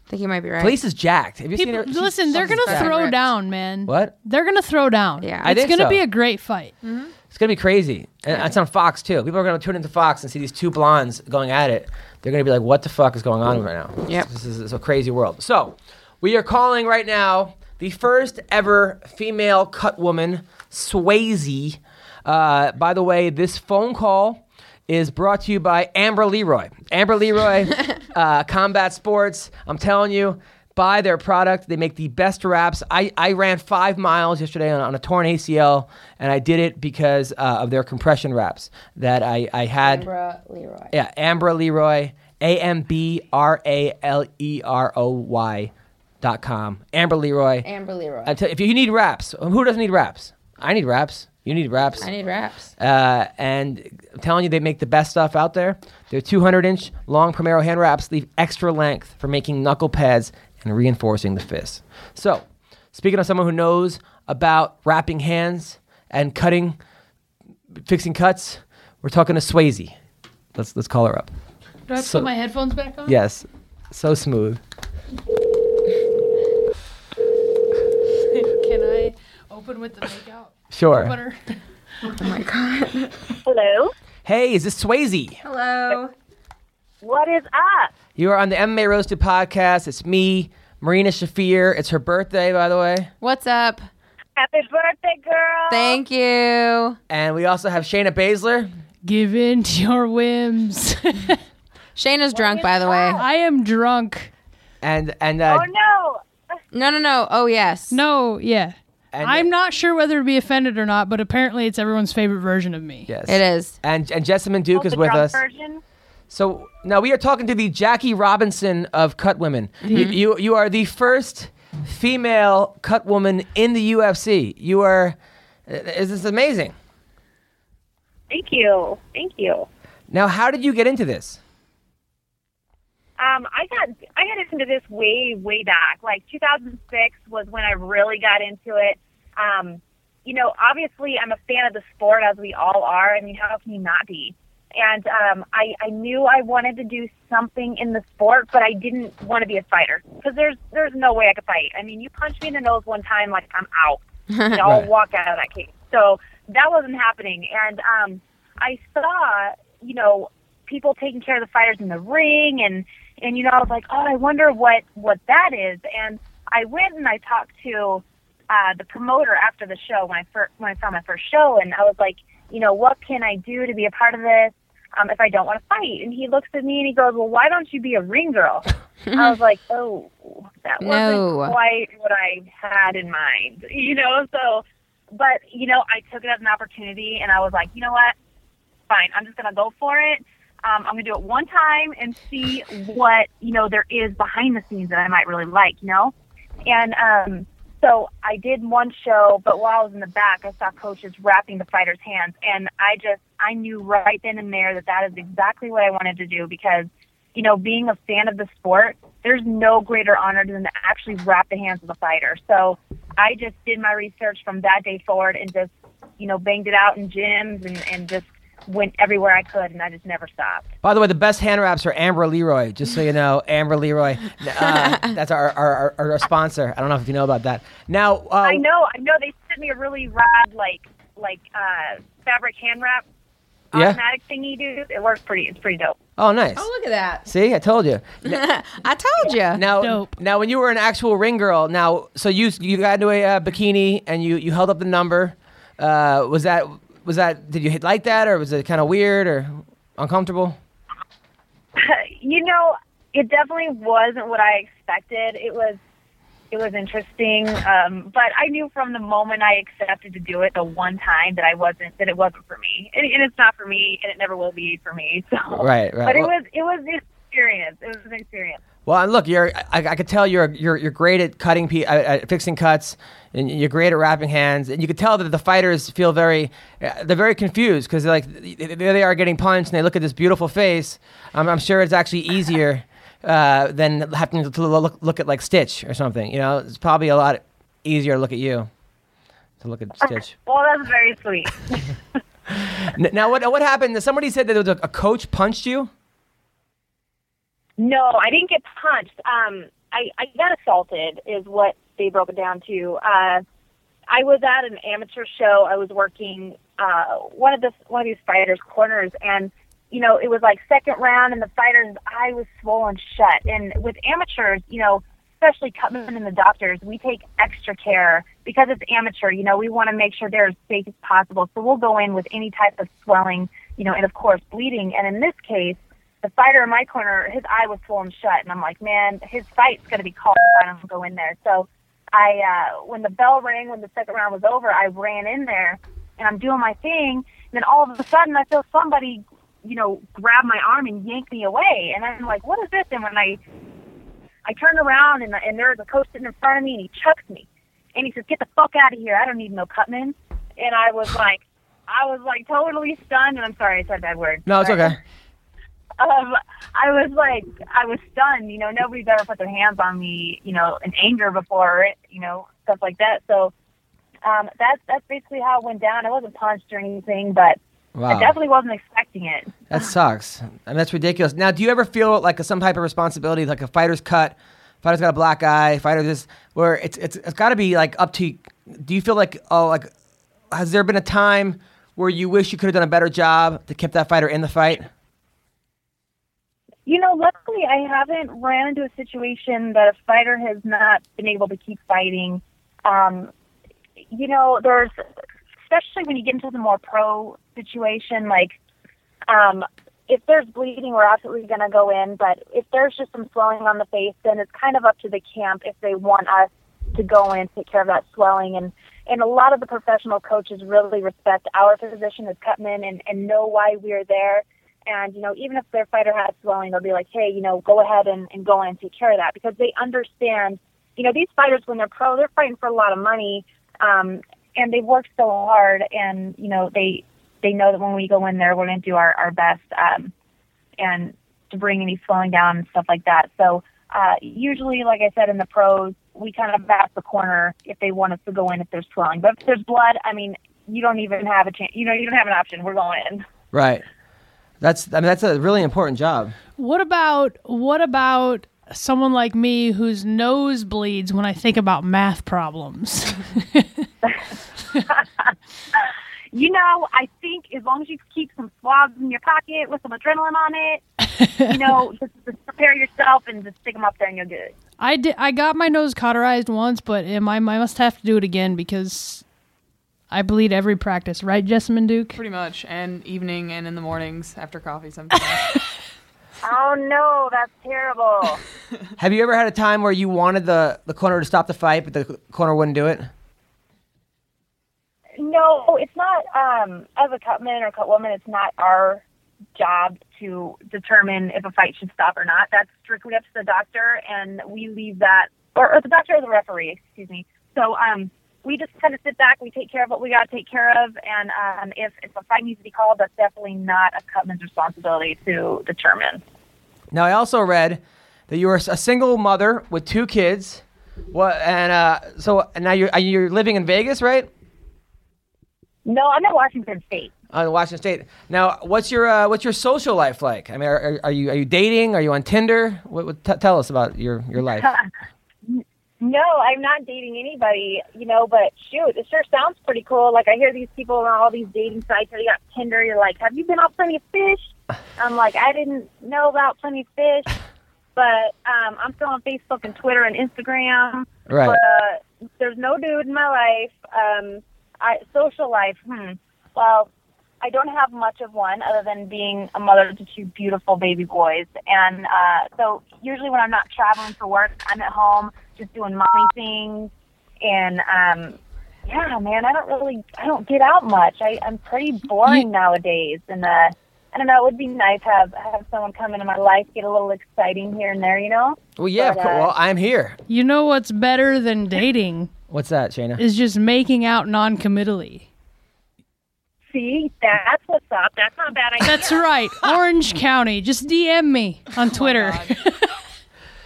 D: I think you might be right.
C: Felice is jacked. Have you
E: People,
C: seen her? She's-
E: listen, they're
C: something's
E: gonna
C: jacked.
E: throw
D: Correct.
E: down, man.
C: What?
E: They're gonna throw down.
D: Yeah. I
E: it's
C: think
E: gonna
C: so.
E: be a great fight.
C: It's gonna be crazy, and it's on Fox too. People are gonna tune into Fox and see these two blondes going at it. They're gonna be like, "What the fuck is going on right now?"
D: Yep.
C: this is, this is a crazy world. So, we are calling right now the first ever female cut woman, Swayze. Uh, by the way, this phone call is brought to you by Amber Leroy. Amber Leroy, uh, Combat Sports. I'm telling you, buy their product. They make the best wraps. I, I ran five miles yesterday on, on a torn ACL, and I did it because uh, of their compression wraps that I, I had.
D: Bro, Leroy.
C: Yeah, Ambra Leroy, A M B R A L E R O Y dot com. Amber Leroy.
D: Amber Leroy.
C: Until, if you need raps, who doesn't need raps? I need raps. You need raps.
D: I need wraps.
C: Uh, and I'm telling you, they make the best stuff out there. Their 200 inch long Primero hand wraps leave extra length for making knuckle pads and reinforcing the fist. So, speaking of someone who knows about wrapping hands and cutting, fixing cuts, we're talking to Swayze. Let's, let's call her up.
E: Do I have to
C: So-
E: put my headphones back on?
C: Yes, so smooth.
E: Can I open with the makeout
C: Sure.
E: butter?
F: Hello.
C: Hey, is this Swayze?
D: Hello.
F: What is up?
C: You are on the MMA Roasted podcast. It's me, Marina Shafir. It's her birthday, by the way.
D: What's up?
F: Happy birthday, girl.
D: Thank you.
C: And we also have Shayna Baszler.
E: Give in to your whims.
D: Shayna's drunk, by the way.
E: I am drunk.
C: and and uh,
F: Oh no.
D: No, no, no. Oh, yes.
E: No, yeah.
C: and,
E: I'm not sure whether to be offended or not, but apparently it's everyone's favorite version of me.
C: yes.
D: It is.
C: And and Jessamine Duke
F: Oh,
C: is
F: the
C: with
F: drunk
C: us.
F: Version?
C: So now we are talking to the Jackie Robinson of Cut Women.
D: Mm-hmm.
C: You, you you are the first female cut woman in the UFC. You are is this amazing?
F: Thank you. Thank you.
C: Now, how did you get into this?
F: Um, I got I got into this way way back. Like 2006 was when I really got into it. Um, you know, obviously I'm a fan of the sport as we all are. I mean, how can you not be? And um, I I knew I wanted to do something in the sport, but I didn't want to be a fighter because there's there's no way I could fight. I mean, you punch me in the nose one time, like I'm out. and I'll
C: Right.
F: walk out of that cage. So that wasn't happening. And um, I saw, you know, people taking care of the fighters in the ring, and and you know, I was like, oh, I wonder what what that is. And I went and I talked to uh, the promoter after the show when I first when I saw my first show, and I was like, you know, what can I do to be a part of this? Um, if I don't want to fight, and he looks at me and he goes, "Well, why don't you be a ring girl?" I was like, "Oh, that wasn't
D: No.
F: quite what I had in mind," you know. So, but you know, I took it as an opportunity, and I was like, "You know what? Fine, I'm just gonna go for it. Um, I'm gonna do it one time and see what you know there is behind the scenes that I might really like, you know." And um, so I did one show, but while I was in the back, I saw coaches wrapping the fighters' hands, and I just I knew right then and there that that is exactly what I wanted to do because, you know, being a fan of the sport, there's no greater honor than to actually wrap the hands of the fighter. So I just did my research from that day forward and just you know banged it out in gyms and and just went everywhere I could, and I just never stopped.
C: By the way, the best hand wraps are Amber Leroy. Just so you know, Amber Leroy. Uh, that's our, our, our, our sponsor. I don't know if you know about that. Now, uh,
F: I know, I know. They sent me a really rad like like uh, fabric hand wrap
C: Yeah.
F: automatic thingy, dude. It works pretty. It's pretty dope.
C: Oh, nice.
J: Oh, look at that.
C: See, I told you.
J: I told you.
C: Now,
E: Dope.
C: now, when you were an actual ring girl, now, so you you got into a uh, bikini and you you held up the number. Uh, was that was that? Did you hit like that, or was it kind of weird or uncomfortable?
F: you know, it definitely wasn't what I expected. It was it was interesting, um, but I knew from the moment I accepted to do it the one time that I wasn't that it wasn't for me, and, and it's not for me, and it never will be for me. So
C: Right, right.
F: But it
C: Well-
F: was it was an experience. It was an experience.
C: Well, and look, you're. I, I could tell you're you're you're great at cutting, pe- uh, at fixing cuts, and you're great at wrapping hands, and you could tell that the fighters feel very, uh, they're very confused because like th- th- there they are getting punched, and they look at this beautiful face. I'm, I'm sure it's actually easier uh, than having to look look at like Stitch or something. You know, it's probably a lot easier to look at you to look at Stitch.
F: Well, that's very sweet.
C: N- now, what what happened? Somebody said that there was a, a coach punched you.
F: No, I didn't get punched. Um, I, I got assaulted, is what they broke it down to. Uh, I was at an amateur show. I was working uh, one of the one of these fighters' corners, and you know it was like second round, and the fighter's eye was swollen shut. And with amateurs, you know, especially Cutman and the doctors, we take extra care because it's amateur. You know, we want to make sure they're as safe as possible, so we'll go in with any type of swelling, you know, and of course bleeding. And in this case the fighter in my corner, his eye was swollen shut, and I'm like, man, his fight's gonna be called if I don't go in there. So, I uh, when the bell rang, when the second round was over, I ran in there, and I'm doing my thing, and then all of a sudden, I feel somebody, you know, grab my arm and yank me away, and I'm like, what is this? And when I I turned around and, and there was a coach sitting in front of me and he chucked me. And he says, Get the fuck out of here. I don't need no cutman. And I was like, I was like totally stunned. And I'm sorry, I said a bad word.
C: No, it's
F: Sorry.
C: okay.
F: Um, I was like, I was stunned. You know, nobody's ever put their hands on me, you know, in anger before, or, you know, stuff like that. So um, that's, that's basically how it went down. I wasn't punched or anything, but I
C: Wow.
F: definitely wasn't expecting it.
C: That sucks. and that's ridiculous. Now, do you ever feel like some type of responsibility, like a fighter's cut, fighter's got a black eye, fighter this, where it's it's, it's got to be like up to? Do you feel like oh like has there been a time where you wish you could have done a better job to kept that fighter in the fight?
F: You know, luckily I haven't ran into a situation that a fighter has not been able to keep fighting. Um, you know, there's especially when you get into the more pro situation, like um, if there's bleeding, we're absolutely going to go in. But if there's just some swelling on the face, then it's kind of up to the camp if they want us to go in take care of that swelling. And and a lot of the professional coaches really respect our position as cutmen and and know why we're there. And you know, even if their fighter has swelling, they'll be like, hey, you know, go ahead and and go in and take care of that because they understand. You know, these fighters when they're pro, they're fighting for a lot of money. Um, and they've worked so hard and you know they they know that when we go in there, we're going to do our, our best um, and to bring any slowing down and stuff like that. So uh, usually, like I said, in the pros, we kind of back the corner if they want us to go in if there's swelling. But if there's blood, I mean, you don't even have a chance. You know, you don't have an option. We're going in.
C: Right. That's I mean that's a really important job.
E: What about what about someone like me whose nose bleeds when I think about math problems?
F: You know, I think as long as you keep some swabs in your pocket with some adrenaline on it, you know, just, just prepare yourself and just stick them up there and you'll get it.
E: I did. I got my nose cauterized once, but am I, I must have to do it again because I bleed every practice, right, Jessamine Duke?
D: Pretty much, and evening and in the mornings after coffee sometimes.
F: Oh no, that's terrible.
C: Have you ever had a time where you wanted the the corner to stop the fight, but the corner wouldn't do it?
F: No, it's not. Um, as a cutman or cut woman, it's not our job to determine if a fight should stop or not. That's strictly up to the doctor, and we leave that, or, or the doctor or the referee, excuse me. So um, we just kind of sit back, we take care of what we got to take care of, and um, if, if a fight needs to be called, that's definitely not a cutman's responsibility to determine.
C: Now, I also read that you were a single mother with two kids. What and uh, so now you're uh, you're living in Vegas, right?
F: No, I'm at Washington State.
C: on Uh, Washington State. Now, what's your uh, what's your social life like? I mean, are, are, are you are you dating? Are you on Tinder? What, what, t- tell us about your your life.
F: No, I'm not dating anybody, you know, but shoot, it sure sounds pretty cool. Like I hear these people on all these dating sites that you got Tinder, you're like, Have you been on plenty of fish? I'm like, I didn't know about plenty of fish. But um I'm still on Facebook and Twitter and Instagram.
C: Right.
F: But there's no dude in my life. Um I social life, hmm. Well, I don't have much of one other than being a mother to two beautiful baby boys. And uh, so usually when I'm not traveling for work, I'm at home just doing mommy things. And um, yeah, man, I don't really, I don't get out much. I, I'm pretty boring nowadays. And uh, I don't know, it would be nice to have, have someone come into my life, get a little exciting here and there, you know?
C: Well, yeah, of
F: But,
C: cour-
F: uh,
C: well, I'm here.
E: You know what's better than dating
C: What's that, Shayna?
E: is just making out non-committally.
F: See, that's what's up. That's not a bad idea. Oh
E: That's right, Orange County. Just DM me on Twitter.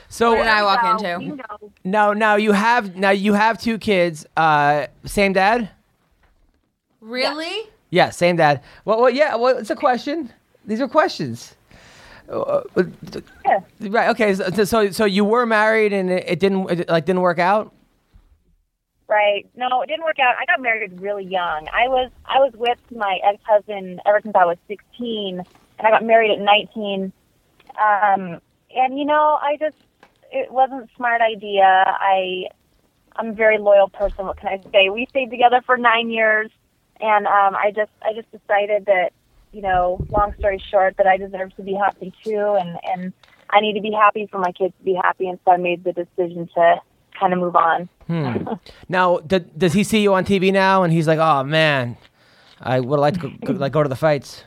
C: so
D: What did I walk
F: So,
D: into?
F: you know,
C: now now you have now you have two kids. Uh, same dad?
D: Really?
C: Yeah, same dad. Well, well yeah. Well, it's a question. These are questions. Uh, uh,
F: yeah.
C: right. Okay. So, so so you were married and it, it didn't it, like didn't work out.
F: Right. No, it didn't work out. I got married really young. I was I was with my ex husband ever since I was sixteen, and I got married at nineteen. Um, and you know, I just it wasn't a smart idea. I I'm a very loyal person. What can I say? We stayed together for nine years, and um, I just I just decided that you know, long story short, that I deserve to be happy too, and and I need to be happy for my kids to be happy, and so I made the decision to kind of move on.
C: Now, d- does he see you on TV now and he's like, "Oh man, I would like to go, go- like go to the fights."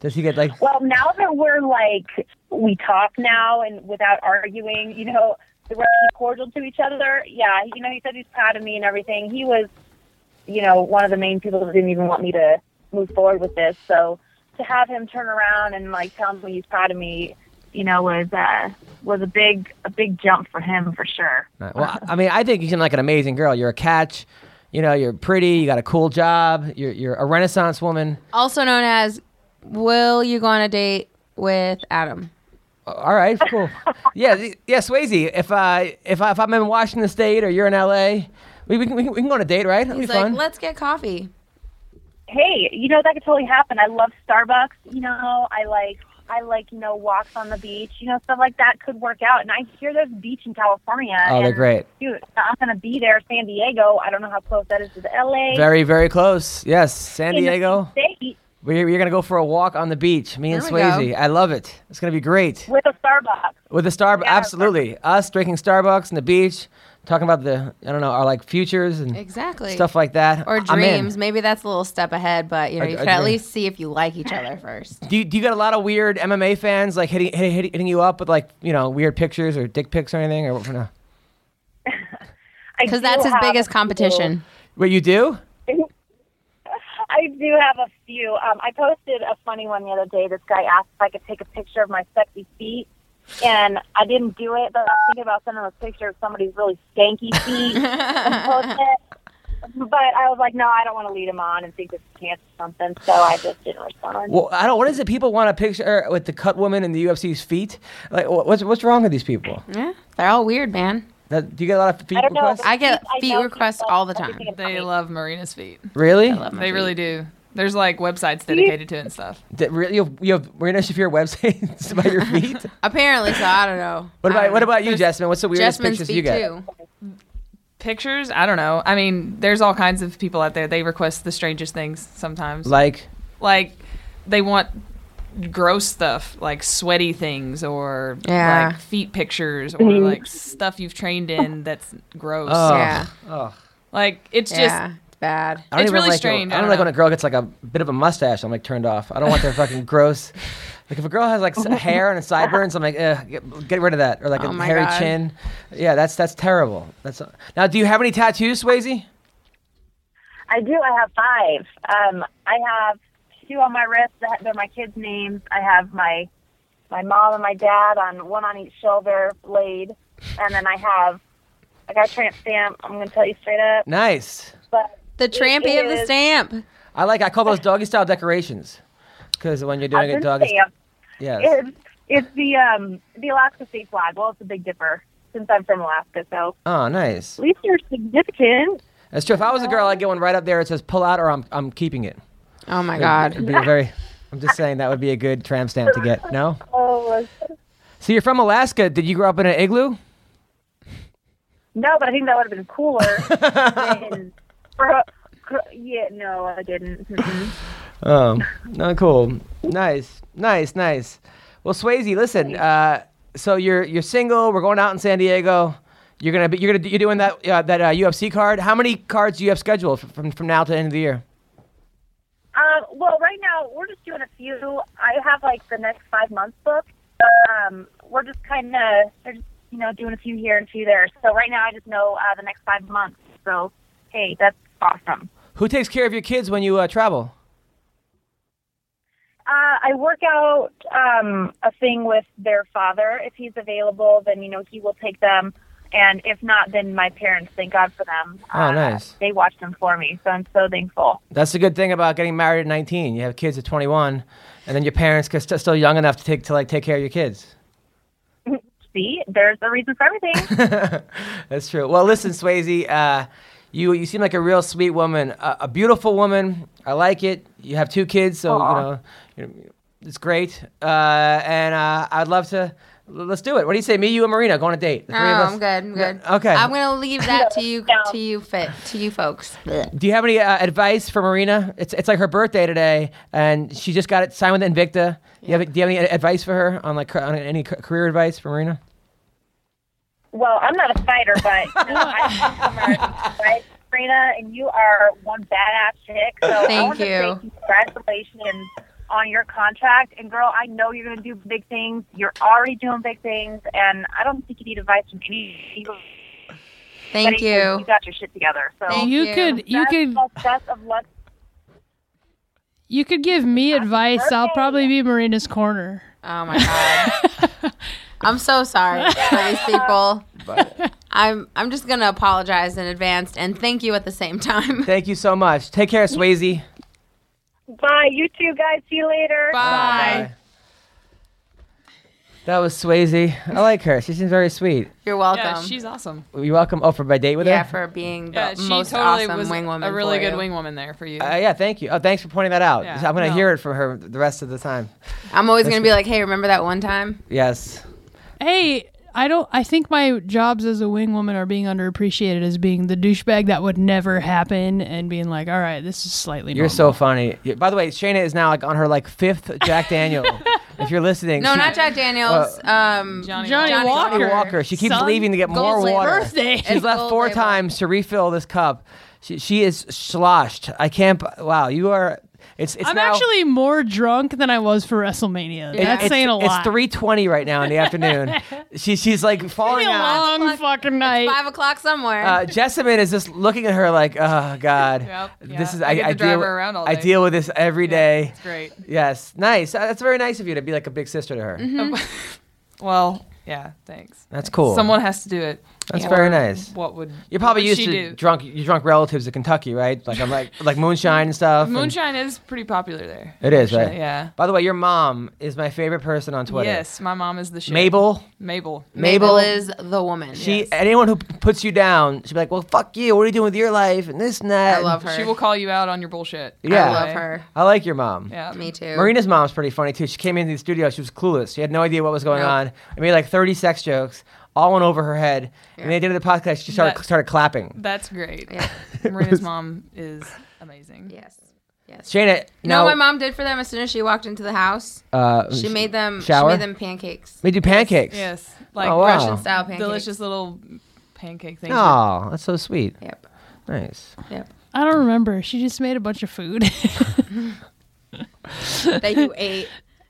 C: Does he get like? uh,
F: Well, now that we're like we talk now and without arguing, you know, that we're actually cordial to each other. Yeah, you know, he said he's proud of me and everything. He was, you know, one of the main people that didn't even want me to move forward with this. So to have him turn around and like tell me he's proud of me, you know, was uh, was a big a big jump for him for sure.
C: Well, I- I mean, I think you seem like an amazing girl. You're a catch. You know, you're pretty. You got a cool job. You're you're a Renaissance woman.
D: Also known as Will you go on a date with Adam?
C: All right, cool. yeah, th- yeah, Swayze. If uh, if I, if I'm in Washington State or you're in LA, we we can, we can, we can go on a date, right? That'll
D: He's
C: be
D: like,
C: fun.
D: let's get coffee.
F: hey, you know that could totally happen. I love Starbucks. You know, I like I like you know walks on the beach. You know, stuff like that could work out. And I hear there's a beach in California.
C: Oh, they're
F: and,
C: great.
F: Dude, I'm gonna be there, San Diego. I don't know how close that is to the LA.
C: very very close. Yes, San
F: In the
C: Diego.
F: State
C: We're, we're gonna go for a walk on the beach. Me and
D: There we go.
C: Swayze. I love it. It's gonna be great.
F: with a Starbucks.
C: With the Starbucks,
F: Yeah,
C: absolutely. Us drinking Starbucks and the beach, talking about the I don't know our like futures and
D: Exactly.
C: stuff like that.
D: or
C: I'm in.
D: dreams. Maybe that's a little step ahead, but you know,
C: A-
D: you
C: a
D: could at
C: dream.
D: least see if you like each other first.
C: Do you, do you get a lot of weird MMA fans like hitting, hitting hitting you up with like you know weird pictures or dick pics or anything or what? No.
D: Because that's his biggest competition.
C: Wait, you do?
F: I do have a few. Um, I posted a funny one the other day. This guy asked if I could take a picture of my sexy feet, and I didn't do it. But I was thinking about sending him a picture of somebody's really stanky feet. and post it. But I was like, no, I don't want to lead him on and think this is chance or something. So I just didn't respond.
C: Well, I don't. What is it? People want a picture with the cut woman in the UFC's feet. Like, wha- what's what's wrong with these people?
D: Yeah, they're all weird, man.
C: That, do you get a lot of feet
F: I don't know.
C: requests?
F: but
D: I get
F: I
D: feet
F: know
D: requests
F: people-
D: all the time.
F: everything is
G: They
F: funny.
G: love Marina's feet.
C: really?
G: They really do. There's like websites dedicated to it and stuff.
C: That really? You have, you have Marina Shafir websites about your feet.
D: Apparently, so I don't know.
C: What
D: I
C: about
D: don't
C: what
D: know.
C: about you, Jasmine? What's the weirdest
D: Jasmine's
C: pictures
D: feet
C: you get?
D: too?
G: Pictures? I don't know. I mean, there's all kinds of people out there. They request the strangest things sometimes.
C: Like,
G: like they want gross stuff like sweaty things or
D: Yeah. Mm-hmm.
G: like feet pictures or like stuff you've trained in that's gross
C: Oh.
D: Yeah,
G: like it's
D: yeah, it's bad.
C: I don't
G: It's
C: even
G: really
C: like
G: strange.
C: I
G: I
C: don't
G: don't
C: like
G: know.
C: when a girl gets like a bit of a mustache. I'm like turned off. I don't want their fucking gross. Like if a girl has like s- hair and sideburns, I'm like, Ugh, get, get rid of that. Or like
D: Oh
C: a
D: my
C: hairy
D: God.
C: chin. Yeah, that's that's terrible. That's now. Do you have any tattoos, Swayze?
F: I do. I have five. Um, I have two on my wrist. That they're my kids' names. I have my my mom and my dad on one on each shoulder blade, and then I have I got a tramp stamp. I'm gonna tell you straight up,
C: Nice.
F: but
D: The trampy of the
F: is-
D: stamp.
C: I like. I call those doggy style decorations because when you're doing it
K: I've
C: doggy.
K: been
C: style.
K: stamped.
C: Yes.
K: It's, it's the um the Alaska state flag. Well, it's the Big Dipper since I'm from Alaska, so
C: Oh, nice.
K: at least you're significant.
C: That's true. If I was a girl, I'd get one right up there. It says "pull out" or "I'm I'm keeping it."
D: Oh my
C: It'd
D: god.
C: be a very. I'm just saying that would be a good tram stamp to get. No.
K: Oh,
C: So you're from Alaska. Did you grow up in an igloo?
K: no, but I think that would have been cooler. than, for, yeah, no, I didn't. Mm-mm.
C: Oh, no, cool. Nice, nice, nice. Well, Swayze, listen. Uh, so you're you're single. We're going out in San Diego. You're gonna be, you're gonna you're doing that uh, that uh, UFC card. How many cards do you have scheduled f- from from now to the end of the year?
K: Um, well, right now we're just doing a few. I have like the next five months booked. Um, we're just kind of they're just you know doing a few here and a few there. So right now I just know uh, the next five months. So hey, that's awesome.
C: Who takes care of your kids when you uh, travel?
K: Uh, I work out um, a thing with their father. If he's available, then you know he will take them. And if not, then my parents. Thank God for them.
C: Oh,
K: Uh,
C: nice.
K: They watch them for me, so I'm so thankful.
C: That's the good thing about getting married at 19. You have kids at 21, and then your parents are st- still young enough to take to like take care of your kids.
K: See, there's a reason for everything.
C: That's true. Well, listen, Swayze, uh, you you seem like a real sweet woman, a, a beautiful woman. I like it. You have two kids, so you know, you know, it's great. Uh, and uh, I'd love to. l- Let's do it. What do you say? Me, you, and Marina go on a date. The
D: No,
C: three of us.
D: Oh, I'm good. I'm good.
C: Okay.
D: I'm gonna leave that to you,
K: No.
D: to you, fit, to you folks.
C: Do you have any uh, advice for Marina? It's it's like her birthday today, and she just got it signed with Invicta. Do you have do you have any advice for her on like ca- on any ca- career advice for Marina?
K: Well, I'm not a fighter, but no, I'm smart, right? Sabrina, and you are one badass chick. So I
D: Thank
K: want to
D: you.
K: say congratulations on your contract. And girl, I know you're going to do big things. You're already doing big things, and I don't think you need advice from anybody.
D: Thank
K: because
D: you.
K: You got your shit together. So
D: Thank
E: you
D: you.
E: could you
K: best,
E: could
K: best, best of luck.
E: you could give me advice. I'll probably be Marina's corner.
D: Oh my god. I'm so sorry for these people. I'm I'm just gonna apologize in advance and thank you at the same time.
C: Thank you so much. Take care, Swayze.
K: Bye. You two guys. See you later.
D: Bye.
C: That was Swayze. I like her. She seems very sweet.
D: You're welcome.
F: Yeah, she's awesome.
C: You welcome. Oh, for my date with
D: Yeah,
C: her.
D: for being the
F: Yeah, she
D: most
F: totally
D: awesome
F: was
D: wing woman.
F: a really
D: for
F: good
D: you.
F: wing woman there for you.
C: Uh, yeah, thank you. Oh, thanks for pointing that out.
F: Yeah,
C: I'm gonna
F: no.
C: hear it from her the rest of the time.
D: I'm always gonna be like, hey, remember that one time?
C: Yes.
E: Hey, I don't. I think my jobs as a wing woman are being underappreciated as being the douchebag that would never happen and being like, all right, this is slightly.
C: You're
E: normal."
C: so funny. Yeah, By the way, Shayna is now like on her like fifth Jack Daniel. if you're listening,
D: No,
C: she, Uh,
D: not Jack Daniels. um,
F: Johnny,
E: Johnny,
F: Walker.
E: Walker.
C: Johnny Walker. She keeps
E: Son,
C: leaving to get more
D: Gold's
C: water.
E: birthday.
C: She's left
D: Gold
C: four
D: label.
C: times to refill this cup. She, she is sloshed. I can't. b- Wow, you are. It's. it's
E: I'm
C: now-
E: actually more drunk than I was for WrestleMania.
D: It-
E: That's
C: it's,
E: saying a lot.
C: It's 3:20 right now in the afternoon. She, she's like falling
E: It's been a
C: out.
E: long fucking night.
D: Five o'clock somewhere.
C: uh, Jessamine is just looking at her like, oh God,
F: Yep,
C: this
F: yeah.
C: is
F: I
C: I,
F: get
C: I
F: to drive
C: deal
F: her
C: with,
F: around all
C: I
F: day."
C: deal with this every day.
F: It's great.
C: Yes, nice. Uh, That's very nice of you to be like a big sister to her.
F: Mm-hmm. Well, yeah, thanks.
C: That's cool.
F: Someone has to do it.
C: That's
F: Or
C: very nice.
F: What would
C: You're probably
F: what would
C: used
F: she
C: to
F: do?
C: drunk your drunk relatives in Kentucky, right? Like I'm like like moonshine and stuff. and-
F: Moonshine is pretty popular there.
C: It is,
F: actually,
C: right?
F: Yeah.
C: By the way, your mom is my favorite person on Twitter.
F: Yes, my mom is the shit.
C: Mabel.
F: Mabel.
D: Mabel
C: Mabel-
D: is the woman.
C: She anyone who p- puts you down, she'd be like, "Well, fuck you. What are you doing with your life?" And this and that.
D: I love her.
F: She will call you out on your bullshit.
C: Yeah.
D: I love her.
C: I like your mom.
F: Yeah.
D: Me too.
C: Marina's mom's pretty funny too. She came into the studio. She was clueless. She had no idea what was going
D: Nope.
C: on. I made like 30 sex jokes, all went over her head. And at the end of the podcast, she started
F: That-
C: started clapping.
F: That's great.
D: Yeah.
F: Marina's mom is amazing.
D: Yes. Yes.
C: Shana,
D: you know
C: now,
D: what my mom did for them as soon as she walked into the house?
C: uh,
D: she made them
C: shower?
D: she made them pancakes.
C: made you pancakes.
F: Yes. Like
C: Oh, wow.
D: Russian style pancakes.
F: delicious little pancake things.
C: Oh, that's so sweet.
D: Yep.
C: Nice.
D: Yep.
E: I don't remember. She just made a bunch of food.
D: That you ate.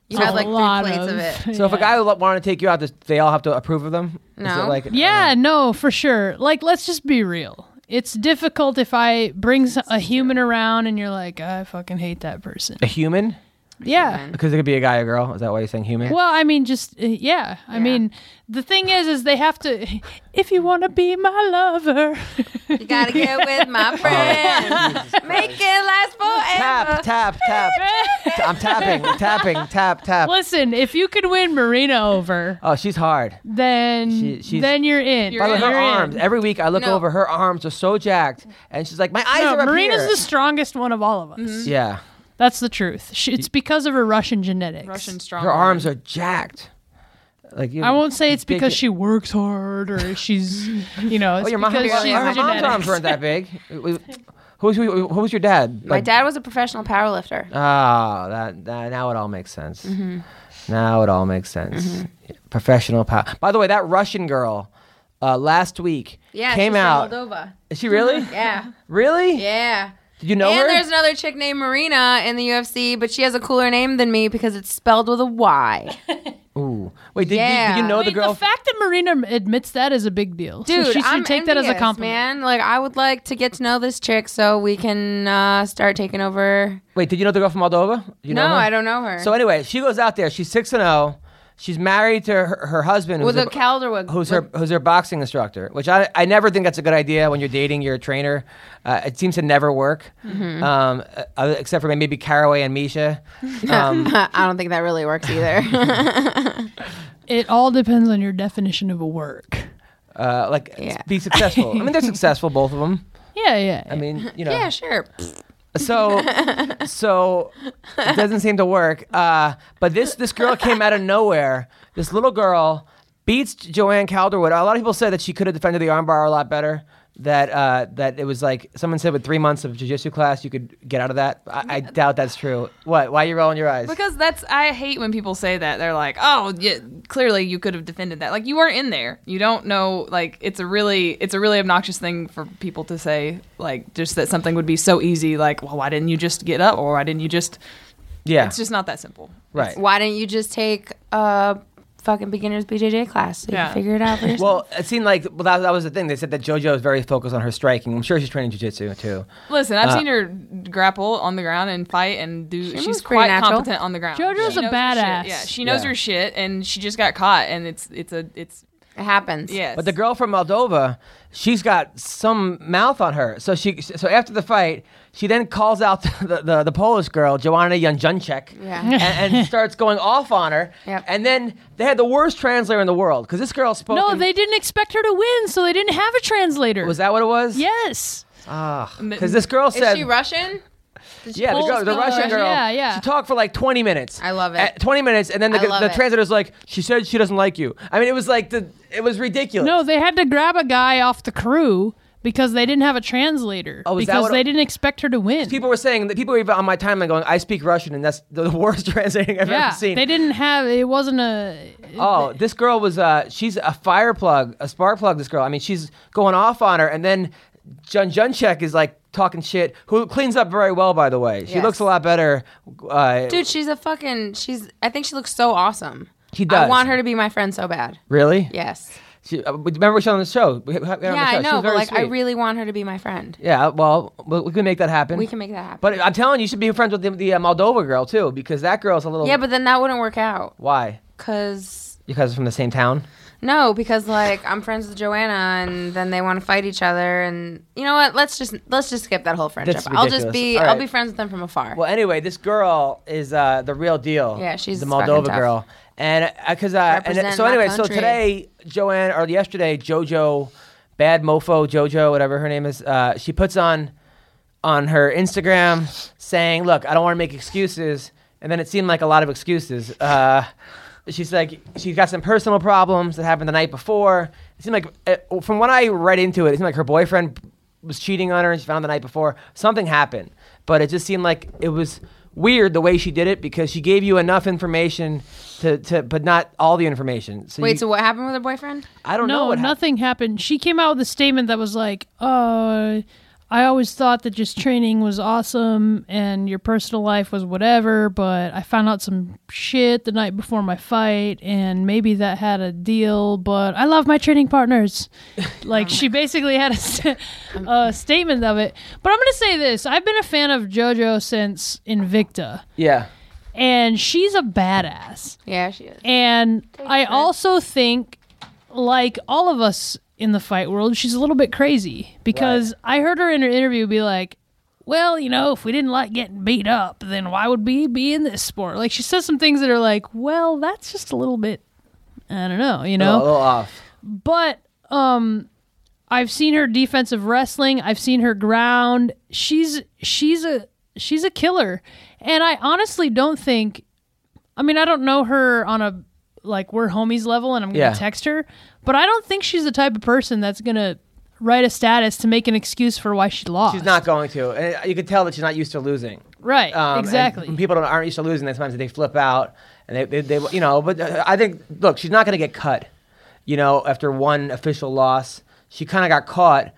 D: You had like
E: a lot
D: three plates of, it.
C: So if a guy lo- wanted to take you out, does they all have to approve of them? Is
D: No.
C: it like um,
E: Yeah, no, for sure. Like, let's just be real. It's difficult if I bring s- a human around and you're like, I fucking hate that person.
C: a human?
E: Yeah.
C: Because it could be a guy or girl. Is that why you're saying human?
E: Well, I mean, just uh, yeah. I mean, the thing is, is they have to. If you want to be my lover,
D: You gotta get with
E: Oh,
D: my friends. Make it last
C: Tap,
D: forever.
C: tap, tap. I'm tapping, tapping, tap, tap.
E: listen. If you could win Marina over,
C: Oh, she's hard.
E: then
C: She- she's-
E: then you're in.
C: By the way, her
E: You're in.
C: arms. Every week I look
D: No.
C: over, her arms are so jacked, and she's like, "My eyes
E: No,
C: are up
E: Marina's
C: here."
E: the strongest one of all of us.
D: Mm.
C: yeah,
E: That's the truth. She, it's because of her Russian genetics.
F: Russian strong.
C: her arms are jacked. Like you.
E: I won't say it's
C: big-
E: because she works hard or she's, you know, it's
C: Oh, your mom,
E: because
C: her,
E: she's
C: her mom's
E: genetics.
C: arms weren't that big. Who was who was your dad?
D: My dad was a professional powerlifter.
C: Oh, that, that now it all makes sense.
E: Mm-hmm.
C: Now it all makes sense. Professional power. By the way, that Russian girl uh, last week
D: Yeah,
C: came
D: she's
C: out.
D: from Moldova.
C: Is she really?
D: Mm-hmm. Yeah,
C: Really?
D: yeah.
C: Did you know
D: and
C: her?
D: there's another chick named Marina in the UFC, but she has a cooler name than me because it's spelled with a Y.
C: Ooh. Wait, did, you,
D: Yeah.
C: did you know
E: I
C: the
E: mean,
C: girl?
E: the fact that Marina admits that is a big deal. So
D: Dude,
E: she should
D: I'm
E: take that as a
D: envious,
E: compliment.
D: man. Like, I would like to get to know this chick so we can uh, start taking over.
C: Wait, did you know the girl from Moldova? Did You
D: no,
C: know her?
D: I don't know her.
C: So anyway, she goes out there. She's six and zero. She's married to her, her husband, who's
D: with a
C: her,
D: Calderwood.
C: who's her who's her boxing instructor. Which I, I never think that's a good idea when you're dating your trainer. Uh, it seems to never work,
D: Mm-hmm.
C: um, uh, other- except for maybe Caraway and Misha. Um,
D: I don't think that really works either.
E: It all depends on your definition of a work.
C: Uh, like
D: Yeah.
C: be successful. I mean, they're successful, both of them.
E: Yeah, yeah.
C: I mean, you know.
D: yeah, sure.
C: So, so it doesn't seem to work. Uh, but this this girl came out of nowhere. This little girl beats Joanne Calderwood. A lot of people said that she could have defended the armbar a lot better. That uh, that it was like someone said with three months of jujitsu class you could get out of that. I, I doubt that's true. What? Why are you rolling your eyes?
F: Because that's I hate when people say that. They're like, "Oh, yeah, clearly you could have defended that. Like you weren't in there. You don't know like it's a really it's a really obnoxious thing for people to say like just that something would be so easy like, "Well, why didn't you just get up or why didn't you just
C: yeah,
F: It's just not that simple.
C: right.
D: Why don't you just take a fucking beginner's BJJ class so you
F: Yeah.
D: can figure it out for yourself?
C: Well, it seemed like well that, that was the thing. They said that JoJo is very focused on her striking. I'm sure she's training jujitsu too.
F: Listen,
C: Uh,
F: I've seen her grapple on the ground and fight and do. she's
D: moves pretty
F: quite
D: natural.
F: competent on the ground.
E: JoJo's a
F: She knows her shit.
E: badass.
F: Yeah, she knows
C: Yeah.
F: her shit, and she just got caught, and it's it's a it's
D: it happens.
F: yes.
C: But the girl from Moldova, she's got some mouth on her. So she, so after the fight, she then calls out the, the, the Polish girl, Joanna Janjunczek,
D: Yeah.
C: and, and starts going off on her.
D: Yep.
C: And then they had the worst translator in the world because this girl spoke.
E: no,
C: in-
E: they didn't expect her to win, so they didn't have a translator.
C: was that what it was?
E: Yes.
C: Because this girl
D: Is
C: said,
D: she Russian?
C: yeah, the,
E: Polish
C: girl, the
E: girl?
C: Russian girl.
E: Yeah, yeah.
C: She talked for like 20 minutes.
D: I love it.
C: At 20 minutes, and then the,
D: I love
C: the
D: it.
C: translator's like, she said she doesn't like you. I mean, it was like the, it was ridiculous.
E: No, they had to grab a guy off the crew because they didn't have a translator.
C: Oh, is that
E: because
C: what-
E: they didn't expect her to win.
C: People were saying that people were even on my timeline going, I speak Russian, and that's the worst translating I've
E: yeah,
C: ever seen.
E: they didn't have. It wasn't a.
C: Oh, this girl was uh she's a fire plug, a spark plug, this girl. I mean, she's going off on her and then Jun Junchek is like talking shit, who cleans up very well by the way. She
D: Yes.
C: looks a lot better. Uh,
D: Dude, she's a fucking. She's. I think she looks so awesome.
C: She does.
D: I want her to be my friend so bad.
C: Really?
D: Yes.
C: She, uh, but remember she was on the show? We had- we had her on the
D: yeah,
C: show.
D: I
C: She
D: know,
C: was
D: but
C: very
D: like, I
C: sweet.
D: really want her to be my friend.
C: Yeah, well, we we can make that happen.
D: We can make that happen.
C: But I'm telling you, you should be friends with the, the uh, Moldova girl too, because that girl's a little.
D: yeah, but then that wouldn't work out
C: why?
D: because
C: Because they're from the same town.
D: no, because like I'm friends with Joanna, and then they want to fight each other, and you know what? Let's just let's just skip that whole friendship.
C: That's
D: I'll just
C: ridiculous.
D: be
C: All
D: I'll
C: right.
D: be friends with them from afar.
C: Well, anyway, this girl is uh, the real deal.
D: Yeah, she's
C: the
D: fucking
C: Moldova
D: tough.
C: girl, and because uh, and
D: Represent
C: so
D: my
C: anyway, so
D: country.
C: today Joanne or yesterday JoJo, bad mofo JoJo, whatever her name is, uh, she puts on on her Instagram saying, "Look, I don't want to make excuses," and then it seemed like a lot of excuses. Uh, she's like, she's got some personal problems that happened the night before. It seemed like, uh, from what I read into it, it seemed like her boyfriend was cheating on her, and she found the night before something happened. But it just seemed like it was weird the way she did it because she gave you enough information to, to but not all the information. So you-
D: Wait, so what happened with her boyfriend?
C: I don't know
E: no,
C: what happened.
E: nothing happened. She came out with a statement that was like, "Uh, I always thought that just training was awesome and your personal life was whatever, but I found out some shit the night before my fight, and maybe that had a deal. But I love my training partners." like she basically had a, st- a statement of it. But I'm gonna say this: I've been a fan of JoJo since Invicta
C: Yeah.
E: and she's a badass.
D: Yeah, she is.
E: And I also think, like all of us in the fight world, she's a little bit crazy because I heard her in her interview be like, well, you know, if we didn't like getting beat up, then why would we be in this sport? Like, she says some things that are like, well, that's just a little bit, I don't know, you
C: A
E: know?
C: little off.
E: but um I've seen her defensive wrestling, I've seen her ground. She's she's a she's a killer. And I honestly don't think I mean, I don't know her on a like we're homies level and I'm going to
C: Yeah.
E: text her, but I don't think she's the type of person that's going to write a status to make an excuse for why she lost.
C: She's not going to, and you can tell that she's not used to losing.
E: Right.
C: Um, and
E: exactly.
C: When people don't, aren't used to losing, then sometimes they flip out, and they, they, they you know. But uh, I think, look, she's not going to get cut. You know, after one official loss, she kind of got caught.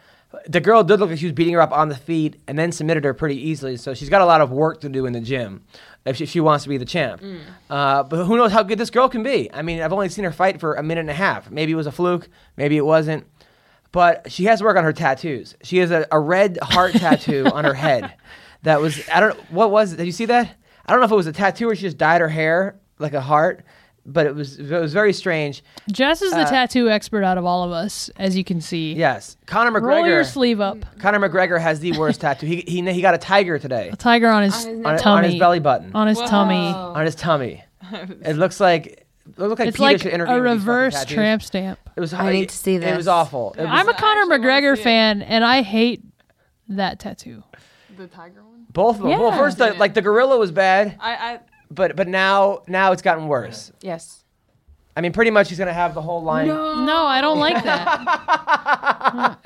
C: The girl did look like she was beating her up on the feet, and then submitted her pretty easily. So she's got a lot of work to do in the gym if she, if she wants to be the champ.
E: Mm.
C: Uh, but who knows how good this girl can be? I mean, I've only seen her fight for a minute and a half. Maybe it was a fluke. Maybe it wasn't. But she has to work on her tattoos. She has a, a red heart tattoo on her head. That was I don't what was it? Did you see that? I don't know if it was a tattoo or she just dyed her hair like a heart, but it was it was very strange.
E: Jess is the
C: uh,
E: tattoo expert out of all of us, as you can see.
C: Yes, Conor
E: Roll your
C: McGregor.
E: sleeve up.
C: Conor McGregor has the worst tattoo. He, he he got a tiger today
E: A tiger on his,
D: his
C: on,
E: tummy.
C: on his belly button
E: On his tummy.
C: on his tummy. It looks like it looks like
E: It's
C: Peter
E: like
C: should interview
E: a
C: me with these fucking
E: reverse
C: tattoos.
E: tramp stamp.
C: It was
D: I need to see
C: It
D: this.
C: was awful. It was-
E: I'm a Conor
F: actually wanna
E: McGregor
F: see it.
E: fan, and I hate that tattoo.
F: The tiger one.
C: both of them. Well,
E: Yeah.
C: first the, like the gorilla was bad,
F: I, I
C: but but now now it's gotten worse.
D: Yes.
C: I mean, pretty much he's gonna have the whole line.
E: No, I don't like that.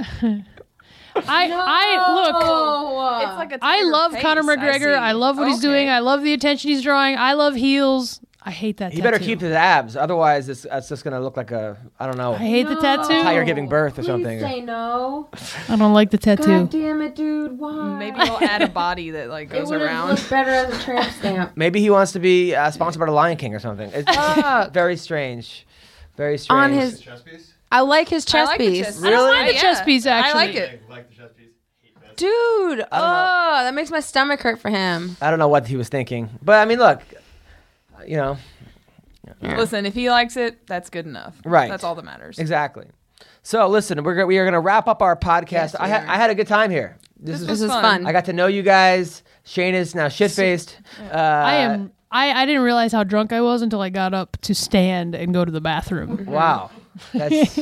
E: I I look.
F: it's like
E: Oh, uh,
F: a
E: I
F: tiger
E: love
F: face,
E: Conor
F: see.
E: McGregor. I, love what he's
F: Okay.
E: doing. I love the attention he's drawing. I love heels. I hate that.
C: He
E: tattoo.
C: better keep his abs, otherwise it's, it's just gonna look like a I don't know
E: I hate the tattoo.
C: tiger giving birth or something.
D: say no.
E: I don't like the
D: God
E: tattoo.
D: damn it, dude. Why?
F: Maybe I'll add a body that like
D: it
F: goes
D: would have
F: around.
D: looked better as a tramp stamp.
C: Maybe he wants to be uh, sponsored by the Lion King or something. It's very strange, very strange.
D: On his,
H: Chess piece?
D: I like his chest
F: I like the
D: piece,
F: chest-
E: I don't mind the
F: Yeah.
E: chest piece actually.
F: I like it.
H: Like, like the chess piece? Hate that.
D: dude. Oh, that makes my stomach hurt for him.
C: I don't know what he was thinking, but I mean, look, you know,
F: Listen, if he likes it, that's good enough.
C: Right.
F: That's all that matters.
C: exactly. So listen, we're go- we are going to wrap up our podcast. I, ha- I had a good time here. This,
D: This
C: is
D: is
F: fun.
D: fun.
C: I got to know you guys. Shane is now shit faced. Uh,
E: I am. I, I didn't realize how drunk I was until I got up to stand and go to the bathroom.
C: Wow, that's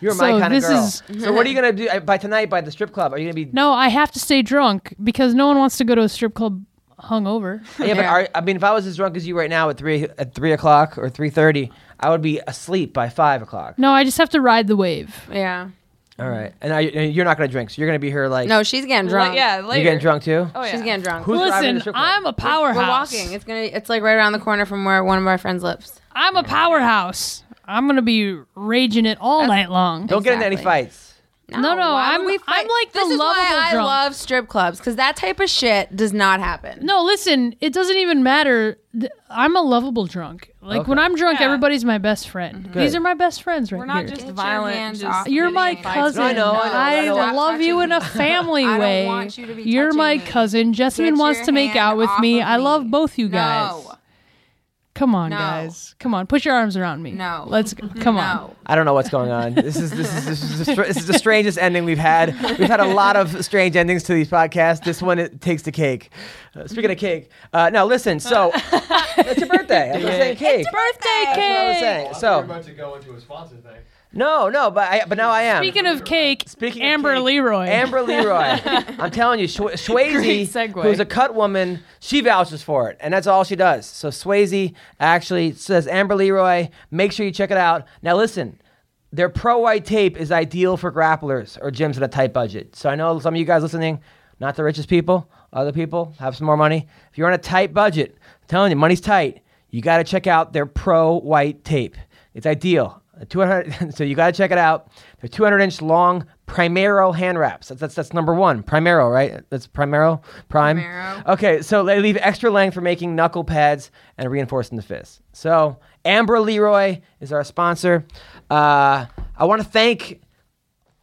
C: you're my
E: So
C: kind of
E: this
C: girl.
E: is-
C: so what are you gonna do uh, by tonight by the strip club? Are you gonna be
E: No, I have to stay drunk because no one wants to go to a strip club hungover.
C: Yeah, but are, I mean, if I was as drunk as you right now at three at three o'clock or three thirty, I would be asleep by five o'clock.
E: No, I just have to ride the wave.
D: yeah.
E: Mm-hmm.
C: All right, and I, and you're not gonna drink, so you're gonna be here like
D: No, she's getting
F: La-
D: drunk.
F: yeah,
C: you
F: later.
C: getting drunk too.
F: Oh, yeah.
D: She's getting drunk.
C: Who's driving the
E: Listen,
C: strip club?
E: I'm a powerhouse.
D: We're walking. It's gonna. It's like right around the corner from where one of our friends lives.
E: I'm a powerhouse. I'm gonna be raging it all night long.
C: Don't get into any
D: Exactly.
C: fights.
E: No, no,
D: why would
E: I'm-
D: we
E: I'm like the
D: this is why
E: lovable
D: I
E: drunk.
D: love strip clubs because that type of shit does not happen.
E: No, listen, it doesn't even matter. Th- I'm a lovable drunk. Like when I'm drunk,
F: Yeah.
E: everybody's my best friend.
C: Mm-hmm.
E: These are my best friends right
F: We're not
E: here.
F: just
D: your
F: violent.
D: hands
F: just
D: off
E: You're
F: getting
E: my
F: in fights.
E: cousin.
C: No, I know, I know, I know. Stop
E: love you in a family
D: I don't
E: way.
D: want you to be
E: are
D: touching
E: my
D: me.
E: cousin. Jessamine
D: Get
E: wants
D: your
E: to make
D: hand
E: out with
D: off
E: me.
D: of
E: I love
D: me.
E: both you guys.
D: No.
E: Come on,
D: No.
E: guys. Come on. Put your arms around me.
D: No.
E: Let's go. Come on.
D: No.
C: I don't know what's going on. This is this is this is, the, str- this is the strangest ending we've had. We've had a lot of strange endings to these podcasts. This one it takes the cake. Uh, speaking of cake, uh, now listen. So it's your birthday. I'm saying cake. It's
E: Birthday
C: That's what I was
E: cake.
C: saying.
H: I thought we were
C: So
H: about to go into a sponsor thing.
C: no, no, but I, but now I am.
E: Speaking of cake,
C: Speaking of
E: Amber
C: cake,
E: Leroy.
C: Amber Leroy. I'm telling you, Shwa-
F: Great
C: Swayze,
F: segue.
C: who's a cut woman, she vouches for it, and that's all she does. So Swayze actually says, Amber Leroy, make sure you check it out. Now listen, their pro white tape is ideal for grapplers or gyms on a tight budget. So I know some of you guys listening, not the richest people, other people have some more money. If you're on a tight budget, I'm telling you, money's tight. You got to check out their pro white tape. It's ideal. A 200, so you got to check it out. They're 200 inch long Primero hand wraps. That's, that's, that's number one. Primero, right? That's Primero? Prime?
D: Primero.
C: Okay, so they leave extra length for making knuckle pads and reinforcing the fist. So Amber Leroy is our sponsor. Uh, I want to thank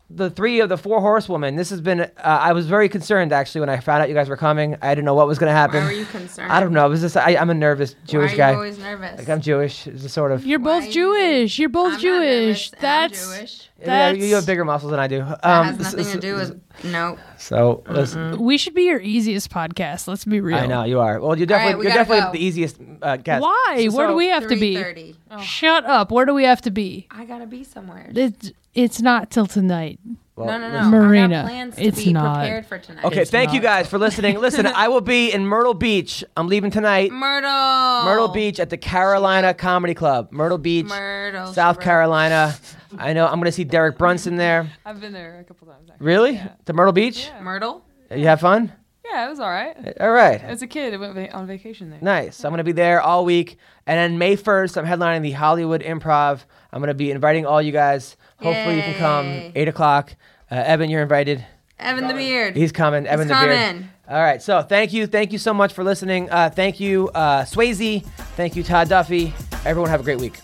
C: the three of the four horsewomen. This has been. Uh, I was very concerned actually when I found out you guys were coming. I didn't know what was going to happen.
D: were you concerned?
C: I don't know. It was just I, I'm a nervous Jewish
D: Why are
C: guy.
D: you always nervous?
C: like I'm Jewish. It's a sort of.
E: You're both
D: Why do you-
E: Jewish. You're both
D: I'm not
E: Jewish.
D: nervous, and I'm
E: That's
D: Jewish.
C: Yeah,
E: that's.
C: you have bigger muscles than I do. Um,
D: That has nothing to do with no.
C: So listen,
E: We should be your easiest podcast. Let's be real.
C: I know you are. Well, you're
D: right,
C: definitely
D: we
C: you're
D: gotta
C: definitely
D: go.
C: the easiest uh, guest.
E: Why? Where do we have to be?
D: 3:30.
E: Shut up. Where do we have to be?
D: I gotta be somewhere.
E: It's it's not till tonight.
C: Well,
D: no, no,
C: listen.
D: no. I
E: Marina,
D: got plans to
E: it's
D: be
E: not.
D: prepared for tonight.
C: Okay,
E: It's
C: thank you
E: not.
C: guys for listening. Listen, I will be in Myrtle Beach. I'm leaving tonight.
D: Myrtle.
C: Myrtle Beach at the Carolina Comedy Club. Myrtle Beach,
D: Myrtle. she
C: South
D: wrote-
C: Carolina. I know I'm going to see Derek Brunson there.
F: I've been there a couple times. Actually.
C: Really? To Myrtle Beach?
D: Myrtle.
C: You have fun?
F: Yeah, it was all right.
C: All right.
F: As a kid, I went va- on vacation there.
C: Nice. I'm going to be there all week. And then May 1st, I'm headlining the Hollywood Improv. I'm going to be inviting all you guys. Hopefully, you can come.
D: Yay.
C: 8 o'clock. Uh, Evan, you're invited.
D: Evan the Beard.
C: He's coming. Evan the Beard.
D: coming.
C: All right. So thank you. Thank you so much for listening. Uh, thank you, uh, Swayze. Thank you, Todd Duffy. Everyone have a great week.